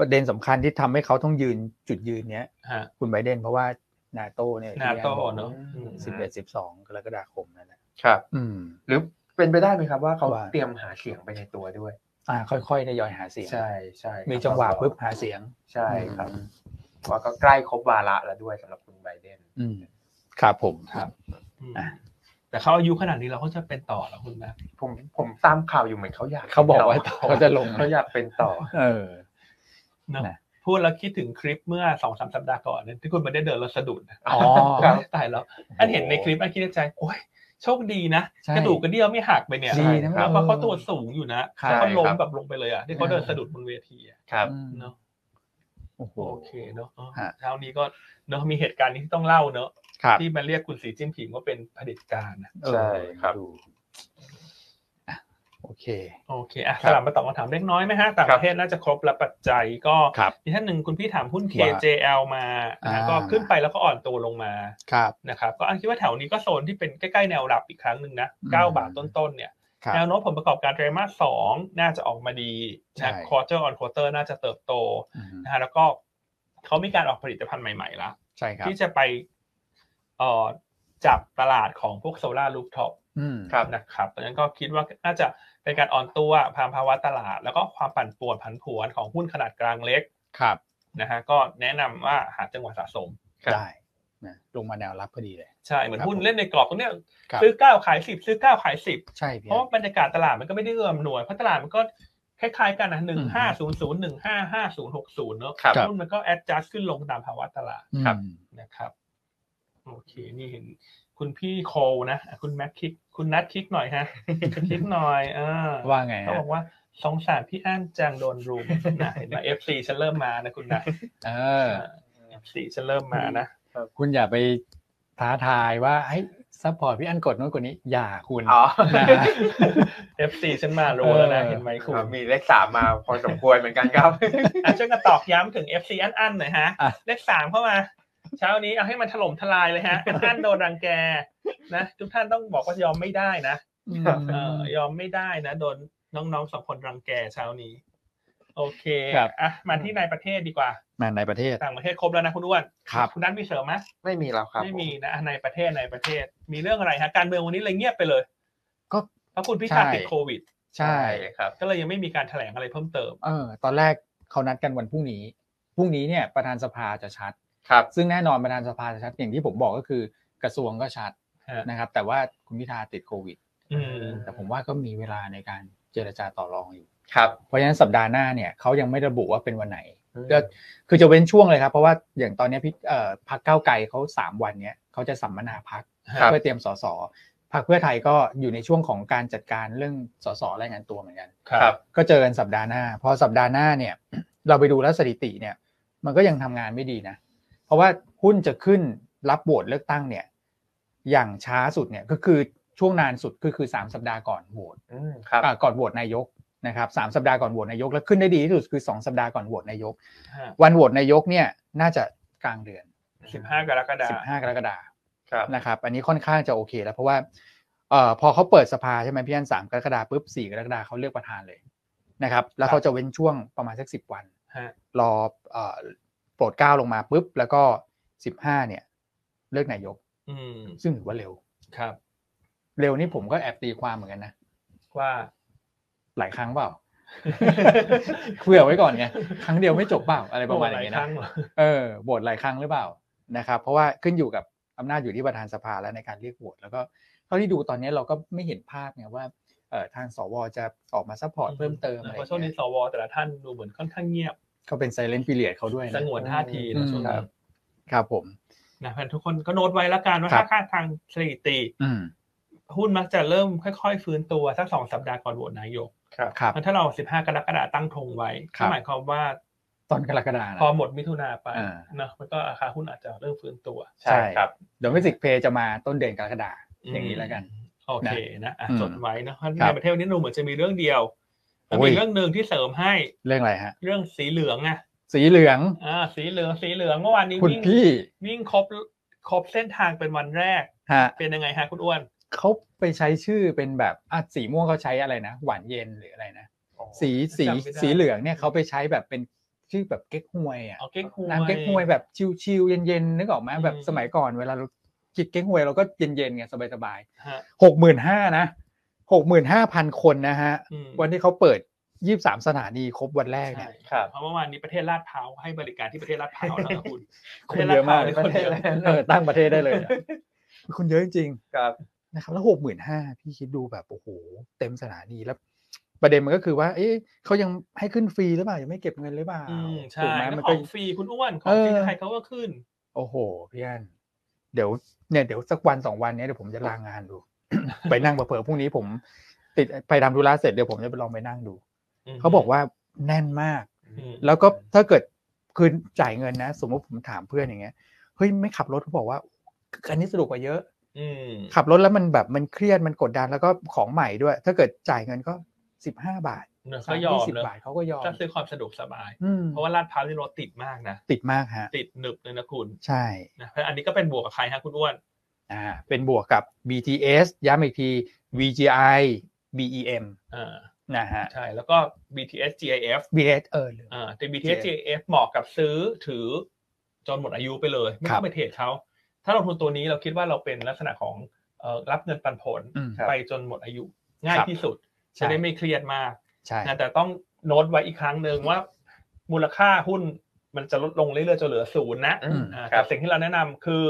[SPEAKER 2] ประเด็นสำคัญที่ทำให้เขาต้องยืนจุดยืนเนี้ย
[SPEAKER 1] ฮะ
[SPEAKER 2] คุณไบเดนเพราะว่านาโตเนี่ย
[SPEAKER 1] นาโต
[SPEAKER 2] ที่
[SPEAKER 1] เนอะอืม
[SPEAKER 2] สิบเอ็ดสิบสองกรกฎาคมนั่นแหละ
[SPEAKER 3] ครับ
[SPEAKER 2] อืม
[SPEAKER 3] หรือเป็นไปได้ไหมครับว่าเขา
[SPEAKER 2] ว่า
[SPEAKER 3] เตรียมหาเสียงไปในตัวด้วย
[SPEAKER 2] อ่า ค่อยๆทยอยหาเสียง
[SPEAKER 3] ใช่ใช่
[SPEAKER 2] มีจังหวะ
[SPEAKER 3] ครับ
[SPEAKER 2] ปุ๊บหาเสียง
[SPEAKER 3] ใช่ครับว่าก็ใกล้ครบวาระแล้วด้วยสำหรับคุณไบเดน
[SPEAKER 2] อืมครับผม
[SPEAKER 1] อืม
[SPEAKER 2] อ่ะ
[SPEAKER 1] แต่เขาอายุขนาดนี้เราก็จะเป็นต่อแล้วคุณนะ
[SPEAKER 3] ผมผมตามข่าวอยู่เหมือนเขาอยาก
[SPEAKER 2] เขาบอกว่า
[SPEAKER 3] ป็นต่
[SPEAKER 2] เขาจะลง
[SPEAKER 3] เขาอยากเป็นต่อ
[SPEAKER 2] เออ
[SPEAKER 1] เนอะ
[SPEAKER 2] นะ
[SPEAKER 1] พูดแล้วคิดถึงคลิปเมื่อสองสามสัปดาห์ก่อนเนี่ยที่คุณไบเดนเดินแล้วสะดุดนะ
[SPEAKER 2] อ๋อ
[SPEAKER 1] ครับตายแล้ว อันเห็นในคลิปอันคิดในใจ โอ้ย โชคดีนะ
[SPEAKER 2] ใช่
[SPEAKER 1] กระดูกกระเดี่ยวไม่หักไปเนี่ย
[SPEAKER 2] ดีนะ
[SPEAKER 1] แล้วเพ
[SPEAKER 2] เอ
[SPEAKER 1] ราะ
[SPEAKER 2] อ
[SPEAKER 1] เขาตัวสูงอยู่นะ
[SPEAKER 2] ครับ
[SPEAKER 1] แล้วเขาล้ม
[SPEAKER 3] ครับ
[SPEAKER 1] แบบลงไปเลยอ่ะที่เขาเดินสะดุดบนเวทีอะ
[SPEAKER 3] ครับ
[SPEAKER 1] เนาะ
[SPEAKER 2] โอ้โห
[SPEAKER 1] โอเคเนาะเออ
[SPEAKER 2] ฮะ
[SPEAKER 1] เช้านี้ก็เนาะมีเหตุการณ์นี้ที่ต้องเล่าเนาะ
[SPEAKER 2] ครับ
[SPEAKER 1] ที่มาเรียกคุณสีจิ้นผิงว่าเป็นเผด็จการนะ
[SPEAKER 2] เออ
[SPEAKER 3] ใช่ครับ
[SPEAKER 2] ดูอ่ะโอเค
[SPEAKER 1] โอเคอ่ะ
[SPEAKER 2] ค
[SPEAKER 1] ส
[SPEAKER 2] รับ
[SPEAKER 1] ลับมาตอบคำถามเล็กน้อยไหมฮะต่างประเทศน่าจะครบและปัจจัยก็
[SPEAKER 2] ครับ
[SPEAKER 1] มีท่านหนึ่งคุณพี่ถามหุ้น
[SPEAKER 2] ว่า
[SPEAKER 1] KJL มานะฮะ
[SPEAKER 2] อ่า
[SPEAKER 1] ก็ขึ้นไปแล้วก็อ่อนตัวลงมา
[SPEAKER 2] ครับ
[SPEAKER 1] นะครับก็อันคิดว่าแถวนี้ก็โซนที่เป็นใกล้ๆแนวรับอีกครั้งหนึ่งนะ
[SPEAKER 2] อืม
[SPEAKER 1] 9บาทต้นๆเนี่ย
[SPEAKER 2] ครับ
[SPEAKER 1] แนวโน้มผลประกอบการไตรมาสสองน่าจะออกมาดี
[SPEAKER 2] ใช่
[SPEAKER 1] นะ quarter on quarter น่าจะเติบโต
[SPEAKER 2] อืม
[SPEAKER 1] นะฮะแล้วก็เขามีการออกผลิตภัณฑ์ใหม่ๆละ
[SPEAKER 2] ใช่ครับ
[SPEAKER 1] ที่จะไปเอ่อจับตลาดของพวกโซลารูฟท็อป
[SPEAKER 2] อืม
[SPEAKER 3] ครับ
[SPEAKER 1] นะครับดังนั้นก็คิดว่าน่าจะเป็นการอ่อนตัวพามภาวะตลาด แล้วก็ความปั่นป่วนผันผวนของหุ้นขนาดกลางเล็ก
[SPEAKER 2] ครับ
[SPEAKER 1] นะฮะก็แนะนำว่าหาจังหวะสะสม
[SPEAKER 3] ครับ
[SPEAKER 2] ได้นะลงมาแนวรับพอดีเลย
[SPEAKER 1] ใช่เหมือน
[SPEAKER 2] ครับ
[SPEAKER 1] หุ้น
[SPEAKER 2] ผม
[SPEAKER 1] เล่นในกรอบตรงเนี้ย
[SPEAKER 2] ครับ
[SPEAKER 1] ซื้อเก้าขายสิบซื้อเก้าขายสิบ
[SPEAKER 2] ใช่พี่
[SPEAKER 1] เพราะว่าบรรยากาศตลาดมันก็ไม่ได้เอื้ออำนวยเพราะตลาดมันก็คล้ายๆกันนะหนึ่งห้าศูนย์ศูนย์หนึ่งห้าห้าศูนย์หกศูนย์เนอะ
[SPEAKER 3] ครับ
[SPEAKER 1] หุ้นมันก็แอดจัสขึ้นลงตามภาวะตลาด
[SPEAKER 2] ครับ
[SPEAKER 1] นะครับโอเค นี่เห็น คุณพี่โคนะอ่ะคุณแมทคลิก คุณนัทคลิกหน่อยฮะ คลิกหน่อยอ่า
[SPEAKER 2] ว่าไง
[SPEAKER 1] เขา
[SPEAKER 2] ฮะ
[SPEAKER 1] บอกว่าสงสารพี่อั้นจังโดนรุมนะเห็นไหมเอฟซีฉันเริ่มมานะคุณนะ
[SPEAKER 2] เออ
[SPEAKER 1] เอฟซีฉันเริ่มมานะ
[SPEAKER 2] คุณอย่าไปท้าทายว่าไอ้ซัพพอร์ตพี่อันกดนู้นกดนี้ อย่าคุณ
[SPEAKER 3] อ๋อ
[SPEAKER 2] นะ
[SPEAKER 1] เอ ฟซีฉันมารัวแล้วนะ
[SPEAKER 2] เออ
[SPEAKER 1] เห็นไหมคุณ
[SPEAKER 3] ครับมีเลขสามมาพอสมควรเหมือนกันครับ
[SPEAKER 1] อ่ะช่วยกันตอกย้ำถึง FC อันอันหน่อยฮะ
[SPEAKER 2] อ่ะ
[SPEAKER 1] เลขสามเข้ามา เช้านี้เอาให้มันถล่มทลายเลย ฮะ อันอันโดนรังแกนะทุกท่านต้องบอกว่ายอมไม่ได้นะเออยอมไม่ได้นะโดนน้องๆสองคนรังแกเช้านี้ โอเค
[SPEAKER 2] ครับ
[SPEAKER 1] อ่ะมาที่ในประเทศดีกว่า
[SPEAKER 2] มาในประเทศ
[SPEAKER 1] ต่างประเทศครบแล้วนะคุณอ้วน
[SPEAKER 2] ครับ
[SPEAKER 1] คุณนัทมีเสริมไหม
[SPEAKER 3] ไม่มีแล้วครับ
[SPEAKER 1] ไม่มีนะอ่ะในประเทศในประเทศ มีเรื่องอะไรฮะการเมืองวันนี้เลยเงียบไปเลย
[SPEAKER 2] ก็
[SPEAKER 1] เพราะคุณพิธา
[SPEAKER 2] ใช่
[SPEAKER 1] ติดโควิด
[SPEAKER 2] ใช่
[SPEAKER 3] ครับ
[SPEAKER 1] ก็เลยยังไม่มีการแถลงอะไรเพิ่มเติม
[SPEAKER 2] เออตอนแรก เขานัดกันวันพรุ่งนี้พรุ่งนี้เนี่ยประธานสภาจะชัด
[SPEAKER 3] ครับ
[SPEAKER 2] ซึ่งแน่นอนประธานสภาจะชัดอย่างที่ผมบอกก็คือกระทรวงก็ชัด
[SPEAKER 1] ฮะ
[SPEAKER 2] นะครับ แต่ว่าคุณพิธาติดโควิด
[SPEAKER 1] อืม
[SPEAKER 2] แต่ผมว่าก็มีเวลาในการเจรจาต่อรองอยู่
[SPEAKER 3] ครับ
[SPEAKER 2] เพราะฉะนั้นสัปดาห์หน้าเนี่ยเขายังไม่ระบุว่าเป็นวันไหน ก็ คือจะเว้นช่วงเลยครับ เพราะว่าอย่างตอนเนี้ยพี่เอ่อพักเก้าวไกลเขาสามวันเนี้ยเขาจะสัมมนาพัก
[SPEAKER 3] ครับ
[SPEAKER 2] เพื่อเตรียมสสพักเพื่อไทยก็อยู่ในช่วงของการจัดการเรื่องสสรายงานตัวเหมือนกัน
[SPEAKER 3] ครับ
[SPEAKER 2] ก็เจอกันสัปดาห์หน้า พอสัปดาห์หน้าเนี่ย เราไปดูแล้วสถิติเนี่ย มันก็ยังทำงานไม่ดีนะ เพราะว่าหุ้นจะขึ้นรับโหวตเลือกตั้งเนี่ย อย่างช้าสุดเนี่ยก็คือช่วงนานสุดก็คือสามสัปดาห์ก่อนโหวต
[SPEAKER 3] อืมครับ
[SPEAKER 2] อ่าก่อนโหวตนายกนะครับสามสัปดาห์ก่อนโหวตนายกแล้วขึ้นได้ดีที่สุดคือสองสัปดาห์ก่อนโหวตนายก
[SPEAKER 1] ฮะ
[SPEAKER 2] วันโหวตนายกเนี่ยน่าจะกลางเดือน
[SPEAKER 1] สิบห้ากรกฎาคม
[SPEAKER 2] 15 กรกฎาค
[SPEAKER 3] ครับ
[SPEAKER 2] มนะครับ อันนี้ค่อนข้างจะโอเคแล้วเพราะว่าเอ่อพอเขาเปิดสภาใช่ไหมพี่อันสามกรกฎาคมปุ๊บสี่กรกฎาคมเขาเลือกประธานเลยนะครับ แล้วเขาจะเว้นช่วงประมาณสักสิบวัน
[SPEAKER 1] ฮะ
[SPEAKER 2] รอเอ่อโปรดเกล้าลงมาปุ๊บแล้วก็สิบห้าเนี่ย เลือกนายก
[SPEAKER 1] อืม
[SPEAKER 2] ซึ่งถือว่าเร็ว
[SPEAKER 1] ครับ
[SPEAKER 2] เร็วนี่ผมก็แอบตีความเหมือนกันนะ
[SPEAKER 1] ว่า
[SPEAKER 2] หลายครั้งเปล่า เผื่อไว้ก่อนไงครั้งเดียวไม่จบเปล่า อะไรประมาณอย่างเงี้ย
[SPEAKER 1] โหวตหลายครั้ง
[SPEAKER 2] นะ
[SPEAKER 1] เหรอ
[SPEAKER 2] เออโหวตหลายครั้งหรือเปล่านะครับเพราะว่าขึ้นอยู่กับอำนาจอยู่ที่ประธานสภาแล้วในการเรียกโหวตแล้วก็เท่าที่ดูตอนนี้เราก็ไม่เห็นภาพไงว่าเอ่อทางสวจะออกมาซัพพอร์ตเพิ่มเติมอะไร
[SPEAKER 1] เพราะช่วง
[SPEAKER 2] เงี้
[SPEAKER 1] นี้
[SPEAKER 2] ย
[SPEAKER 1] สวแต่ละท่านดูเหมือนค่อนข้างเงียบ
[SPEAKER 2] เขาเป็นไซเลนต์ e ีเลียดเขาด้วย
[SPEAKER 1] ส
[SPEAKER 2] นะ
[SPEAKER 1] งวนท่าที
[SPEAKER 2] อื
[SPEAKER 1] นะ
[SPEAKER 2] ม
[SPEAKER 1] ช่วง
[SPEAKER 3] ครั
[SPEAKER 1] นี้
[SPEAKER 3] บ
[SPEAKER 2] ครับผม
[SPEAKER 1] นะเพื่อนทุกคนก็โน้ตไว้ละกันว่า
[SPEAKER 2] ครับ
[SPEAKER 1] ถ้าค่าทางสถิติ
[SPEAKER 2] อืม
[SPEAKER 1] หุ้นมักจะเริ่มค่อยๆ ฟื้นตัวสักสองสัปดาห์ก่อนโหวตนายก
[SPEAKER 3] ครับ
[SPEAKER 2] ครับ
[SPEAKER 1] งั้นถ้าเรา 15 กรกฎาคมตั้งธงไว้
[SPEAKER 2] ค
[SPEAKER 1] ก็
[SPEAKER 2] รับ
[SPEAKER 1] หมายความว่า
[SPEAKER 2] ตอนกรกฎาคม
[SPEAKER 1] พอ
[SPEAKER 2] นะ
[SPEAKER 1] หมดมิถุนาไป
[SPEAKER 2] อ่า
[SPEAKER 1] เนอะมันก็ราคาหุ้นอาจจะเริ่มฟื้นตัว
[SPEAKER 3] ใช่ครับ
[SPEAKER 2] เดี๋ยวมิสิกเพย์จะมาต้นเดือนกรกฎาคมอย่างนี้แล้วกัน
[SPEAKER 1] โอเคนะอ่ะ
[SPEAKER 2] อืม
[SPEAKER 1] จดไว้นะเพราะ
[SPEAKER 2] ครั
[SPEAKER 1] ใน
[SPEAKER 2] บ
[SPEAKER 1] ประเทศนี้ดูเหมือนจะมีเรื่องเดียวแต่
[SPEAKER 2] โอ้
[SPEAKER 1] มี
[SPEAKER 2] ย
[SPEAKER 1] เรื่องหนึ่งที่เสริมให้
[SPEAKER 2] เรื่องอะไรฮะ
[SPEAKER 1] เรื่องสีเหลืองอะ
[SPEAKER 2] สีเหลือง
[SPEAKER 1] อ่าสีเหลืองสีเหลืองเมื่อวานนี้
[SPEAKER 2] คุณ
[SPEAKER 1] วิ่ง
[SPEAKER 2] พี่
[SPEAKER 1] วิ่งครบครบเส้นทางเป็นวันแรก
[SPEAKER 2] ฮะ
[SPEAKER 1] เป็นยังไงฮะคุณอ้วน
[SPEAKER 2] เขาไปใช้ชื่อเป็นแบบอ่ะสีม่วงเขาใช้อะไรนะ หวานเย็นหรืออะไรนะ สีสี
[SPEAKER 1] จำไม่ได้
[SPEAKER 2] สีเหลืองเนี่ยเขาไปใช้แบบเป็นชื่อแบบเก๊กฮวยอ่ะ
[SPEAKER 1] เอาเก๊กฮวย
[SPEAKER 2] น้ำเก๊กฮวยแบบชิวๆเย็นๆนึกออกไหมแบบ
[SPEAKER 1] อืม
[SPEAKER 2] สมัยก่อนเวลาเรากินเก๊กฮวยเราก็เย็นๆไงสบาย
[SPEAKER 1] ฮะ
[SPEAKER 2] ๆหกหมื่นห้านะหกหมื่นห้าพันคนนะฮะ
[SPEAKER 1] อืม
[SPEAKER 2] วันที่เขาเปิดยี่สามสถานีครบวันแรกเนี่
[SPEAKER 1] ใช่
[SPEAKER 2] ย
[SPEAKER 3] ครับ
[SPEAKER 1] เพราะเมื่อวานนี้ประเทศลาดพร้าวให้บริการที่ประเทศลาดพร้าว นะครับคุณ
[SPEAKER 2] คนเยอะมาก
[SPEAKER 1] ประเทศลาวเนี่ยคนเยอะ
[SPEAKER 2] เออตั้งประเทศได้เลย อะคนเยอะจริง
[SPEAKER 3] ครับ
[SPEAKER 2] นะครับแล้วหกหมื่นห้าพี่คิดดูแบบโอ้โหเต็มสถานีแล้ว ประเด็นมันก็คือว่า เอ๊ะเขายังให้ขึ้นฟรีหรือเปล่ายังไม่เก็บเงินหรือเปล่า
[SPEAKER 1] อืมใช่
[SPEAKER 2] ถูกไหม
[SPEAKER 1] แล้ว
[SPEAKER 2] มัน
[SPEAKER 1] ข
[SPEAKER 2] ก็
[SPEAKER 1] องฟรีคุณอ้วนของฟรี
[SPEAKER 2] เออ
[SPEAKER 1] ใครเขาก็ขึ้น
[SPEAKER 2] โอ้โหพี่อันเดี๋ยวเนี่ยเดี๋ยวสักวันสองวันเนี้ยเดี๋ยวผมจะลางานดู ไปนั่งเผื่อๆพรุ่งนี้ผม ติดไปทำธุระเสร็จเดี๋ยวผมจะไปลองไปนั่งดูเขาบอกว่าแน่นมาก
[SPEAKER 1] อืม
[SPEAKER 2] แล้วก็ถ้าเกิดคืนจ่ายเงินนะ สมมติผมถามเพื่อนอย่างเงี้ยเฮ้ยไม่ขับรถเขาบอกว่าอันนี้สะดวกกว่าเยอะ
[SPEAKER 1] อืม
[SPEAKER 2] ขับรถแล้วมันแบบมันเครียดมันกดดันแล้วก็ของใหม่ด้วย ถ้าเกิดจ่ายเงินก็สิบห้าบาท
[SPEAKER 1] เนอะ
[SPEAKER 2] สา
[SPEAKER 1] เขา
[SPEAKER 2] ม
[SPEAKER 1] ยอ
[SPEAKER 2] ยี่
[SPEAKER 1] ม
[SPEAKER 2] สิบ
[SPEAKER 1] เนอะ
[SPEAKER 2] บาทเขาก็ยอม
[SPEAKER 1] ก็ซื้อความสะดวกสบาย
[SPEAKER 2] อืม
[SPEAKER 1] เพราะว่าลาดพร้าวนี่รถติดมากนะ
[SPEAKER 2] ติดมากฮะ
[SPEAKER 1] ติดหนึบเลยนะคุณ
[SPEAKER 2] ใช่
[SPEAKER 1] นะเพราะอันนี้ก็เป็นบวกกับใครฮะคุณอ้วน
[SPEAKER 2] อ่าเป็นบวกกับ BTS ย้ำอีกที VGI BEM
[SPEAKER 1] อ่า
[SPEAKER 2] นะฮะ
[SPEAKER 1] ใช่ แล้วก็ BTS GIF
[SPEAKER 2] BTS เออลืม
[SPEAKER 1] อ่าแต่ BTS GIF เหมาะกับซื้อถือจนหมดอายุไปเลย ไม่
[SPEAKER 2] ครั
[SPEAKER 1] ต้อบ งไปเทรดเขา ถ้าลงทุนตัวนี้เราคิดว่าเราเป็นลักษณะของเอ่อรับเงินปันผล
[SPEAKER 2] อืม
[SPEAKER 1] ไปจนหมดอายุง่าย
[SPEAKER 2] ครับ
[SPEAKER 1] ที่สุด
[SPEAKER 2] ใช่
[SPEAKER 1] จะได้ไม่เครียดมาก
[SPEAKER 2] ใช่
[SPEAKER 1] นะแต่ต้องโน้ตไว้อีกครั้งหนึ่งว่า มูลค่าหุ้นมันจะลดลงเรื่อยๆจนเหลือศูนย์นะ
[SPEAKER 3] อืม
[SPEAKER 1] อ่า
[SPEAKER 3] ครั
[SPEAKER 1] แต่
[SPEAKER 3] บ
[SPEAKER 1] สิ่งที่เราแนะนำคือ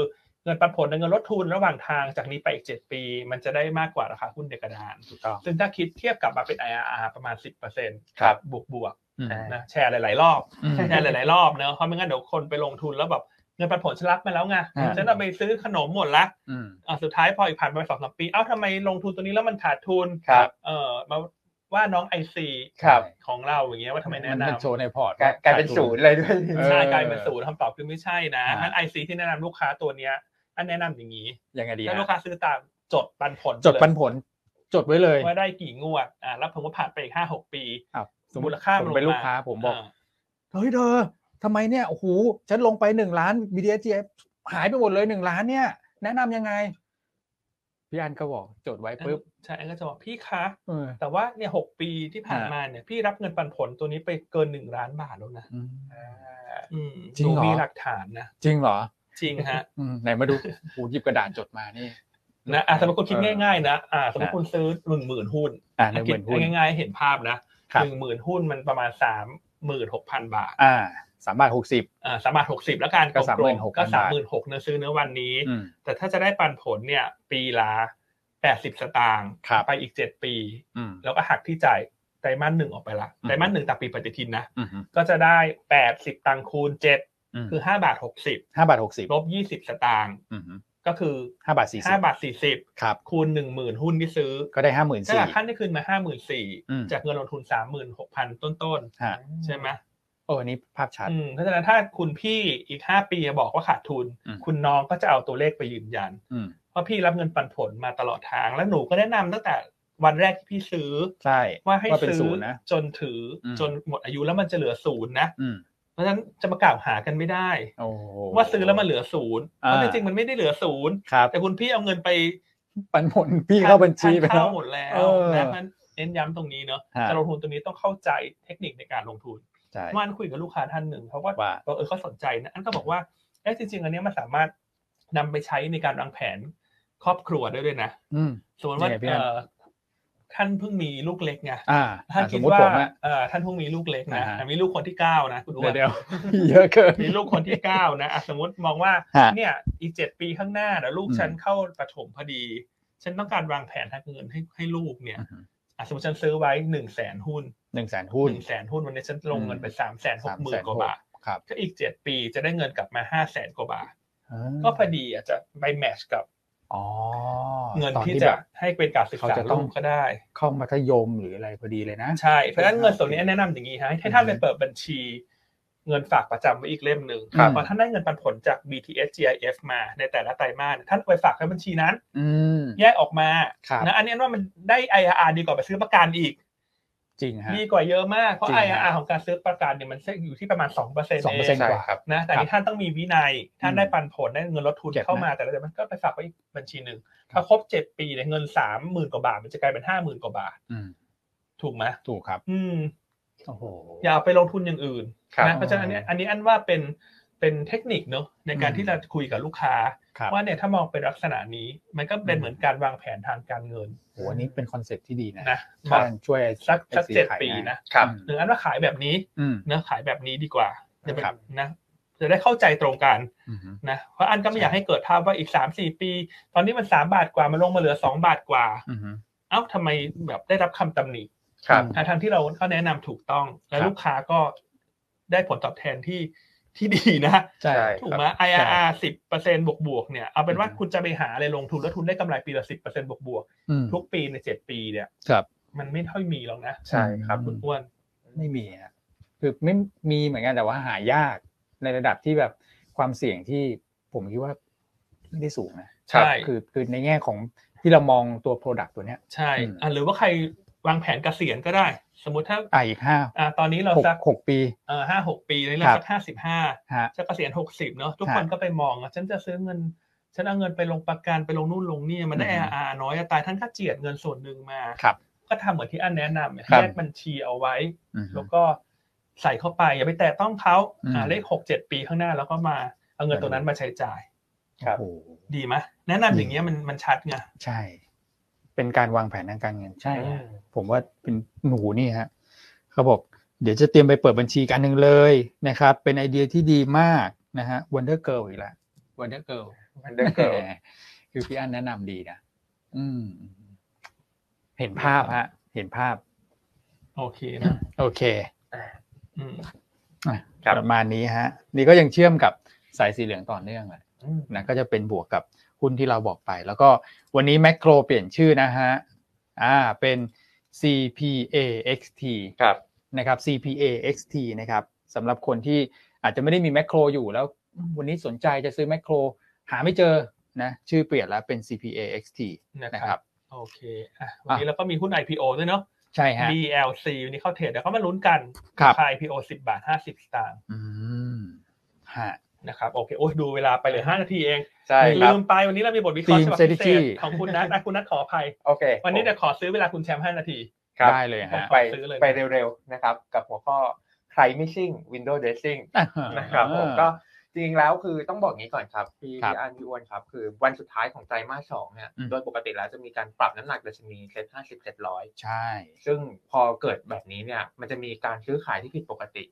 [SPEAKER 1] เงินปันผลและเงินลดทุนระหว่างทางจากนี้ไปอีก 7 ปี มันจะได้มากกว่าราคาหุ้นในกระดาน
[SPEAKER 2] ถูกต้อง
[SPEAKER 1] ซึ่งถ้าคิดเทียบกลับมาเป็น IRR ประมาณ 10%
[SPEAKER 3] ครับ
[SPEAKER 1] บวกบวก
[SPEAKER 2] อืม
[SPEAKER 1] ๆนะแชร์หลาย ๆ รอบ
[SPEAKER 2] อืม
[SPEAKER 1] แชร์หลาย ๆ รอบเนอะเพราะไม่งั้นเดี๋ยวคนไปลงทุนแล้วแบบเงินปันผลฉันรับมาแล้วไง
[SPEAKER 2] อ่า
[SPEAKER 1] ฉันเอาไปซื้อขนมหมดละ
[SPEAKER 2] อืม
[SPEAKER 1] อ่ะสุดท้ายพออีกผ่านไปสองสามปีเอ้าทำไมลงทุนตัวนี้แล้วมันขาดทุน
[SPEAKER 3] ครับ
[SPEAKER 1] เออมาว่าน้องไอซี
[SPEAKER 2] ครับ
[SPEAKER 1] ของเราอย่างเงี้ยว่าทำไมแนะ
[SPEAKER 2] มัน
[SPEAKER 1] นำ
[SPEAKER 2] มันโชว์ในพอร์ต
[SPEAKER 3] กลายกลายเป็นศูนย์เลยด้วย
[SPEAKER 2] เออ
[SPEAKER 1] ใช่กลายเป็นศูนย์คำตอบคือไม่ใช่นะ
[SPEAKER 2] อ่างั้
[SPEAKER 1] งั้นไอซีที่แนะนำลูกค้าตัวเนี้ยอันแนะนำอย่างนี้
[SPEAKER 2] ยังไงดี
[SPEAKER 1] ถ้าลูก
[SPEAKER 2] ฮะ
[SPEAKER 1] ค้าซื้อตามจดปันผล
[SPEAKER 2] จดปันผลจดไว้เลย
[SPEAKER 1] ว่าได้กี่งวดอ่าแล้วผมว่าผ่านไปอีกห้าหกปี
[SPEAKER 2] ครับสมมุติ
[SPEAKER 1] มูลค่า
[SPEAKER 2] ผม
[SPEAKER 1] น
[SPEAKER 2] เป็นลูกค้าผมบอก
[SPEAKER 1] า
[SPEAKER 2] เฮ้ยเธอทำไมเนี่ยโอ้โหฉันลงไปหนึ่งล้าน BDSG หายไปหมดเลยหนึ่งล้านเนี่ย แนะนำยังไง พี่อันก็บอกจดไว้ปุ๊บ
[SPEAKER 1] ใช่อันก็จะบอกพี่คะ
[SPEAKER 2] เออ
[SPEAKER 1] แต่ว่าเนี่ยหกปีที่ผ่าน
[SPEAKER 2] อ่าม
[SPEAKER 1] มาเนี่ยพี่รับเงินปันผลตัวนี้ไปเกินหนึ่งล้านบาทแล้วนะ
[SPEAKER 2] อืม
[SPEAKER 1] อืม
[SPEAKER 2] จริงเหรอ
[SPEAKER 1] นูมีหลักฐานนะ
[SPEAKER 2] จริงเหรอ
[SPEAKER 1] จริง ฮะ
[SPEAKER 2] อืมไหนมาดูโอ้หยิบกระดาษจดมานี่
[SPEAKER 1] นะอ่ะสมมติคุณคิด
[SPEAKER 2] เออ
[SPEAKER 1] ง่ายๆนะอ่าสมมติคุณซื้อหนึ่งหมื่นหุ้น
[SPEAKER 2] อ่าห
[SPEAKER 1] อ่ะ
[SPEAKER 2] นึ่งห
[SPEAKER 1] คิด
[SPEAKER 2] มื่นหุ้น
[SPEAKER 1] ง่ายๆให้เห็นภาพนะครับ หนึ่งหมื่นหุ้นมันประมาณสาม หมื่นหกพันบาท
[SPEAKER 2] อ่าสามบาทหกสิบ
[SPEAKER 1] อ่าสามบาทหกสิบแล้วกัน
[SPEAKER 2] ก็
[SPEAKER 1] ลมๆ
[SPEAKER 2] 36,000
[SPEAKER 1] ก็สามหมื่นหกเนื้อซื้อเนื้อวันนี้
[SPEAKER 2] อืม
[SPEAKER 1] แต่ถ้าจะได้ปันผลเนี่ย ปีละแปดสิบสตางค์
[SPEAKER 2] ครับ
[SPEAKER 1] ไปอีกเจ็ดปี
[SPEAKER 2] อืม
[SPEAKER 1] แล้วก็หักที่จ่ายไตรมาสหนึ่งออกไปละ
[SPEAKER 2] อืม
[SPEAKER 1] ไตรมาสหนึ่งตามปีปฏิทินนะ
[SPEAKER 2] อืม
[SPEAKER 1] ก็จะได้แปดสิบตังค์คูณเจ็ด
[SPEAKER 2] อืม
[SPEAKER 1] คือห้าบาทหกสิบ
[SPEAKER 2] ห้าบาทหกสิบ
[SPEAKER 1] ลบยี่สิบสตางค์
[SPEAKER 2] อืมฮึ
[SPEAKER 1] ก็คือ
[SPEAKER 2] ห้าบาทสี่สิบบ
[SPEAKER 1] ห้าาทสี่สิบ
[SPEAKER 2] ครับ
[SPEAKER 1] คูณหนึ่งหมื่นหุ้นที่ซื้อ
[SPEAKER 2] ก็ได้ห้าหมื่น
[SPEAKER 1] ก็
[SPEAKER 2] สี่
[SPEAKER 1] ขั้นที่คืนมาห้าหมื่นสี่
[SPEAKER 2] อืม
[SPEAKER 1] จากเงินลงทุนสามหมื่นหกพันต้น
[SPEAKER 2] ฮะ
[SPEAKER 1] ๆ ใช่ไหม
[SPEAKER 2] โอ้อันนี้ภาพชัด
[SPEAKER 1] อืมเพราะฉะนั้นถ้าคุณพี่อีกห้าปีบอกว่าขาดทุน
[SPEAKER 2] อืม
[SPEAKER 1] คุณน้องก็จะเอาตัวเลขไปยืนยัน
[SPEAKER 2] อืม
[SPEAKER 1] เพราะพี่รับเงินปันผลมาตลอดทาง และหนูก็แนะนำตั้งแต่วันแรกที่พี่ซื้อ
[SPEAKER 2] ใช่
[SPEAKER 1] ว่าให้
[SPEAKER 2] ว่าเป็น
[SPEAKER 1] ซื้อ
[SPEAKER 2] ศูนย์นะ
[SPEAKER 1] จนถืออ
[SPEAKER 2] ม
[SPEAKER 1] จนหมดอายุแล้วมันจะเหลือศูนย์นะ
[SPEAKER 2] อืม
[SPEAKER 1] เพราะฉะนั้นจะมากล่าวหากันไม่ได้
[SPEAKER 2] โอ้โห
[SPEAKER 1] ว่าซื้อแล้วมันเหลือศูนย์เพ
[SPEAKER 2] อ่า
[SPEAKER 1] ราะจริงๆมันไม่ได้เหลือศูนย์
[SPEAKER 2] ครับ
[SPEAKER 1] แต่คุณพี่เอาเงินไป
[SPEAKER 2] ปันผลพี่เข้าบัญชีไป
[SPEAKER 1] ทาน
[SPEAKER 2] แล้
[SPEAKER 1] ข้าว หมดแล้ว
[SPEAKER 2] เออ
[SPEAKER 1] นะมันเน้นย้ำตรงนี้เนอะ
[SPEAKER 2] ฮะ
[SPEAKER 1] การลงทุนตัวนี้ต้องเข้าใจเทคนิคในการลงทุน
[SPEAKER 2] ใช่
[SPEAKER 1] เมื่อวานคุยกับลูกค้าท่านหนึ่งเขาก็
[SPEAKER 2] ว่า
[SPEAKER 1] บอกเออเขาสนใจนะอันก็บอกว่าเอ๊ะจริง ๆ อันเนี้ยมันสามารถนำไปใช้ในการวางแผนครอบครัวได้ด้วยนะ
[SPEAKER 2] อืม
[SPEAKER 1] สมมติว่า
[SPEAKER 2] เนี่ยพี่อัน
[SPEAKER 1] เอ่อท่านเพิ่งมีลูกเล็กไง
[SPEAKER 2] อ่า
[SPEAKER 1] ท่าน
[SPEAKER 2] อ่ะส
[SPEAKER 1] คิ
[SPEAKER 2] ม
[SPEAKER 1] ด
[SPEAKER 2] มติ
[SPEAKER 1] ว่า
[SPEAKER 2] ผมอะ
[SPEAKER 1] เอ่อท่านเพิ่งมีลูกเล็กนะ
[SPEAKER 2] อ่าฮะ
[SPEAKER 1] มีลูกคนที่เก้านะคุณอ้
[SPEAKER 2] เดี๋
[SPEAKER 1] วย
[SPEAKER 2] วน เดี๋ยวเยอะเกิน
[SPEAKER 1] มี ลูกคนที่เก้านะอ่ะสมมติมองว่า
[SPEAKER 2] ฮะ
[SPEAKER 1] เนี่ยอีกเจ็ดปีข้างหน้าเดี๋ยวลูก
[SPEAKER 2] อืม
[SPEAKER 1] ฉันเข้าประถมพอดี ฉันต้องการวางแผนทางเงินให้ให้ลูกเนี่ย
[SPEAKER 2] อือฮึ
[SPEAKER 1] อ่ะสมมติฉันซื้อไว้หนึ่งแสนหุ้น
[SPEAKER 2] หนึ่งแสนหุ้น
[SPEAKER 1] หนึ่งแสนหุ้นวันนี้ฉันลงเงินไป
[SPEAKER 2] อืม
[SPEAKER 1] สามแสนหกหมื่นกว่าบาท
[SPEAKER 2] ครับ
[SPEAKER 1] ก็อีกเจ็ดปีจะได้เงินกลับมาห้าแสนกว่าบาท
[SPEAKER 2] อ่า
[SPEAKER 1] ก็พอดีอาจจะไปแมทชกับ
[SPEAKER 2] อ๋อ
[SPEAKER 1] เงิน
[SPEAKER 2] ตอ
[SPEAKER 1] ที่
[SPEAKER 2] ที่
[SPEAKER 1] จะ
[SPEAKER 2] แบบ
[SPEAKER 1] ให้เป็นการศึก
[SPEAKER 2] เขา
[SPEAKER 1] ษา
[SPEAKER 2] จะต้
[SPEAKER 1] ลู
[SPEAKER 2] อง
[SPEAKER 1] กก็ได้
[SPEAKER 2] เข้ามัธยมหรืออะไรพอดีเลยนะ
[SPEAKER 1] ใช่ เพราะฉะนั้นเงินส่วนนี้แนะนำอย่างนี้ฮะให้ท่านไปเปิดบัญชี เงินฝากประจำไว้อีกเล่มหนึ่ง
[SPEAKER 2] ครับ
[SPEAKER 1] พอท่านได้เงินปันผลจาก BTS GIF มาในแต่ละไตรมาสท่านเอาไปฝากในบัญชีนั้น
[SPEAKER 2] อืม
[SPEAKER 1] แยกออกมา
[SPEAKER 2] ครับ
[SPEAKER 1] นะอันนี้ว่ามันได้ IRR ดีกว่าไปซื้อประกันอีก
[SPEAKER 2] จริงฮะ
[SPEAKER 1] ดีกว่าเยอะมาก เพราะ
[SPEAKER 2] จริงฮะ
[SPEAKER 1] IRR ของการซื้อประกันเนี่ยมันอยู่ที่ประมาณ2%เ
[SPEAKER 2] สองเปอร์
[SPEAKER 1] อ
[SPEAKER 2] เซ็
[SPEAKER 1] ง
[SPEAKER 2] นต์กว่า
[SPEAKER 3] ใช่ครับ
[SPEAKER 1] นะแต่
[SPEAKER 2] ครับ
[SPEAKER 1] นี่ท่านต้องมีวินัย ท่านได้ปันผลได้เงินลดทุน
[SPEAKER 2] เก็บนะ
[SPEAKER 1] เข้ามาแต่ละเดือนมันก็ไปฝากไว้อีกบัญชีหนึ่ง
[SPEAKER 2] ค
[SPEAKER 1] พ
[SPEAKER 2] รับ
[SPEAKER 1] อครบเจ็ดปีเนี่ยเงินสามหมื่นกว่าบาทมันจะกลายเป็นห้าหมื่นกว่าบาท
[SPEAKER 2] อืม
[SPEAKER 1] ถูกไหม
[SPEAKER 2] ถูกครับ
[SPEAKER 1] อืม
[SPEAKER 2] โอ้โห
[SPEAKER 1] อย่าเอาไปลงทุนอย่างอื่น
[SPEAKER 3] ครับ
[SPEAKER 1] นะเพราะฉะนั้นเนี่ยอันนี้อันว่าเป็นเป็นเทคนิคเนอะในการ
[SPEAKER 2] อืม
[SPEAKER 1] ที่เราจะคุยกับลูกค้า
[SPEAKER 2] ครับ
[SPEAKER 1] ว่าเนี่ยถ้ามองเป็นลักษณะนี้ มันก็เป็นเหมือนการวางแผนทางการเงิน
[SPEAKER 2] โหอันนี้เป็นคอนเซ็ปต์ที่ดีนะ
[SPEAKER 1] นะ
[SPEAKER 2] บ้า
[SPEAKER 1] บาง
[SPEAKER 2] นช่วย
[SPEAKER 1] สักสัก
[SPEAKER 2] ไอ้
[SPEAKER 1] เจ็ด
[SPEAKER 2] ขาย
[SPEAKER 1] ปี
[SPEAKER 2] ได้
[SPEAKER 1] นะครับ หรืออันว่าขายแบบนี้
[SPEAKER 2] อืม
[SPEAKER 1] เนอะขายแบบนี้ดีกว่าจะเป็น
[SPEAKER 2] ครับ
[SPEAKER 1] นะจะได้เข้าใจตรงกัน
[SPEAKER 2] อืมฮึ
[SPEAKER 1] นะเพราะอันก็ไม่
[SPEAKER 2] ใช่
[SPEAKER 1] อยากให้เกิดภาพว่าอีกสามสี่ปี ตอนนี้มันสามบาทกว่ามันลงมาเหลือสองบาทกว่า
[SPEAKER 2] อืมฮึ
[SPEAKER 1] เอ้าทำไมแบบได้รับคำตำหนิ
[SPEAKER 3] ครับ
[SPEAKER 1] อ่าทางที่เราก็แนะนำถูกต้อง และ
[SPEAKER 2] ครับ
[SPEAKER 1] ลูกค้าก็ได้ผลตอบแทนที่ที่ดีนะ
[SPEAKER 2] ใช่
[SPEAKER 3] ใช่
[SPEAKER 1] ถูกไหม IRR สิบเปอร์เซ็นบวกบวกๆเนี่ยเอาเป็นว่า
[SPEAKER 2] อืม
[SPEAKER 1] คุณจะไปหาอะไรลงทุนแล้วทุนได้กำไรปีละสิบเปอร์เซ็นบวกบวก
[SPEAKER 2] อืม
[SPEAKER 1] ๆทุกปีในเจ็ดปีเนี่ย
[SPEAKER 2] ครับ
[SPEAKER 1] มันไม่ค่อยมีหรอกนะ
[SPEAKER 3] ใช่ครับ
[SPEAKER 2] อืม
[SPEAKER 1] คุณอ้วน
[SPEAKER 2] ไม่มีฮะคือไม่มีเหมือนกันแต่ว่าหายากในระดับที่แบบความเสี่ยงที่ผมคิดว่าไม่ได้สูงนะ
[SPEAKER 1] ใช่
[SPEAKER 2] คือคือในแง่ของที่เรามองตัว Product ตัวเนี้ย
[SPEAKER 1] ใช่
[SPEAKER 2] อืม
[SPEAKER 1] อ่ะหรือว่าใครวางแผนเกษียณก็ได้ สมมติถ้า
[SPEAKER 2] อ่ะอีกห้า
[SPEAKER 1] อ่าตอนนี้เรา
[SPEAKER 2] หก
[SPEAKER 1] สัก
[SPEAKER 2] หกปี
[SPEAKER 1] เอ่อห้าหกปีในเรื่อ
[SPEAKER 2] ค
[SPEAKER 1] ง
[SPEAKER 2] รับ
[SPEAKER 1] สักห้าสิบห้า
[SPEAKER 2] ฮะ
[SPEAKER 1] จะเกษียณหกสิบเนาะทุก
[SPEAKER 2] ครับ
[SPEAKER 1] คนก็ไปมองอ่ะฉันจะซื้อเงิน ฉันเอาเงินไปลงประกันไปลงนู่นลงนี่มันได้
[SPEAKER 2] อืม
[SPEAKER 1] IRR น้อยอะตายท่านก็เจียดเงินส่วนหนึ่งมา
[SPEAKER 2] ครับ
[SPEAKER 1] ก็ทำเหมือนที่อันแนะนำเนี่ย
[SPEAKER 2] ครับ
[SPEAKER 1] แยกบัญชีเอาไว้
[SPEAKER 2] อืม
[SPEAKER 1] แล้วก็ใส่เข้าไป อย่าไปแตะต้องเขา
[SPEAKER 2] อืม
[SPEAKER 1] อ่าเลขหกเจ็ดปีข้างหน้าแล้วก็มาเอาเงินตรงนั้นมาใช้จ่าย
[SPEAKER 3] ครับ
[SPEAKER 2] โอ้โห
[SPEAKER 1] ดีไหมแนะนำอย่างเงี้ยมันมันชัดไง
[SPEAKER 2] ใช่ เป็นการวางแผนทางการเงินใช่
[SPEAKER 1] อื
[SPEAKER 2] ฮะ
[SPEAKER 1] ม
[SPEAKER 2] ผมว่าเป็นหนูนี่ฮะเขาบอก เดี๋ยวจะเตรียมไปเปิดบัญชีการหนึ่งเลยนะครับ เป็นไอเดียที่ดีมากนะฮะวันเดอร์เกิลอีกแล้ววันเดอร์เกิล
[SPEAKER 3] มันเดอร์เกิล
[SPEAKER 2] คือพี่อันแนะนำดีนะอืม เห็นภาพฮะ เห็นภาพ
[SPEAKER 1] โอเคนะ
[SPEAKER 2] โอเค
[SPEAKER 1] อืม
[SPEAKER 2] อ่ะ
[SPEAKER 3] ครับ
[SPEAKER 2] ประมาณนี้ฮะ นี่ก็ยังเชื่อมกับสายสีเหลืองต่อเนื่องแหละ
[SPEAKER 1] อืม
[SPEAKER 2] นะก็จะเป็นบวกกับหุ้นที่เราบอกไป แล้วก็วันนี้แมคโครเปลี่ยนชื่อนะฮะ อ่า เป็น CPAXT
[SPEAKER 3] ครับ
[SPEAKER 2] นะครับ CPAXT นะครับสำหรับคนที่อาจจะไม่ได้มีแมคโครอยู่แล้ว วันนี้สนใจจะซื้อแมคโคร หาไม่เจอนะชื่อเปลี่ยนแล้วเป็น CPAXT
[SPEAKER 1] นะ
[SPEAKER 2] นะ
[SPEAKER 1] ค
[SPEAKER 2] ค
[SPEAKER 1] รั
[SPEAKER 2] รับ บ
[SPEAKER 1] โอเคอ่ะวันนี้เราก็มีหุ้น IPO ด้วยเนาะ
[SPEAKER 2] ใช่ฮะ
[SPEAKER 1] BLC วันนี้เข้าเทรดเดี๋ยวเขามาลุ้นกัน
[SPEAKER 2] ครับ
[SPEAKER 1] ค่า IPO สิบบาทห้าสิบสตางค์
[SPEAKER 2] อืมฮะ
[SPEAKER 1] นะครับโอเคโอ้ยดูเวลาไปเหลือห้านาทีเอง
[SPEAKER 3] ใช่ครั
[SPEAKER 1] ลื
[SPEAKER 3] บ
[SPEAKER 1] มไปวันนี้เรามีบทวิเคราะห์ฉบับพิเศ
[SPEAKER 2] Team
[SPEAKER 1] ษ
[SPEAKER 2] Strategy
[SPEAKER 1] ของคุณนัทอ่ะคุณนัทขออภัย
[SPEAKER 3] โอเค
[SPEAKER 1] วันนี้จะขอซื้อเวลาคุณแชมป์ห้านาที
[SPEAKER 3] ครับ
[SPEAKER 2] ได้เลยฮะ
[SPEAKER 1] ผม
[SPEAKER 3] ไป
[SPEAKER 1] ซื้อเลยนะ
[SPEAKER 3] ไปเร็วๆนะครับ กับหัวข้อใครไม่ซิ่ง Windows Dressing นะครับผม
[SPEAKER 2] อ่า
[SPEAKER 3] ก็จ ริงๆแล้วคือต้องบอกอย่างนี้ก่อนครับพี่
[SPEAKER 2] ครับ
[SPEAKER 3] พี่อันพี่อ้วนครับ คือวันสุดท้ายของไตรมาสสองเนี่ย
[SPEAKER 2] อืม
[SPEAKER 3] โดยปกติแล้วจะมีการปรับน้ำหนักดัชนีเซ็ตห้าสิบเซ็ตร้อย
[SPEAKER 2] ใช่
[SPEAKER 3] ซึ่งพอเกิดแบบนี้เนี่ย มันจะมีการซื้อขายที่ผิดปกติ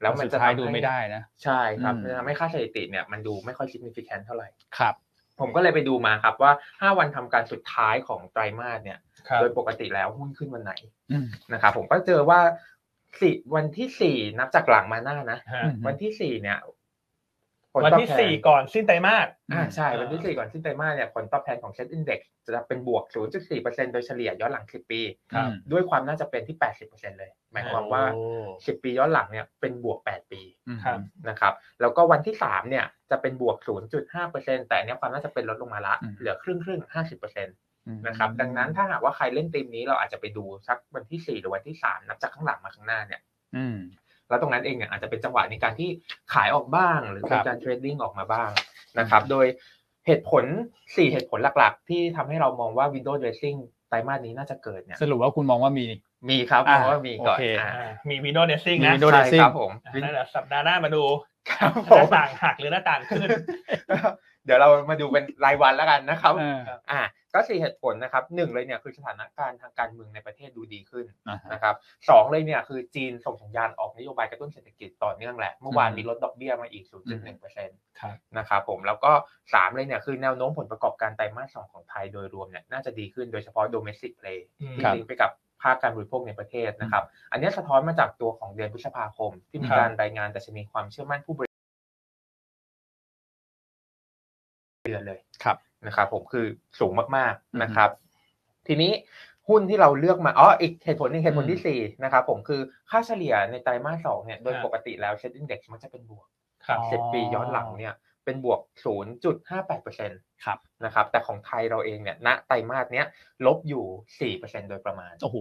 [SPEAKER 3] แล้วมัน
[SPEAKER 2] สุด
[SPEAKER 3] จะ
[SPEAKER 2] ท้าย
[SPEAKER 3] ทำ
[SPEAKER 2] ดู
[SPEAKER 3] ให้
[SPEAKER 2] ไม่ได้นะ
[SPEAKER 3] ใช่ครับ
[SPEAKER 2] อืม
[SPEAKER 3] มันจะทำให้ค่าสถิติเนี่ยมันดูไม่ค่อย significant เท่าไหร่
[SPEAKER 2] ครับ
[SPEAKER 3] ผมก็เลยไปดูมาครับว่า 5 วันทำการสุดท้ายของไตรมาสเนี่ย
[SPEAKER 1] ครับ
[SPEAKER 3] โดยปกติแล้วหุ้นขึ้นวันไหน
[SPEAKER 2] อืม
[SPEAKER 3] นะครับผมก็เจอว่าสี่วันที่สี่นับจากหลังมาหน้านะ
[SPEAKER 1] ฮะ
[SPEAKER 2] อืม
[SPEAKER 3] วันที่สี่เนี่ยผล
[SPEAKER 1] วัน
[SPEAKER 3] ตอบ
[SPEAKER 1] ที่
[SPEAKER 3] แท
[SPEAKER 1] สี่ก่อนสิ้นไตรมาส
[SPEAKER 3] อ่าใช่
[SPEAKER 1] อ่า
[SPEAKER 3] วันที่สี่ก่อนสิ้นไตรมาสเนี่ยผลตอบแทนของเซ็ตอินเด็กซ์จะเป็นบวก 0.4%โดยเฉลี่ยย้อนหลัง 10 ปี
[SPEAKER 2] ครับ
[SPEAKER 3] ด้วยความน่าจะเป็นที่ 80%เลย หมายความว่า
[SPEAKER 1] โอ้
[SPEAKER 3] 10 ปีย้อนหลังเนี่ยเป็นบวก 8 ปี
[SPEAKER 1] ครับ
[SPEAKER 3] นะครับ แล้วก็วันที่ 3 เนี่ยจะเป็นบวก 0.5%แต่อันเนี้ยความน่าจะเป็นลดลงมาละ
[SPEAKER 2] อืม
[SPEAKER 3] เหลือครึ่งครึ่งๆ50%
[SPEAKER 2] อืม
[SPEAKER 3] นะครับ ดังนั้นถ้าหากว่าใครเล่นธีมนี้เราอาจจะไปดูสักวันที่ 4 หรือวันที่ 3 นับจากข้างหลังมาข้างหน้าเนี่ย
[SPEAKER 2] อืม
[SPEAKER 3] แล้วตรงนั้นเองเนี่ยอาจจะเป็นจังหวะในการที่ขายออกบ้าง หรือ
[SPEAKER 2] ครั
[SPEAKER 3] เป็น
[SPEAKER 2] บ
[SPEAKER 3] การเทรดดิ้งออกมาบ้างนะครับ โดยเหตุผลสี่เหตุผลหลักๆ ที่ทำให้เรามองว่า Windows Dressing ไตรมาสนี้น่าจะเกิดเนี่ย
[SPEAKER 2] สรุปว่าคุณมองว่ามี
[SPEAKER 3] มีครับเพ
[SPEAKER 2] อ่า
[SPEAKER 3] ราะว่ามีก่อน
[SPEAKER 2] โอเค
[SPEAKER 3] อ่า
[SPEAKER 1] อ่ามีวินโดว์เนสซิ่ง
[SPEAKER 2] มี
[SPEAKER 1] นะ
[SPEAKER 2] Windows
[SPEAKER 3] ใช่ครั
[SPEAKER 2] Dressing
[SPEAKER 3] บผม
[SPEAKER 1] อ่านั่นแหละสัปดาห์หน้ามาดู
[SPEAKER 3] ครับ
[SPEAKER 1] ห
[SPEAKER 3] ผ
[SPEAKER 1] น้าม ต่างหักหรือหน้าต่างขึ้น
[SPEAKER 3] เดี๋ยวเรามาดูเป็นรายวันแล้วกันนะครับ
[SPEAKER 2] เออ
[SPEAKER 3] อ่าก็สี่เหตุผลนะครับหนึ่งเลยเนี่ยคือสถานการณ์ทางการเมืองในประเทศดูดีขึ้น
[SPEAKER 2] อ่าฮะ
[SPEAKER 3] นะครับสองเลยเนี่ยคือจีนส่งสัญญาณออกนโยบายกระตุ้นเศรษฐกิจต่อเนื่องแหละ เมื่อวาน
[SPEAKER 2] อืม
[SPEAKER 3] มีลดดอกเบี้ยมาอีก
[SPEAKER 2] อืม
[SPEAKER 3] 0.1%
[SPEAKER 1] ครับ
[SPEAKER 3] นะครับผมแล้วก็สามเลยเนี่ยคือแนวโน้มผลประกอบการไตรมาสสองของไทยโดยรวมเนี่ยน่าจะดีขึ้นโดยเฉพาะ domestic play
[SPEAKER 1] อืม
[SPEAKER 3] ที่
[SPEAKER 2] ครับ
[SPEAKER 3] ลิงก์ไปกับภาคการบริโภคในประเทศนะครับ อันเนี้ยสะท้อนมาจากตัวของเดือนพฤษภาคม ที่มี
[SPEAKER 2] ครับ
[SPEAKER 3] การรายงานแต่ชนีความเชื่อมั่นผู้บริเดือนเลย
[SPEAKER 2] ครับ
[SPEAKER 3] นะครับผมคือสูงมากๆนะครับ ทีนี้หุ้นที่เราเลือกมาอ๋ออีกเหตุผลหนึงเหตุผลที่สี่นะครับผมคือค่าเฉลี่ยในไตรมาสสองเนี่ยโดย
[SPEAKER 1] ครับ
[SPEAKER 3] ปกติแล้วเซ็ตอินเด็กซ์มันจะเป็นบวก
[SPEAKER 1] ครับ
[SPEAKER 2] อ๋อ
[SPEAKER 3] สิบปีย้อนหลังเนี่ยเป็นบวก 0.58%น
[SPEAKER 2] ครับ
[SPEAKER 3] ะครับแต่ของไทยเราเองเนี่ยณไตรมาสเนี้ยลบอยู่ 4%โดยประมาณ
[SPEAKER 2] โอ้โห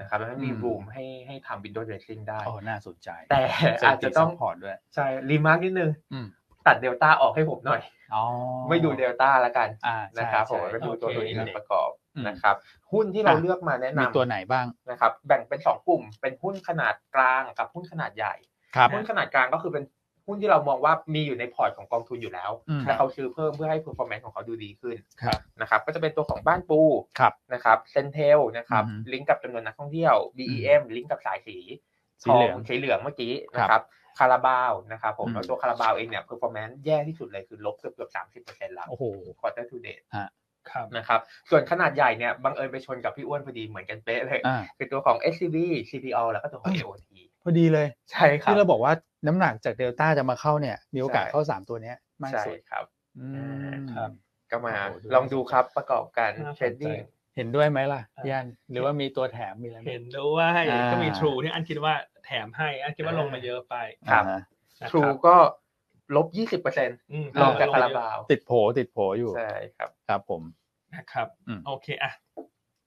[SPEAKER 3] นะครับแล้วมันมี
[SPEAKER 2] อืม
[SPEAKER 3] รูมให้ให้ทำ window dressing ได้
[SPEAKER 2] โอ้น่าสนใจ
[SPEAKER 3] แต่อาจจะต้อง
[SPEAKER 2] พอร์ตด้วย
[SPEAKER 3] ใช่รีมาร์กนิดนึง
[SPEAKER 2] อืม
[SPEAKER 3] ตัดเดลต้าออกให้ผมหน่อย
[SPEAKER 2] อ๋อ
[SPEAKER 3] ไม่ดูเดลต้าละกัน
[SPEAKER 2] อ่า
[SPEAKER 3] นะ
[SPEAKER 2] ใช่
[SPEAKER 3] ครับผ
[SPEAKER 2] ใช่
[SPEAKER 3] มก็ดูตัวตัวอื่นประกอบ
[SPEAKER 2] อืม
[SPEAKER 3] นะครับ หุ้นที่เรา
[SPEAKER 2] อ่ะ
[SPEAKER 3] เลือกมาแนะ
[SPEAKER 2] มีตัวน
[SPEAKER 3] ำ
[SPEAKER 2] ไหนบ้าง
[SPEAKER 3] นะครับ แบ่งเป็นสองกลุ่ม เป็นหุ้นขนาดกลางกับหุ้นขนาดใหญ่
[SPEAKER 2] ครับ
[SPEAKER 3] หุ้นขนาดกลางก็คือเป็นหุ้นที่เรามองว่ามีอยู่ในพอร์ตของกองทุนอยู่แล้ว
[SPEAKER 2] อืม
[SPEAKER 3] แต่เขาซื้อเพิ่มเพื่อให้ performance ของเขาดูดีขึ้น
[SPEAKER 2] ครับ
[SPEAKER 3] นะครับ ก็จะเป็นตัวของบ้านปู
[SPEAKER 2] ครับ
[SPEAKER 3] นะครับเซนเทลนะครับ
[SPEAKER 2] อือหือ
[SPEAKER 3] ลิงก์กับจำนวนนักท่องเที่ยว BEM ลิงก์กับสายสี
[SPEAKER 2] สีเหลือง
[SPEAKER 3] ทสีเหลืองเมื่อกี้
[SPEAKER 2] ครับ
[SPEAKER 3] นะครับ คาราบาวนะครับผม
[SPEAKER 2] อืม
[SPEAKER 3] แล้วตัวคาราบาวเองเนี่ย performance แย่ที่สุดเลยคือลบเกือบเกือบสามสิบเปอร์เซ็นต์แล้ว
[SPEAKER 2] โอ้โห
[SPEAKER 3] quarter to date
[SPEAKER 1] ครับ
[SPEAKER 3] นะครับ ส่วนขนาดใหญ่เนี่ยบังเอิญไปชนกับพี่อ้วนพอดีเหมือนกันเป๊ะเลย
[SPEAKER 2] อ่า
[SPEAKER 3] คือตัวของ SCB CPO แล้วก็ตัวของ
[SPEAKER 2] เอ้ย
[SPEAKER 3] AOT
[SPEAKER 2] พอดีเลย
[SPEAKER 3] ใช่ครับ
[SPEAKER 2] ที่เราบอกว่าน้ำหนักจากเดลต้าจะมาเข้าเนี่ย มีโอกาส
[SPEAKER 3] ใช่
[SPEAKER 2] เข้าสามตัวเนี้ยมาก
[SPEAKER 3] ใช่
[SPEAKER 2] สุด
[SPEAKER 3] ครับ
[SPEAKER 2] อืม
[SPEAKER 1] ครับ
[SPEAKER 3] ก็มา
[SPEAKER 2] โอ้โหดู
[SPEAKER 3] ลองดูครับประกอบกัน
[SPEAKER 1] น่าสนใจ
[SPEAKER 3] เทรดดิ้ง
[SPEAKER 2] เห็นด้วยไหมล่ะพี่อันหรือว่ามีตัวแถมมีอะไรไหม
[SPEAKER 1] เห็นด้วย
[SPEAKER 2] อ่า
[SPEAKER 1] ก็มีทรูที่อันคิดว่าแถมให้ อันคิดว่าลงมาเยอะไป
[SPEAKER 2] ครับฮะ
[SPEAKER 1] นะ
[SPEAKER 3] ทรู
[SPEAKER 1] ครับ
[SPEAKER 3] ก็ลบ 20%
[SPEAKER 1] อืม
[SPEAKER 3] ลองจาก
[SPEAKER 1] เอ
[SPEAKER 3] คา
[SPEAKER 1] อ
[SPEAKER 3] รา
[SPEAKER 1] เยอะ
[SPEAKER 3] บาว
[SPEAKER 2] ติดโผติดโผอยู่
[SPEAKER 3] ใช่ครับ
[SPEAKER 2] ครับผม
[SPEAKER 1] นะครับ
[SPEAKER 2] อืม
[SPEAKER 1] โอเคอ่ะ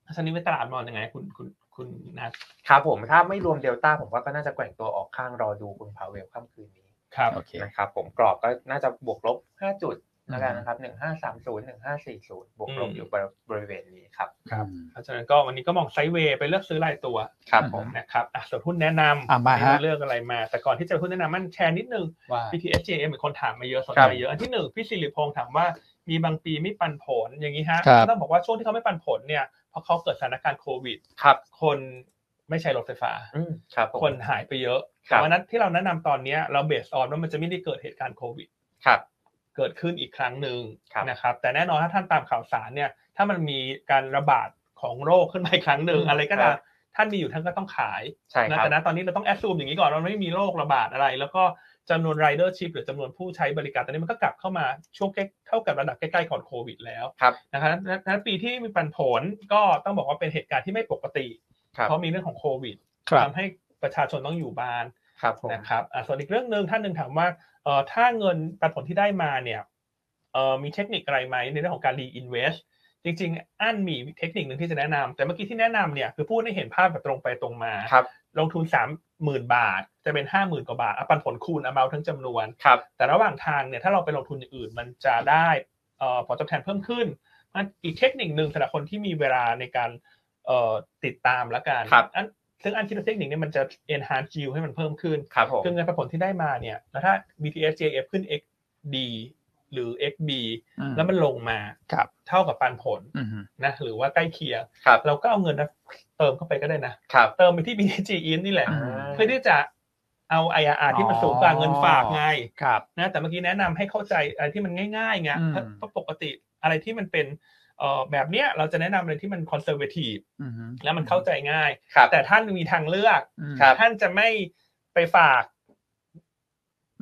[SPEAKER 1] ทัศนีวิตลาดมองยังไง คุณคุณคุณนัท
[SPEAKER 3] ครับผมถ้าไม่รวมเดลต้าผมว่าก็น่าจะแกว่งตัวออกข้างรอดูคุณพาเวลค่ำคืนนี้
[SPEAKER 1] ครับ
[SPEAKER 2] โอเค
[SPEAKER 3] นะครับผมกรอบก็น่าจะบวกลบ 5 จุดแล้วกัน
[SPEAKER 2] อืม
[SPEAKER 3] นะครับ 1530 1540 บวกลบ
[SPEAKER 1] อืม
[SPEAKER 3] อยู่บริเวณนี้ครับ
[SPEAKER 1] ครับ
[SPEAKER 2] อืม
[SPEAKER 1] เพราะฉะนั้นก็วันนี้ก็มองไซด์เวย์ไปเลือกซื้อรายตัว
[SPEAKER 3] ครับ
[SPEAKER 2] อืม
[SPEAKER 3] ผม
[SPEAKER 1] นะครับอ่ะส่วนหุ้นแนะนำ
[SPEAKER 2] อ่ะมา
[SPEAKER 1] วันนี้
[SPEAKER 2] ฮะ
[SPEAKER 1] เราเลือกอะไรมา แต่ก่อนที่จะไปหุ้นแนะนำมันแชร์นิดนึง
[SPEAKER 2] ว่า
[SPEAKER 1] BTS JM มีคนถามมาเยอะสน
[SPEAKER 3] ครั
[SPEAKER 1] ใจ
[SPEAKER 3] บ
[SPEAKER 1] เยอะอันที่หนึ่งพี่สิริพงษ์ถามว่ามีบางปีไม่ปันผลอย่างนี้ฮะ
[SPEAKER 2] ครับ
[SPEAKER 1] ต้องบอกว่าช่วงที่เขาไม่ปันผลเนี่ยเพราะเขาเกิดสถานการณ์โควิด
[SPEAKER 3] ครับ
[SPEAKER 1] คนไม่ใช้รถไฟฟ้า
[SPEAKER 3] อืมครับผม
[SPEAKER 1] คนหายไปเยอะ
[SPEAKER 3] ครั
[SPEAKER 1] แต่
[SPEAKER 3] บ
[SPEAKER 1] ว่านั้นที่เราแนะนำตอนเนี้ยเราเบสออนว่ามันจะไม่ได้เกิดเหตุการณ์โควิด
[SPEAKER 3] ครับ
[SPEAKER 1] เกิดขึ้นอีกครั้งหนึ่ง
[SPEAKER 3] ครับ
[SPEAKER 1] นะครับ แต่แน่นอนถ้าท่านตามข่าวสารเนี่ย ถ้ามันมีการระบาดของโรคขึ้นมาอีกครั้งหนึ่ง
[SPEAKER 3] อืม
[SPEAKER 1] อะไรก็ตา
[SPEAKER 3] ครั
[SPEAKER 1] ม
[SPEAKER 3] บ
[SPEAKER 1] ท่านมีอยู่ท่านก็ต้องขาย
[SPEAKER 3] ใช่
[SPEAKER 1] นะครับ แต่ณตอนนี้เราต้องแอดซูมอย่างนี้ก่อนว่ามันไม่มีโรคระบาดอะไร แล้วก็จำนวนรายเดอร์ชิพหรือจำนวนผู้ใช้บริการตอนนี้มันก็กลับเข้ามาช่วงใกล้เท่ากับระดับใกล้ๆก่อนโควิดแล้ว
[SPEAKER 3] ครับ
[SPEAKER 1] นะครับนั้นปีที่มีปันผลก็ต้องบอกว่าเป็นเหตุการณ์ที่ไม่ปกติ
[SPEAKER 3] ครับ
[SPEAKER 1] เพราะมีเรื่องของโควิด
[SPEAKER 2] ครับ
[SPEAKER 1] ทำให้ประชาชนต้องอยู่บ้าน
[SPEAKER 3] ครับผม
[SPEAKER 1] นะครับอ่ะส่วนอีกเรื่องหนึ่งท่านหนึ่งถามว่าเอ่อถ้าเงินปันผลที่ได้มาเนี่ยเอ่อมีเทคนิคอะไรไหมในเรื่องของการ reinvest จริงๆ อันมีเทคนิคหนึ่งที่จะแนะนำแต่เมื่อกี้ที่แนะนำเนี่ยคือพูดให้เห็นภาพแบบตรงไปตรงมา
[SPEAKER 3] ครับ
[SPEAKER 1] ลงทุน 3 0,000 บาท จะเป็น 5 0,000 กว่าบาทอ่ะปันผลคูณ amount ทั้งจำนวน
[SPEAKER 3] ครับ
[SPEAKER 1] แต่ระหว่างทางเนี่ยถ้าเราไปลงทุนอย่างอื่นมันจะได้เอ่อผลตอบแทนเพิ่มขึ้นมันอีกเทคนิคหนึ่งสำหรับคนที่มีเวลาในการเอ่อติดตามละกัน
[SPEAKER 3] ครับ
[SPEAKER 1] อันซึ่งอันคิดว่าเทคนิคนี้มันจะ enhance yield ให้มันเพิ่มขึ้น
[SPEAKER 3] ครับผม
[SPEAKER 1] คือเงินปันผลที่ได้มาเนี่ย แล้วถ้า BTS JF ขึ้น X D หรือ XB
[SPEAKER 2] อืม
[SPEAKER 1] แล้วมันลงมา
[SPEAKER 2] ครับ
[SPEAKER 1] เท่ากับปันผล
[SPEAKER 2] อืม
[SPEAKER 1] นะหรือว่าใกล้เคียง
[SPEAKER 3] ครับ
[SPEAKER 1] เราก็เอาเงินนะเติมเข้าไปก็ได้นะ
[SPEAKER 3] ครับ
[SPEAKER 1] เติมไปที่ BTG In นี่แหละ
[SPEAKER 2] า
[SPEAKER 1] เพื่อที่จะเอา IRR ที่มันสูงกว่าเงินฝากไง
[SPEAKER 2] ครับ
[SPEAKER 1] นะแต่เมื่อกี้แนะนำให้เข้าใจอะไรที่มันง่ายๆไง
[SPEAKER 2] อืม
[SPEAKER 1] เพราะปกติอะไรที่มันเป็นเอ่อแบบเนี้ยเราจะแนะนำอะไรที่มันคอนเซอร์เวทีฟ
[SPEAKER 2] อืม
[SPEAKER 1] แล้วมันเข้าใจง่าย
[SPEAKER 3] ครับ
[SPEAKER 1] แต่ท่านมีทางเลือก
[SPEAKER 2] อืม
[SPEAKER 3] ครับ
[SPEAKER 1] ท่านจะไม่ไปฝาก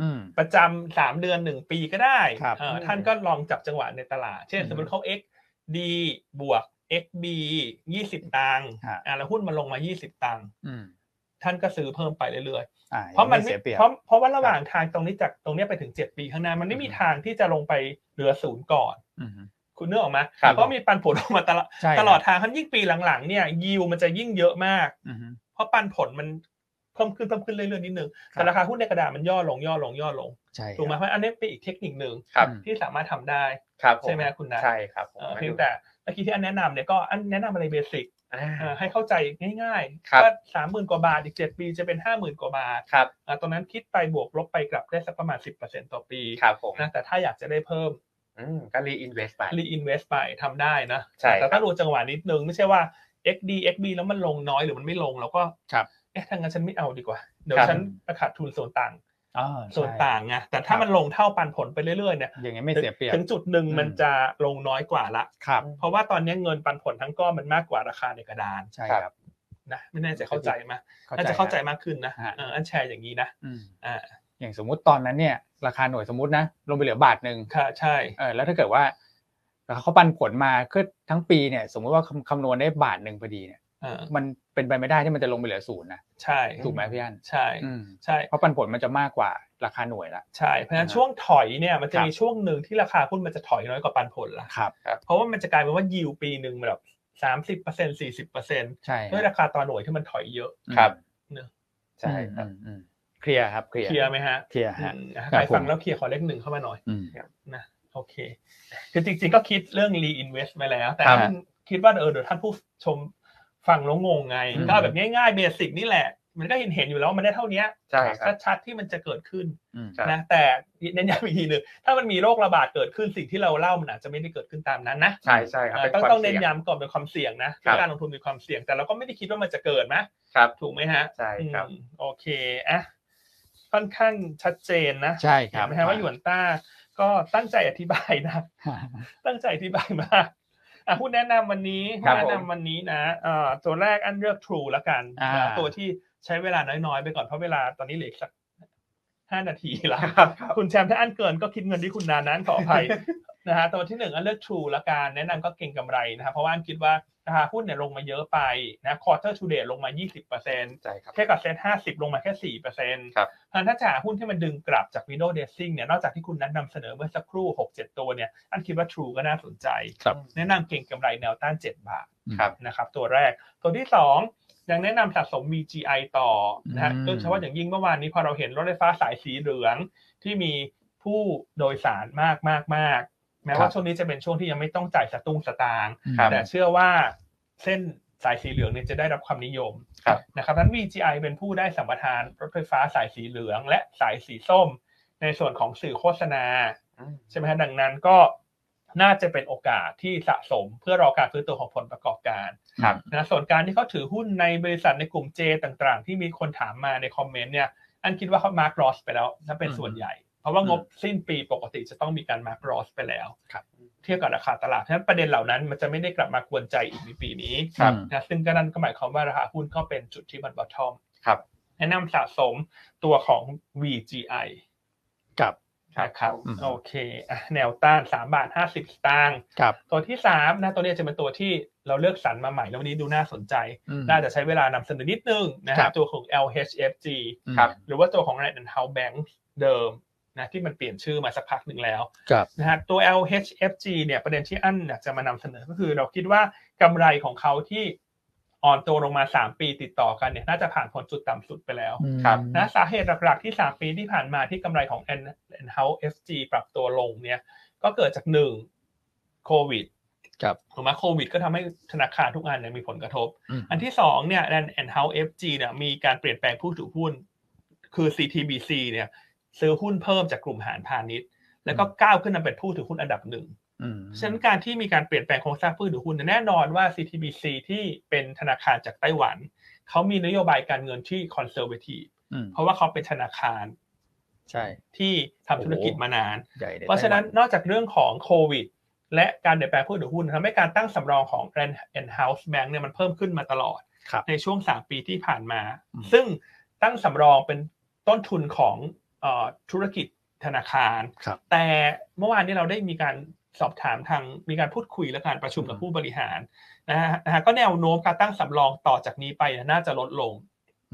[SPEAKER 2] อืม
[SPEAKER 1] ประจำสามเดือนหนึ่งปีก็ได้
[SPEAKER 2] ครับ
[SPEAKER 1] เอ่ออ
[SPEAKER 3] ม
[SPEAKER 1] ท่านก็ลองจับจังหวะในตลาด เช่น
[SPEAKER 2] อืม
[SPEAKER 1] สมมติเขา XD บวก XB ยี่สิบตังค์
[SPEAKER 2] ฮะ
[SPEAKER 1] อ่ะแล้วหุ้นมันลงมายี่สิบตังค์
[SPEAKER 2] อืม
[SPEAKER 1] ท่านก็ซื้อเพิ่มไปเรื่อยๆ
[SPEAKER 2] อ่
[SPEAKER 1] เพราะมัน
[SPEAKER 2] ยังไเสียเปรียบ
[SPEAKER 1] เพราะเพราะว่าระหว่างทางตรงนี้จากตรงเนี้ยไปถึงเจ็ดปีข้างหน้ามันไม่มี
[SPEAKER 2] อืม
[SPEAKER 1] ทางที่จะลงไปเหลือศูนย์ก่อน
[SPEAKER 2] อืม
[SPEAKER 1] คุณนึกออกไหม
[SPEAKER 3] ครับ
[SPEAKER 1] เพราะมีปันผลออกมาตลอด
[SPEAKER 2] ใช่
[SPEAKER 1] ตลอดทางทั้งยิ่งปีหลังๆเนี่ยยิวมันจะยิ่งเยอะมาก
[SPEAKER 2] อืม
[SPEAKER 1] เพราะปันผลมันเพิ่มขึ้นเพิ่มขึ้นเรื่อยๆนิดนึง
[SPEAKER 2] ครับ
[SPEAKER 1] แต่ราคาหุ้นในกระดาษมันย่อลงย่อลงย่อลง
[SPEAKER 2] ใช่
[SPEAKER 1] ถูกไหมเพราะอันนี้เป็นอีกเทคนิคหนึ่ง
[SPEAKER 3] ครับ
[SPEAKER 2] อืม
[SPEAKER 1] ที่สามารถทำได้
[SPEAKER 3] ครับผ
[SPEAKER 1] ใช่ไหมคุณนัท
[SPEAKER 3] ใช่ครับผม
[SPEAKER 1] เอ่อเพียงแต่เมื่อกี้ที่อันแนะนำเนี่ยก็อันแนะนำอะไรเบสิก
[SPEAKER 3] อ่า
[SPEAKER 1] เอ่อให้เข้าใจง่าย
[SPEAKER 3] ครับ
[SPEAKER 1] ๆว่าสามหมื่นกว่าบาทอีกเจ็ดปีจะเป็นห้าหมื่นกว่าบาท
[SPEAKER 3] ครับ
[SPEAKER 1] อ่าตอนนั้นคิดไปบวกลบไปกลับได้สักประมาณ 10%ต่อปี
[SPEAKER 3] ครับผม
[SPEAKER 1] นะแต่ถ้าอยากจะได้เพิ่ม
[SPEAKER 3] อืมก็รีอินเวสไป
[SPEAKER 1] reinvest ไปทำได้นะ
[SPEAKER 3] ใช่
[SPEAKER 1] แต่
[SPEAKER 3] ครั
[SPEAKER 1] ถ้า
[SPEAKER 3] บ
[SPEAKER 1] ดูจังหวะนิดนึงไม่ใช่ว่า XD XB แล้วมันลงน้อยหรือมันไม่ลงเราก็
[SPEAKER 2] ครับ
[SPEAKER 1] เอ๊ะทางงั้นฉันไม่เอาดีกว่า เดี๋ยว
[SPEAKER 3] ครับ
[SPEAKER 1] ฉันประขาดทุนส่วนต่าง
[SPEAKER 2] อ่าใช่
[SPEAKER 1] ส่วนต่างไงแต่ถ้า
[SPEAKER 2] ครับ
[SPEAKER 1] มันลงเท่าปันผลไปเรื่อยๆเนี่ย
[SPEAKER 2] ยังไงไม่เสียเปรียบ
[SPEAKER 1] ถึงจุดหนึ่ง
[SPEAKER 2] อืม
[SPEAKER 1] มันจะลงน้อยกว่าละ
[SPEAKER 2] ครับ
[SPEAKER 1] เพราะว่าตอนนี้เงินปันผลทั้งก้อนมันมากกว่าราคาในกระดาน
[SPEAKER 2] ใช่ครับ
[SPEAKER 1] นะไม่แน่ใจเข้าใจไหมน่าจะ
[SPEAKER 2] ครั
[SPEAKER 1] เข้า
[SPEAKER 2] บ
[SPEAKER 1] ใจมากขึ้นนะ
[SPEAKER 2] ฮะ
[SPEAKER 1] เอออันแชร์อย่างนี้นะ
[SPEAKER 2] อืม
[SPEAKER 1] อ่า
[SPEAKER 2] อย่างสมมุติตอนนั้นเนี่ย ราคาหน่วยสมมุตินะลงไปเหลือบาทหนึ่ง
[SPEAKER 1] ค่ะใช่
[SPEAKER 2] เออแล้วถ้าเกิดว่าเขาปันผลมาคือทั้งปีเนี่ย สมมุติว่าคำคำนวณได้บาทหนึ่งพอดีเนี่ย
[SPEAKER 1] เออ
[SPEAKER 2] มันเป็นไปไม่ได้ที่มันจะลงไปเหลือศูนย์นะ
[SPEAKER 1] ใช่
[SPEAKER 2] ถูกไหมพี่อัน
[SPEAKER 1] ใช่
[SPEAKER 2] อืม
[SPEAKER 1] ใช่
[SPEAKER 2] เพราะปันผลมันจะมากกว่าราคาหน่วยละ
[SPEAKER 1] ใช่ เพราะฉะนั้น
[SPEAKER 2] อ่า
[SPEAKER 1] ช่วงถอยเนี่ยมันจะ
[SPEAKER 2] ครับ
[SPEAKER 1] มีช่วงหนึ่งที่ราคาหุ้นมันจะถอยน้อยกว่าปันผลละ
[SPEAKER 2] ครับ
[SPEAKER 1] เพราะว่ามันจะกลายเป็นว่ายิวปีหนึ่งมันแบบสามสิบเปอร์เซ็นต์สี่สิบเปอร์เซ็นต์
[SPEAKER 2] ใช่
[SPEAKER 1] ด้วยราคาต่อหน่วยที่มันถอยเยอะ
[SPEAKER 3] ครับ
[SPEAKER 1] เนอะ
[SPEAKER 2] ใช่
[SPEAKER 3] ใช่ครับ
[SPEAKER 2] อืมอืมเคลียร์ครับเคลียร์
[SPEAKER 1] เคลียร์ไหมฮะ
[SPEAKER 2] เคลียร์ฮะ
[SPEAKER 1] อืม
[SPEAKER 2] ครั
[SPEAKER 1] ใคร
[SPEAKER 2] บผม
[SPEAKER 1] ฟังแล้วเคลียร์ขอเลขหนึ่งเข้ามาหน่อย
[SPEAKER 2] อืม
[SPEAKER 1] นะโอเค คือจริงๆก็คิดเรื่อง reinvest ไปแล้ว แต่
[SPEAKER 2] ครับ
[SPEAKER 1] ท่านคิดว่าเออเดี๋ยวท่านผู้ชมฟังแล้วงงไง
[SPEAKER 2] อืม
[SPEAKER 1] ก็เอาแบบง่ายๆเบสิกนี่แหละ มันก็เห็นเห็นๆอยู่แล้วว่ามันได้เท่านี้
[SPEAKER 3] ใช่ครับ
[SPEAKER 1] ชัดๆที่มันจะเกิดขึ้น
[SPEAKER 2] อืม
[SPEAKER 3] ครับ
[SPEAKER 1] นะแต่เน้นย้ำอีกทีหนึ่งถ้ามันมีโรคระบาดเกิดขึ้นสิ่งที่เราเล่ามันอาจจะไม่ได้เกิดขึ้นตามนั้นนะ
[SPEAKER 3] ใช่ใช่ครับ
[SPEAKER 1] เอ่อต้
[SPEAKER 3] ป็
[SPEAKER 1] อง
[SPEAKER 3] ควา
[SPEAKER 1] ต้อ
[SPEAKER 3] ม
[SPEAKER 1] ง
[SPEAKER 3] สี่
[SPEAKER 1] เน้น
[SPEAKER 3] ง
[SPEAKER 1] ย้ำก่อนเป็นความเสี่ยงนะครับ การลงทุนมีความเสี่ยงแต่เราก็ไม่ได้คิดว่ามันจะเกิดนะครับ ถูกไหมฮะ
[SPEAKER 3] ใช่ครับ
[SPEAKER 1] อืมโอเคอ่ะค่อนข้างชัดเจนนะ
[SPEAKER 2] ใช่ครับ
[SPEAKER 1] เห็นไหมฮะว่าหยวนต้าก็ตั้งใจอธิบายนะ ตั้งใจอธิบายมากอ่ะหุ้นแนะนำวันนี้
[SPEAKER 3] ค
[SPEAKER 1] หุ้
[SPEAKER 3] รั
[SPEAKER 1] น
[SPEAKER 3] บ
[SPEAKER 1] แนะนำ
[SPEAKER 3] ผม
[SPEAKER 1] วันนี้นะเอ่อตัวแรกอันเลือก True ละกัน
[SPEAKER 2] อ่า
[SPEAKER 1] นะตัวที่ใช้เวลาน้อยๆ ไปก่อนเพราะเวลาตอนนี้เหลืออกสักห้านาทีละ
[SPEAKER 3] ครับครับ
[SPEAKER 1] คุณแชมป์ถ้าอันเกินก็คิดเงินที่คุณนานั้นขออภัย นะฮะตัวที่หนึ่งอันเลือก True ละกันแนะนำก็เก่งกำไรนะครับเพราะว่าอันคิดว่าราคาหุ้นเนี่ยลงมาเยอะไปนะ quarter to date ลงมา 20%
[SPEAKER 3] ใช่ครับ
[SPEAKER 1] เทียบกับเซ็น50 ลงมาแค่4%เพราะฉะ
[SPEAKER 3] ครับ
[SPEAKER 1] นั้นถ้าจะหาหุ้นที่มันดึงกลับจาก window dressing เนี่ยนอกจากที่คุณนัทนำเสนอเมื่อสักครู่ 6-7 ตัวเนี่ยอันคิดว่า True ก็น่าสนใจ
[SPEAKER 2] ครับ
[SPEAKER 1] แนะนำเก่งกำไรแนวต้าน 7 บาท
[SPEAKER 3] ครับ
[SPEAKER 1] นะครับตัวแรกตัวที่ 2 ยังแนะนำสะสม VGI ต่อนะฮะ
[SPEAKER 2] อืม
[SPEAKER 1] โดยเฉพาะอย่างยิ่งเมื่อวานนี้พอเราเห็นรถไฟฟ้าสายสีเหลืองที่มีผู้โดยสารมากมากมากแม้
[SPEAKER 2] ครั
[SPEAKER 1] ว่า
[SPEAKER 2] บ
[SPEAKER 1] ช่วงนี้จะเป็นช่วงที่ยังไม่ต้องจ่ายสตุ้งสตางค์
[SPEAKER 3] ครับ
[SPEAKER 1] แต่เชื่อว่าเส้นสายสีเหลืองเนี่ยจะได้รับความนิยม
[SPEAKER 3] ครับ
[SPEAKER 1] นะครับนั้น VGI เป็นผู้ได้สัมปทานรถไฟฟ้าสายสีเหลือง และสายสีส้ม ในส่วนของสื่อโฆษณา
[SPEAKER 3] อืม
[SPEAKER 1] ใช่ไหมฮะดังนั้นก็น่าจะเป็นโอกาสที่สะสมเพื่อรอการฟื้นตัวของผลประกอบการ
[SPEAKER 3] ครับ
[SPEAKER 1] นะส่วนการที่เขาถือหุ้นในบริษัทในกลุ่ม J ต่างๆ ที่มีคนถามมาในคอมเมนต์เนี่ยอันคิดว่าเขามาร์กรอสไปแล้วนั่นเป็นส่วนใหญ่ เพราะว่างบสิ้นปีปกติจะต้องมีการมาร์กรอสไปแล้ว
[SPEAKER 2] ครับ
[SPEAKER 1] เทียบกับราคาตลาดเพราะฉะนั้นประเด็นเหล่านั้นมันจะไม่ได้กลับมากวนใจอีกในปีนี้
[SPEAKER 2] ครับ
[SPEAKER 1] นะซึ่งก็นั่นก็หมายความว่าราคาหุ้นก็เป็นจุดที่มันบอททอม
[SPEAKER 3] ครับ
[SPEAKER 1] แนะนำสะสมตัวของ VGI
[SPEAKER 2] กับ
[SPEAKER 1] นะครับ
[SPEAKER 2] อืม
[SPEAKER 1] โอเคอ่ะแนวต้านสามบาทห้าสิบสตางค์
[SPEAKER 2] กับ
[SPEAKER 1] ตัวที่สามนะตัวนี้จะเป็นตัวที่เราเลือกสรรมาใหม่แล้ววันนี้ดูน่าสนใจ
[SPEAKER 2] อืม
[SPEAKER 1] น่าจะใช้เวลานำเสนอนิดนึงนะ
[SPEAKER 2] ค
[SPEAKER 1] ฮะ
[SPEAKER 2] รับ
[SPEAKER 1] ตัวของ LHFG
[SPEAKER 2] อืม
[SPEAKER 3] ครับ
[SPEAKER 1] หรือว่าตัวของ r a d and House Bank เดิมนะที่มันเปลี่ยนชื่อมาสักพักหนึ่งแล้ว
[SPEAKER 2] กับ
[SPEAKER 1] นะฮะตัว LHFG เนี่ยประเด็นที่อันอยากจะมานำเสนอก็คือเราคิดว่ากำไรของเขาที่อ่อนตัวลงมาสามปีติดต่อกันเนี่ยน่าจะผ่านพ้นจุดต่ำสุดไปแล้ว
[SPEAKER 3] ครับ
[SPEAKER 1] นะสาเหตุหลักๆที่ 3 ปีที่ผ่านมาที่กำไรของ a n h o u s e FG ปรับตัวลงเนี่ยก็เกิดจากหนึ่งโควิด
[SPEAKER 2] กับ
[SPEAKER 1] ถูกไหมโควิดก็ทำให้ธนาคารทุกอันเนี่ยมีผลกระทบ
[SPEAKER 2] อืม
[SPEAKER 1] อันที่สองเนี่ย a n h o u s e FG เนี่ยมีการเปลี่ยนแปลงผู้ถือหุ้น คือ CTBC เนี่ยซื้อหุ้นเพิ่มจากกลุ่มหารพาณิชย์ แล้วก็ก้าวขึ้นมาเป็นผู้ถือหุ้นอันดับหนึ่ง
[SPEAKER 2] อืม
[SPEAKER 1] ฉะนั้นการที่มีการเปลี่ยนแปลงโครงสร้างผู้ถือหุ้นเนยแน่นอนว่า CTBC ที่เป็นธนาคารจากไต้หวัน เขามีนโยบายการเงินที่คอนเซอร์เวทีฟ
[SPEAKER 2] อืม
[SPEAKER 1] เพราะว่าเขาเป็นธนาคาร
[SPEAKER 2] ใช่
[SPEAKER 1] ที่ทำธุรกิจมานาน
[SPEAKER 2] ใหญ่ใ
[SPEAKER 1] เพราะฉะนั้นนอกจากเรื่องของโควิด และการเปลี่ยนแปลงผู้ถือหุ้นทำให้การตั้งสำรองของ Grand and House Bank เนี่ยมันเพิ่มขึ้นมาตลอด
[SPEAKER 2] ครับ
[SPEAKER 1] ในช่วง 3 ปีที่ผ่านมา
[SPEAKER 2] อืม
[SPEAKER 1] ซึ่งตั้งสำรองเป็นต้นทุนของเออธุรกิจธนาคาร
[SPEAKER 2] ครับ
[SPEAKER 1] แต่เมื่อวานนี้เราได้มีการสอบถามทางมีการพูดคุยและการประชุมกับ
[SPEAKER 2] อืม
[SPEAKER 1] ผู้บริหารนะฮะนะฮะก็แนวโน้มการตั้งสำรองต่อจากนี้ไปเนี่ยน่าจะลดลง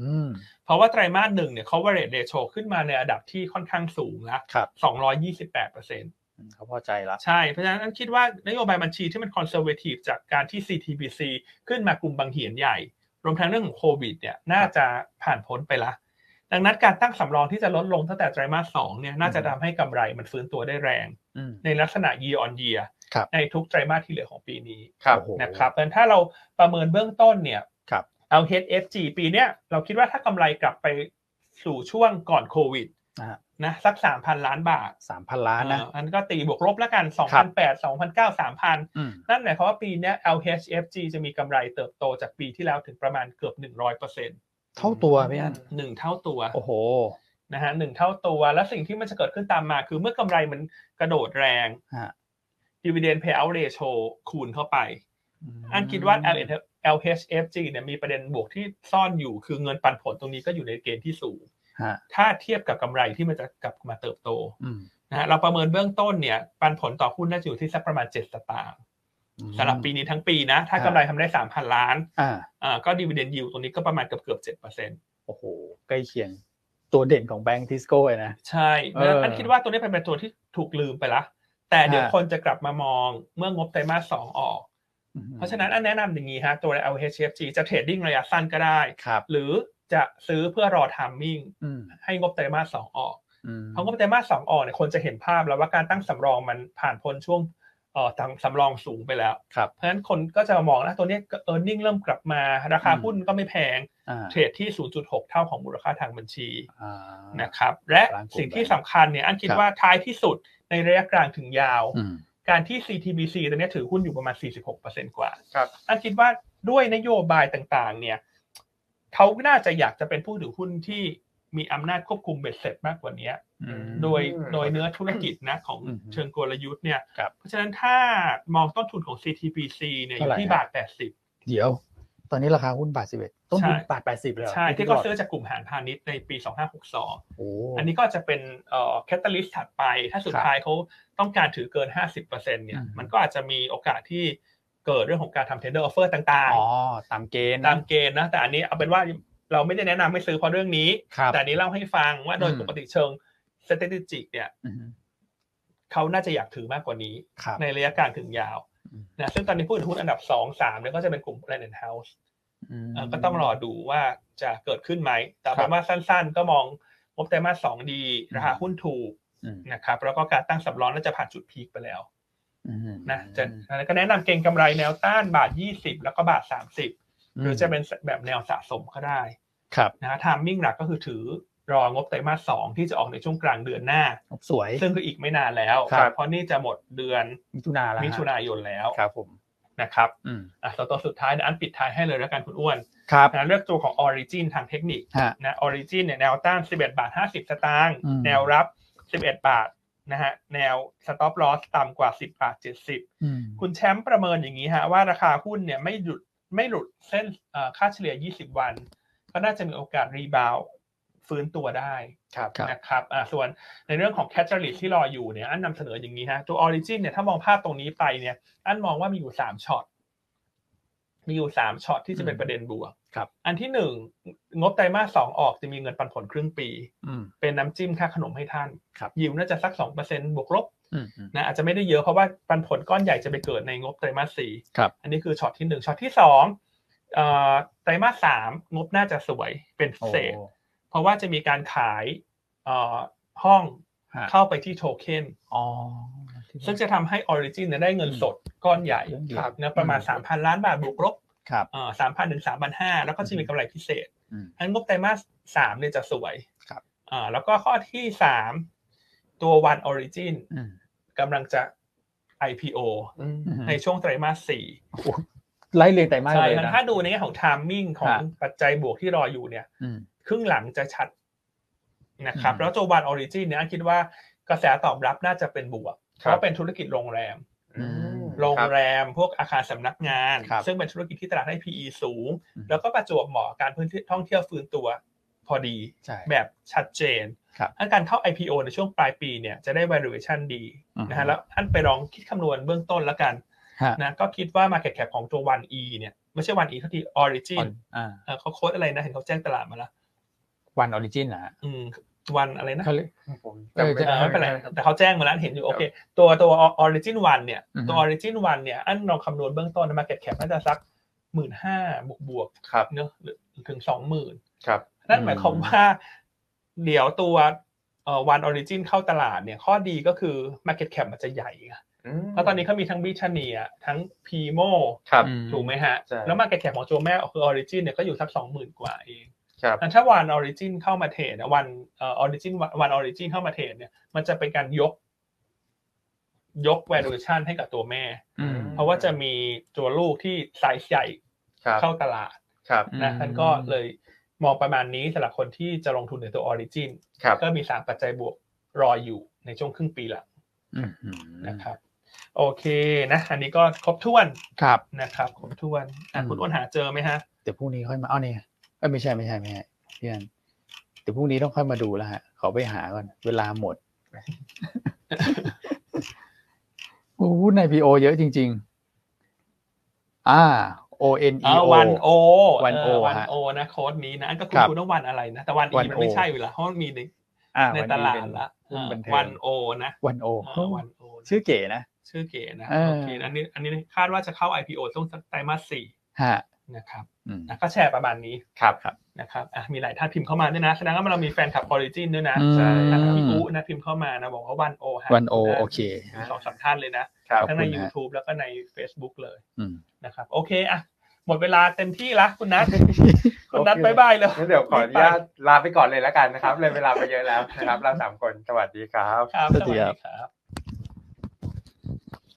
[SPEAKER 2] อืม
[SPEAKER 1] เพราะว่าไตรมาสหนึ่งเนี่ย coverage ratio ขึ้นมาในระดับที่ค่อนข้างสูงแล้ว
[SPEAKER 2] ครับ
[SPEAKER 1] 228เปอร์เซ็น
[SPEAKER 2] อืมเขาพอใจละ
[SPEAKER 1] ใช่ เพราะฉะนั้นอันคิดว่านโยบายบัญชีที่มันคอนเซอร์เวทีฟจากการที่ CTBC ขึ้นมากลุ่มบางเหียนใหญ่ รวมทั้งเรื่องของโควิดเนี่ยน่าจะผ่านพ้นไปละ ดังนั้นการตั้งสำรองที่จะลดลงตั้งแต่ไตรมาสสองเนี่ยน่าจะ
[SPEAKER 2] อืม
[SPEAKER 1] ทำให้กำไรมันฟื้นตัวได้แรง
[SPEAKER 2] อืม
[SPEAKER 1] ในลักษณะ year on year
[SPEAKER 2] ครับ
[SPEAKER 1] ในทุกไตรมาสที่เหลือของปีนี้
[SPEAKER 3] ครับ
[SPEAKER 2] โอ้โห
[SPEAKER 1] นะครับเพราะฉะนั้นถ้าเราประเมินเบื้องต้นเนี่ย
[SPEAKER 2] ครับ
[SPEAKER 1] เอา HFG ปีเนี้ยเราคิดว่าถ้ากำไรกลับไปสู่ช่วงก่อนโควิดนะสักสามพันล้านบาท
[SPEAKER 2] สามพันล้านนะ
[SPEAKER 1] เอ่ออันก็ตีบวกลบแล้วกัน
[SPEAKER 2] ครั
[SPEAKER 1] 2,008 2,009 3,000
[SPEAKER 2] อืม
[SPEAKER 1] นั่นหมายความว่าปีเนี้ย LHFG จะมีกำไรเติบโตจากปีที่แล้วถึงประมาณเกือบ 100%
[SPEAKER 2] เท่าตัวพี่อัน
[SPEAKER 1] หนึ่งเท่าตัว
[SPEAKER 2] โอ้โห
[SPEAKER 1] นะฮะหนึ่งเท่าตัว แล้วสิ่งที่มันจะเกิดขึ้นตามมา คือเมื่อกำไรมันกระโดดแรง
[SPEAKER 2] ฮะ
[SPEAKER 1] dividend payout ratio คูณเข้าไป อันคิดว่า LH- LHFG เนี่ยมีประเด็นบวกที่ซ่อนอยู่ คือเงินปันผลตรงนี้ก็อยู่ในเกณฑ์ที่สูง
[SPEAKER 2] ฮะ
[SPEAKER 1] ถ้าเทียบกับกำไรที่มันจะกลับมาเติบโต
[SPEAKER 2] อืม
[SPEAKER 1] นะฮะเราประเมินเบื้องต้นเนี่ยปันผลต่อหุ้นน่าจะอยู่ที่สักประมาณ 7 สตางค์
[SPEAKER 2] อืม
[SPEAKER 1] สำหรับปีนี้ทั้งปีนะ ถ้า
[SPEAKER 2] ครับ
[SPEAKER 1] กำไรทำได้ 3,000 ล้าน
[SPEAKER 2] อ่า
[SPEAKER 1] อ่าก็ดีเวเดนยิวตรงนี้ก็ประมาณเกือบเกือบ7เปอร์เซ็นต์
[SPEAKER 2] โอ้โห ใกล้เคียง ตัวเด่นของแบงก์ทิสโก้เลยนะ
[SPEAKER 1] ใช่
[SPEAKER 2] เอออั
[SPEAKER 1] อันคิดว่าตัวนี้เป็นตัวที่ถูกลืมไปละ แต่เดี๋ยว
[SPEAKER 2] ฮะ
[SPEAKER 1] คนจะกลับมามองเมื่องบไตรมาสสองออก
[SPEAKER 2] อืม
[SPEAKER 1] เพราะฉะนั้นอันแนะนำอย่างนี้ฮะตัว LHFG จะเทรดดิ้งระยะสั้นก็ได้
[SPEAKER 2] ครับ
[SPEAKER 1] หรือจะซื้อเพื่อรอทามมิ่ง
[SPEAKER 2] อืม
[SPEAKER 1] ให้งบไตรมาสสองออก
[SPEAKER 2] อืม
[SPEAKER 1] เพราะงบไตรมาสสองออกเนี่ยคนจะเห็นภาพแล้วว่าการตั้งสำรองมันผ่านพ้นช่วงเอ่อตั้งสำรองสูงไปแล้ว
[SPEAKER 2] ครับ
[SPEAKER 1] เพราะฉะนั้นคนก็จะมองนะตัวเนี้เออร์เน็งเริ่มกลับมา ราคา
[SPEAKER 2] อืม
[SPEAKER 1] หุ้นก็ไม่แพง
[SPEAKER 2] อ่า
[SPEAKER 1] เทรดที่ 0.6 เท่าของมูลค่าทางบัญชี
[SPEAKER 2] อ่า
[SPEAKER 1] นะครับและ
[SPEAKER 2] ร้านกลุ่ม
[SPEAKER 1] สิ่งที่
[SPEAKER 2] แบงค์
[SPEAKER 1] สำคัญเนี่ยอันคิด
[SPEAKER 2] ครับ
[SPEAKER 1] ว่าท้ายที่สุดในระยะกลางถึงยาว
[SPEAKER 2] อืม
[SPEAKER 1] การที่ CTBC ตอนนี้ยถือหุ้นอยู่ประมาณ 46%กว่า
[SPEAKER 3] ครับ
[SPEAKER 1] อันคิดว่าด้วยนโยบายต่างๆ เนี่ยเขาน่าจะอยากจะเป็นผู้ถือหุ้นที่มีอำนาจควบคุมเบ็ดเสร็จมากกว่านี้
[SPEAKER 2] อืม
[SPEAKER 1] โดย
[SPEAKER 3] อืม
[SPEAKER 1] โดยเนื้อธุรกิจนะของ
[SPEAKER 2] อืม
[SPEAKER 1] เชิงกลยุทธ์เนี่ย
[SPEAKER 2] ครับ
[SPEAKER 1] เพราะฉะนั้นถ้ามองต้นทุนของ CTPC เนี่ยอ
[SPEAKER 2] เท่าไหร่
[SPEAKER 1] ยู่ที่
[SPEAKER 2] ฮะ
[SPEAKER 1] บาท 80
[SPEAKER 2] เดี๋ยว ตอนนี้ราคาหุ้นบาทสิบเอ็ดต้นทุนบาทแปดสิบเลยเหรอ
[SPEAKER 1] ใช่ ที่ก็ซื้อจากกลุ่มหารพาณิชย์ในปี 2562
[SPEAKER 2] โอ้
[SPEAKER 1] อันนี้ก็จะเป็นเอ่อแคตตาลิสต์ถัดไป ถ้าสุดท้ายเขาต้องการถือเกิน 50%เนี่ยมันก็อาจจะมีโอกาสที่เกิดเรื่องของการทำ tender offer ต่าง
[SPEAKER 2] อ๋อ ตามเกณฑ์
[SPEAKER 1] ๆ ตามเกณฑ์นะ แต่อันนี้เอาเป็นว่าเราไม่ได้แนะนำให้ซื้อเพราะเรื่องนี้
[SPEAKER 2] ครับ
[SPEAKER 1] แต่อันนี้เล่าให้ฟังว่าโดย
[SPEAKER 2] อืม
[SPEAKER 1] ปกติเชิง strategic เนี่ย
[SPEAKER 2] อืม
[SPEAKER 1] เขาน่าจะอยากถือมากกว่านี้
[SPEAKER 2] ครับ
[SPEAKER 1] ในระยะกลางถึงยาว
[SPEAKER 2] อืม
[SPEAKER 1] นะซึ่งตอนนี้ผู้ถือหุ้นอันดับสองสามเนี่ยก็จะเป็นกลุ่ม Land and House
[SPEAKER 2] อืม
[SPEAKER 1] เอ่อก็ต้องรอดูว่าจะเกิดขึ้นไหม แต่
[SPEAKER 2] ครั
[SPEAKER 1] เป็
[SPEAKER 2] บ
[SPEAKER 1] นว่าสั้นๆ ก็มองงบไตรมาสสองดี ราคา
[SPEAKER 2] อืม
[SPEAKER 1] หุ้นถูก
[SPEAKER 2] อืม
[SPEAKER 1] นะครับ แล้วก็การตั้งสำรองน่าจะผ่านจุดพีคไปแล้ว
[SPEAKER 2] อืม
[SPEAKER 1] นะจะแล้วก็แนะนำเก็งกำไรแนวต้านบาท 20 แล้วก็บาท 30 หรือจะเป็นแบบแนวสะสมก็ได้
[SPEAKER 2] ครับ
[SPEAKER 1] นะฮะทามมิ่งหลักก็คือถือรองบไตรมาสสองที่จะออกในช่วงกลางเดือนหน้า
[SPEAKER 2] สวย
[SPEAKER 1] ซึ่งก็อีกไม่นานแล้ว
[SPEAKER 2] ครับ
[SPEAKER 1] เพราะนี่จะหมดเดือน
[SPEAKER 2] มิถุนาแล้วฮะ
[SPEAKER 1] มิถุนายนแล้ว
[SPEAKER 2] ครับผม
[SPEAKER 1] นะครับ
[SPEAKER 2] อืม
[SPEAKER 1] อ่ะตัวตัวสุดท้ายนะอันปิดท้ายให้เลยแล้วกันคุณอ้วน
[SPEAKER 2] ครับ
[SPEAKER 1] นะเลือกตัวของ Origin ทางเทคนิค
[SPEAKER 2] ฮะ
[SPEAKER 1] นะ Origin เนี่ยแนวต้าน 11 บาท 50 สตางค์
[SPEAKER 2] อืม
[SPEAKER 1] แนวรับ 11 บาทนะฮะแนว stop loss ต่ำกว่า 10 บาท 70
[SPEAKER 2] อืม
[SPEAKER 1] คุณแชมป์ประเมินอย่างนี้ฮะว่าราคาหุ้นเนี่ยไม่หยุดไม่หลุดเส้นเอ่อค่าเฉลี่ย 20 วัน ก็น่าจะมีโอกาสรีบาวฟื้นตัวได้
[SPEAKER 3] ครับ
[SPEAKER 2] ครับ
[SPEAKER 1] นะครับอ่ะส่วนในเรื่องของแคตตาลิสที่รออยู่เนี่ยอันนำเสนออย่างนี้ฮะตัว Origin เนี่ยถ้ามองภาพตรงนี้ไปเนี่ยอันมองว่ามีอยู่สามช็อต มีอยู่สามช็อตที่จะเป็นประเด็นบวก
[SPEAKER 2] ครับ
[SPEAKER 1] อันที่หนึ่งงบไตรมาสสองออกจะมีเงินปันผลครึ่งปี
[SPEAKER 2] อืม
[SPEAKER 1] เป็นน้ำจิ้มค่าขนมให้ท่าน
[SPEAKER 2] ครับ
[SPEAKER 1] ยิวน่าจะสักสองเปอร์เซ็นบวกลบ
[SPEAKER 2] อืมอืม
[SPEAKER 1] นะอาจจะไม่ได้เยอะเพราะว่าปันผลก้อนใหญ่จะไปเกิดในงบไตรมาสสี่
[SPEAKER 2] ครับ
[SPEAKER 1] อันนี้คือช็อตที่หนึ่งช็อตที่สองเอ่อไตรมาสสามงบน่าจะสวยเป็นพิ
[SPEAKER 2] โอ้
[SPEAKER 1] เศษ เพราะว่าจะมีการขายเอ่อห้อง
[SPEAKER 2] ฮะ
[SPEAKER 1] เข้าไปที่โทเค็น
[SPEAKER 2] อ๋อ
[SPEAKER 1] ซึ่งจะทำให้ออริจินยได้เงินสดก้อนใหญ่
[SPEAKER 2] เรื่องเดียว
[SPEAKER 1] ครับนะประมาณ 3,000 ล้านบาทบวกลบ
[SPEAKER 2] ครับ
[SPEAKER 1] สามพันถึงสามพันห้าแล้วก็จะมีกำไรพิเศษ
[SPEAKER 2] อืม
[SPEAKER 1] อันงบไตรมาสสามเนี่ยจะสวย
[SPEAKER 2] ครับ
[SPEAKER 1] อ่าแล้วก็ข้อที่สาม ตัว One Origin
[SPEAKER 2] อืม
[SPEAKER 1] กำลังจะ IPO
[SPEAKER 3] อืม
[SPEAKER 1] ในช่วงไตรมาสสี่
[SPEAKER 2] โอ้โหไล่เรียงแต่มาก
[SPEAKER 1] ใช่
[SPEAKER 2] เลย
[SPEAKER 1] มัน
[SPEAKER 2] นะ
[SPEAKER 1] ถ้าดูในแง่ของ timing ของ
[SPEAKER 2] ค่ะ
[SPEAKER 1] ปัจจัยบวกที่รออยู่เนี่ย
[SPEAKER 2] อืม
[SPEAKER 1] ครึ่งหลังจะชัดนะครับ
[SPEAKER 2] อืม
[SPEAKER 1] แล้วตัว One Origin เนี่ยอันคิดว่ากระแสตอบรับน่าจะเป็นบวก เพราะเป็นธุรกิจโรงแรม
[SPEAKER 2] อืม
[SPEAKER 1] โรง
[SPEAKER 3] ครับ
[SPEAKER 1] แรมพวกอาคารสำนักงาน
[SPEAKER 3] ครับ
[SPEAKER 1] ซึ่งเป็นธุรกิจที่ตลาดให้ PE สูง
[SPEAKER 2] อืม
[SPEAKER 1] แล้วก็ประจวบเหมาะการพื้นที่ท่องเที่ยวฟื้นตัวพอดี
[SPEAKER 2] ใช่
[SPEAKER 1] แบบชัดเจน
[SPEAKER 2] ครับ
[SPEAKER 1] อันการเข้า IPO ในช่วงปลายปีเนี่ยจะได้ valuation ดีนะฮะ แล้วอันไปลองคิดคำนวณเบื้องต้นแล้วกัน
[SPEAKER 2] ฮะ
[SPEAKER 1] นะก็คิดว่า market cap ของตัว 1 e เนี่ยไม่ใช่ 1 e เท่าที่ origin
[SPEAKER 2] อ่า
[SPEAKER 1] เอ่อเขาโค้ดอะไรนะ เห็นเขาแจ้งตลาดมาแล้ว
[SPEAKER 2] วันออริจินนะฮะ
[SPEAKER 1] อืมวันอะไรนะ
[SPEAKER 2] เขาเรียก
[SPEAKER 3] ผม
[SPEAKER 2] เออ
[SPEAKER 3] จำ
[SPEAKER 2] จะ
[SPEAKER 3] ไม่
[SPEAKER 1] เออไม่
[SPEAKER 3] ได้
[SPEAKER 1] เป็นไร แต่เขาแจ้งมาแล้วเห็นอยู่โอเค ตัวตัว origin 1เนี่ย
[SPEAKER 2] อือฮึ
[SPEAKER 1] ตัว origin 1เนี่ยอันลองคำนวณเบื้องต้นนะ market cap น่าจะสักหมื่นห้าบวกบวก
[SPEAKER 3] ครับ
[SPEAKER 1] ๆเนอะหรือถึงสองหมื่น
[SPEAKER 3] ครับ
[SPEAKER 1] นั่นหมายความว่าเดี๋ยวตัววันออริจินเข้าตลาดเนี่ยข้อดีก็คือ Market Cap มันจะใหญ่ไง
[SPEAKER 3] ม
[SPEAKER 1] เพราะตอนนี้เขามีทั้งบิชเนียทั้งพีโม
[SPEAKER 3] ครับ
[SPEAKER 2] อืม
[SPEAKER 1] ถูกไหมฮะ
[SPEAKER 3] ใช่
[SPEAKER 1] แล้ว Market Cap ของโจแม่คือออริจินเนี่ยก็อยู่สักสองหมื่นกว่าเอง
[SPEAKER 3] ครับ
[SPEAKER 1] นั้นถ้าวันออริจินเข้ามาเทรดวันออริจินวันออริจินเข้ามาเทรดเนี่ยมันจะเป็นการยก ยก valuation ให้กับตัวแม่
[SPEAKER 2] อืม
[SPEAKER 1] เพราะว่าจะมีตัวลูกที่ไซส์ใหญ่
[SPEAKER 3] ครับ
[SPEAKER 1] เข้าตลาด
[SPEAKER 3] ครับ
[SPEAKER 1] นะ
[SPEAKER 2] อืม
[SPEAKER 1] ท่านก็เลยมองประมาณนี้สำหรับคนที่จะลงทุนในตัว Origin
[SPEAKER 3] ครับ
[SPEAKER 1] ก็มีสามปัจจัยบวกรออยู่ในช่วงครึ่งปีหลัง
[SPEAKER 2] อืม
[SPEAKER 1] นะครับ โอเคนะอันนี้ก็ครบถ้วน
[SPEAKER 2] ครับ
[SPEAKER 1] นะครับครบถ้วนอ่ะ
[SPEAKER 2] อืม
[SPEAKER 1] คุณอ้วนหาเจอไหมฮะ
[SPEAKER 2] เดี๋ยวพรุ่งนี้ค่อยมาเอาเนี่ยเอ้ยไม่ใช่ไม่ใช่ไม่ใช่เพื่อนเดี๋ยวพรุ่งนี้ต้องค่อยมาดูแล้วฮะขอไปหาก่อน เวลาหมด โอ้หุ้นในพีโอเยอะจริง ๆ อ่า O N E
[SPEAKER 1] อ่า
[SPEAKER 2] O
[SPEAKER 1] วันโอ
[SPEAKER 2] One O
[SPEAKER 1] วัน
[SPEAKER 2] ฮะ
[SPEAKER 1] โอนะโค้ดนี้นะอันก็คุณ
[SPEAKER 2] ครับ
[SPEAKER 1] คุณต้องวันอะไรนะ แต่วันอี
[SPEAKER 2] One
[SPEAKER 1] มันไม่
[SPEAKER 2] O
[SPEAKER 1] ใช่อยู่แล้วเพราะมันมีใน
[SPEAKER 2] อ่า
[SPEAKER 1] ใน
[SPEAKER 2] วัน
[SPEAKER 1] ต
[SPEAKER 2] นี้
[SPEAKER 1] ลา
[SPEAKER 2] เป็
[SPEAKER 1] ด
[SPEAKER 2] น
[SPEAKER 1] ละ
[SPEAKER 2] หุ้นบันเทิง
[SPEAKER 1] วันโอนะ
[SPEAKER 2] วันโอ
[SPEAKER 1] อ่าวันโอ
[SPEAKER 2] ชื่อเก๋นะ
[SPEAKER 1] ชื่อเก๋นะ
[SPEAKER 2] เออ
[SPEAKER 1] โอเคอันนี้ อันนี้คาดว่าจะเข้า IPO ต้องสักไตรมาสสี่
[SPEAKER 2] ฮะ
[SPEAKER 1] นะครับ
[SPEAKER 2] อืม
[SPEAKER 1] นะก็แชร์ประมาณนี้
[SPEAKER 3] ครับ
[SPEAKER 1] นะครับอ่ะมีหลายท่านพิมพ์เข้ามาด้วยนะแสดงว่าเรามีแฟนคลับออริจินด้วยนะ
[SPEAKER 2] ใช่
[SPEAKER 1] นะพี่อุนะพิมพ์เข้ามานะบอกว่าวันโอฮะ
[SPEAKER 2] วันโอโอเค
[SPEAKER 1] มีสองสามท่านเลยนะ
[SPEAKER 3] ครับ
[SPEAKER 1] ทั้งใน
[SPEAKER 2] ขอบคุณฮะ
[SPEAKER 1] YouTube แล้วก็ใน Facebook เลย
[SPEAKER 2] อืม
[SPEAKER 1] นะครับ โอเคอ่ะหมดเวลาเต็มที่ละคุณ นัท คุณนัทบายบายเลย
[SPEAKER 3] งั้นเดี๋ยวขออนุญาตลาไปก่อนเลยแล้วกันนะครับ เลยเวลาไปเยอะแล้วนะครับ เราสามคน สวัสดีครับ
[SPEAKER 1] ครับส
[SPEAKER 2] สวั
[SPEAKER 1] วัส
[SPEAKER 2] สดี
[SPEAKER 1] ดี
[SPEAKER 2] ครับ
[SPEAKER 1] ครับ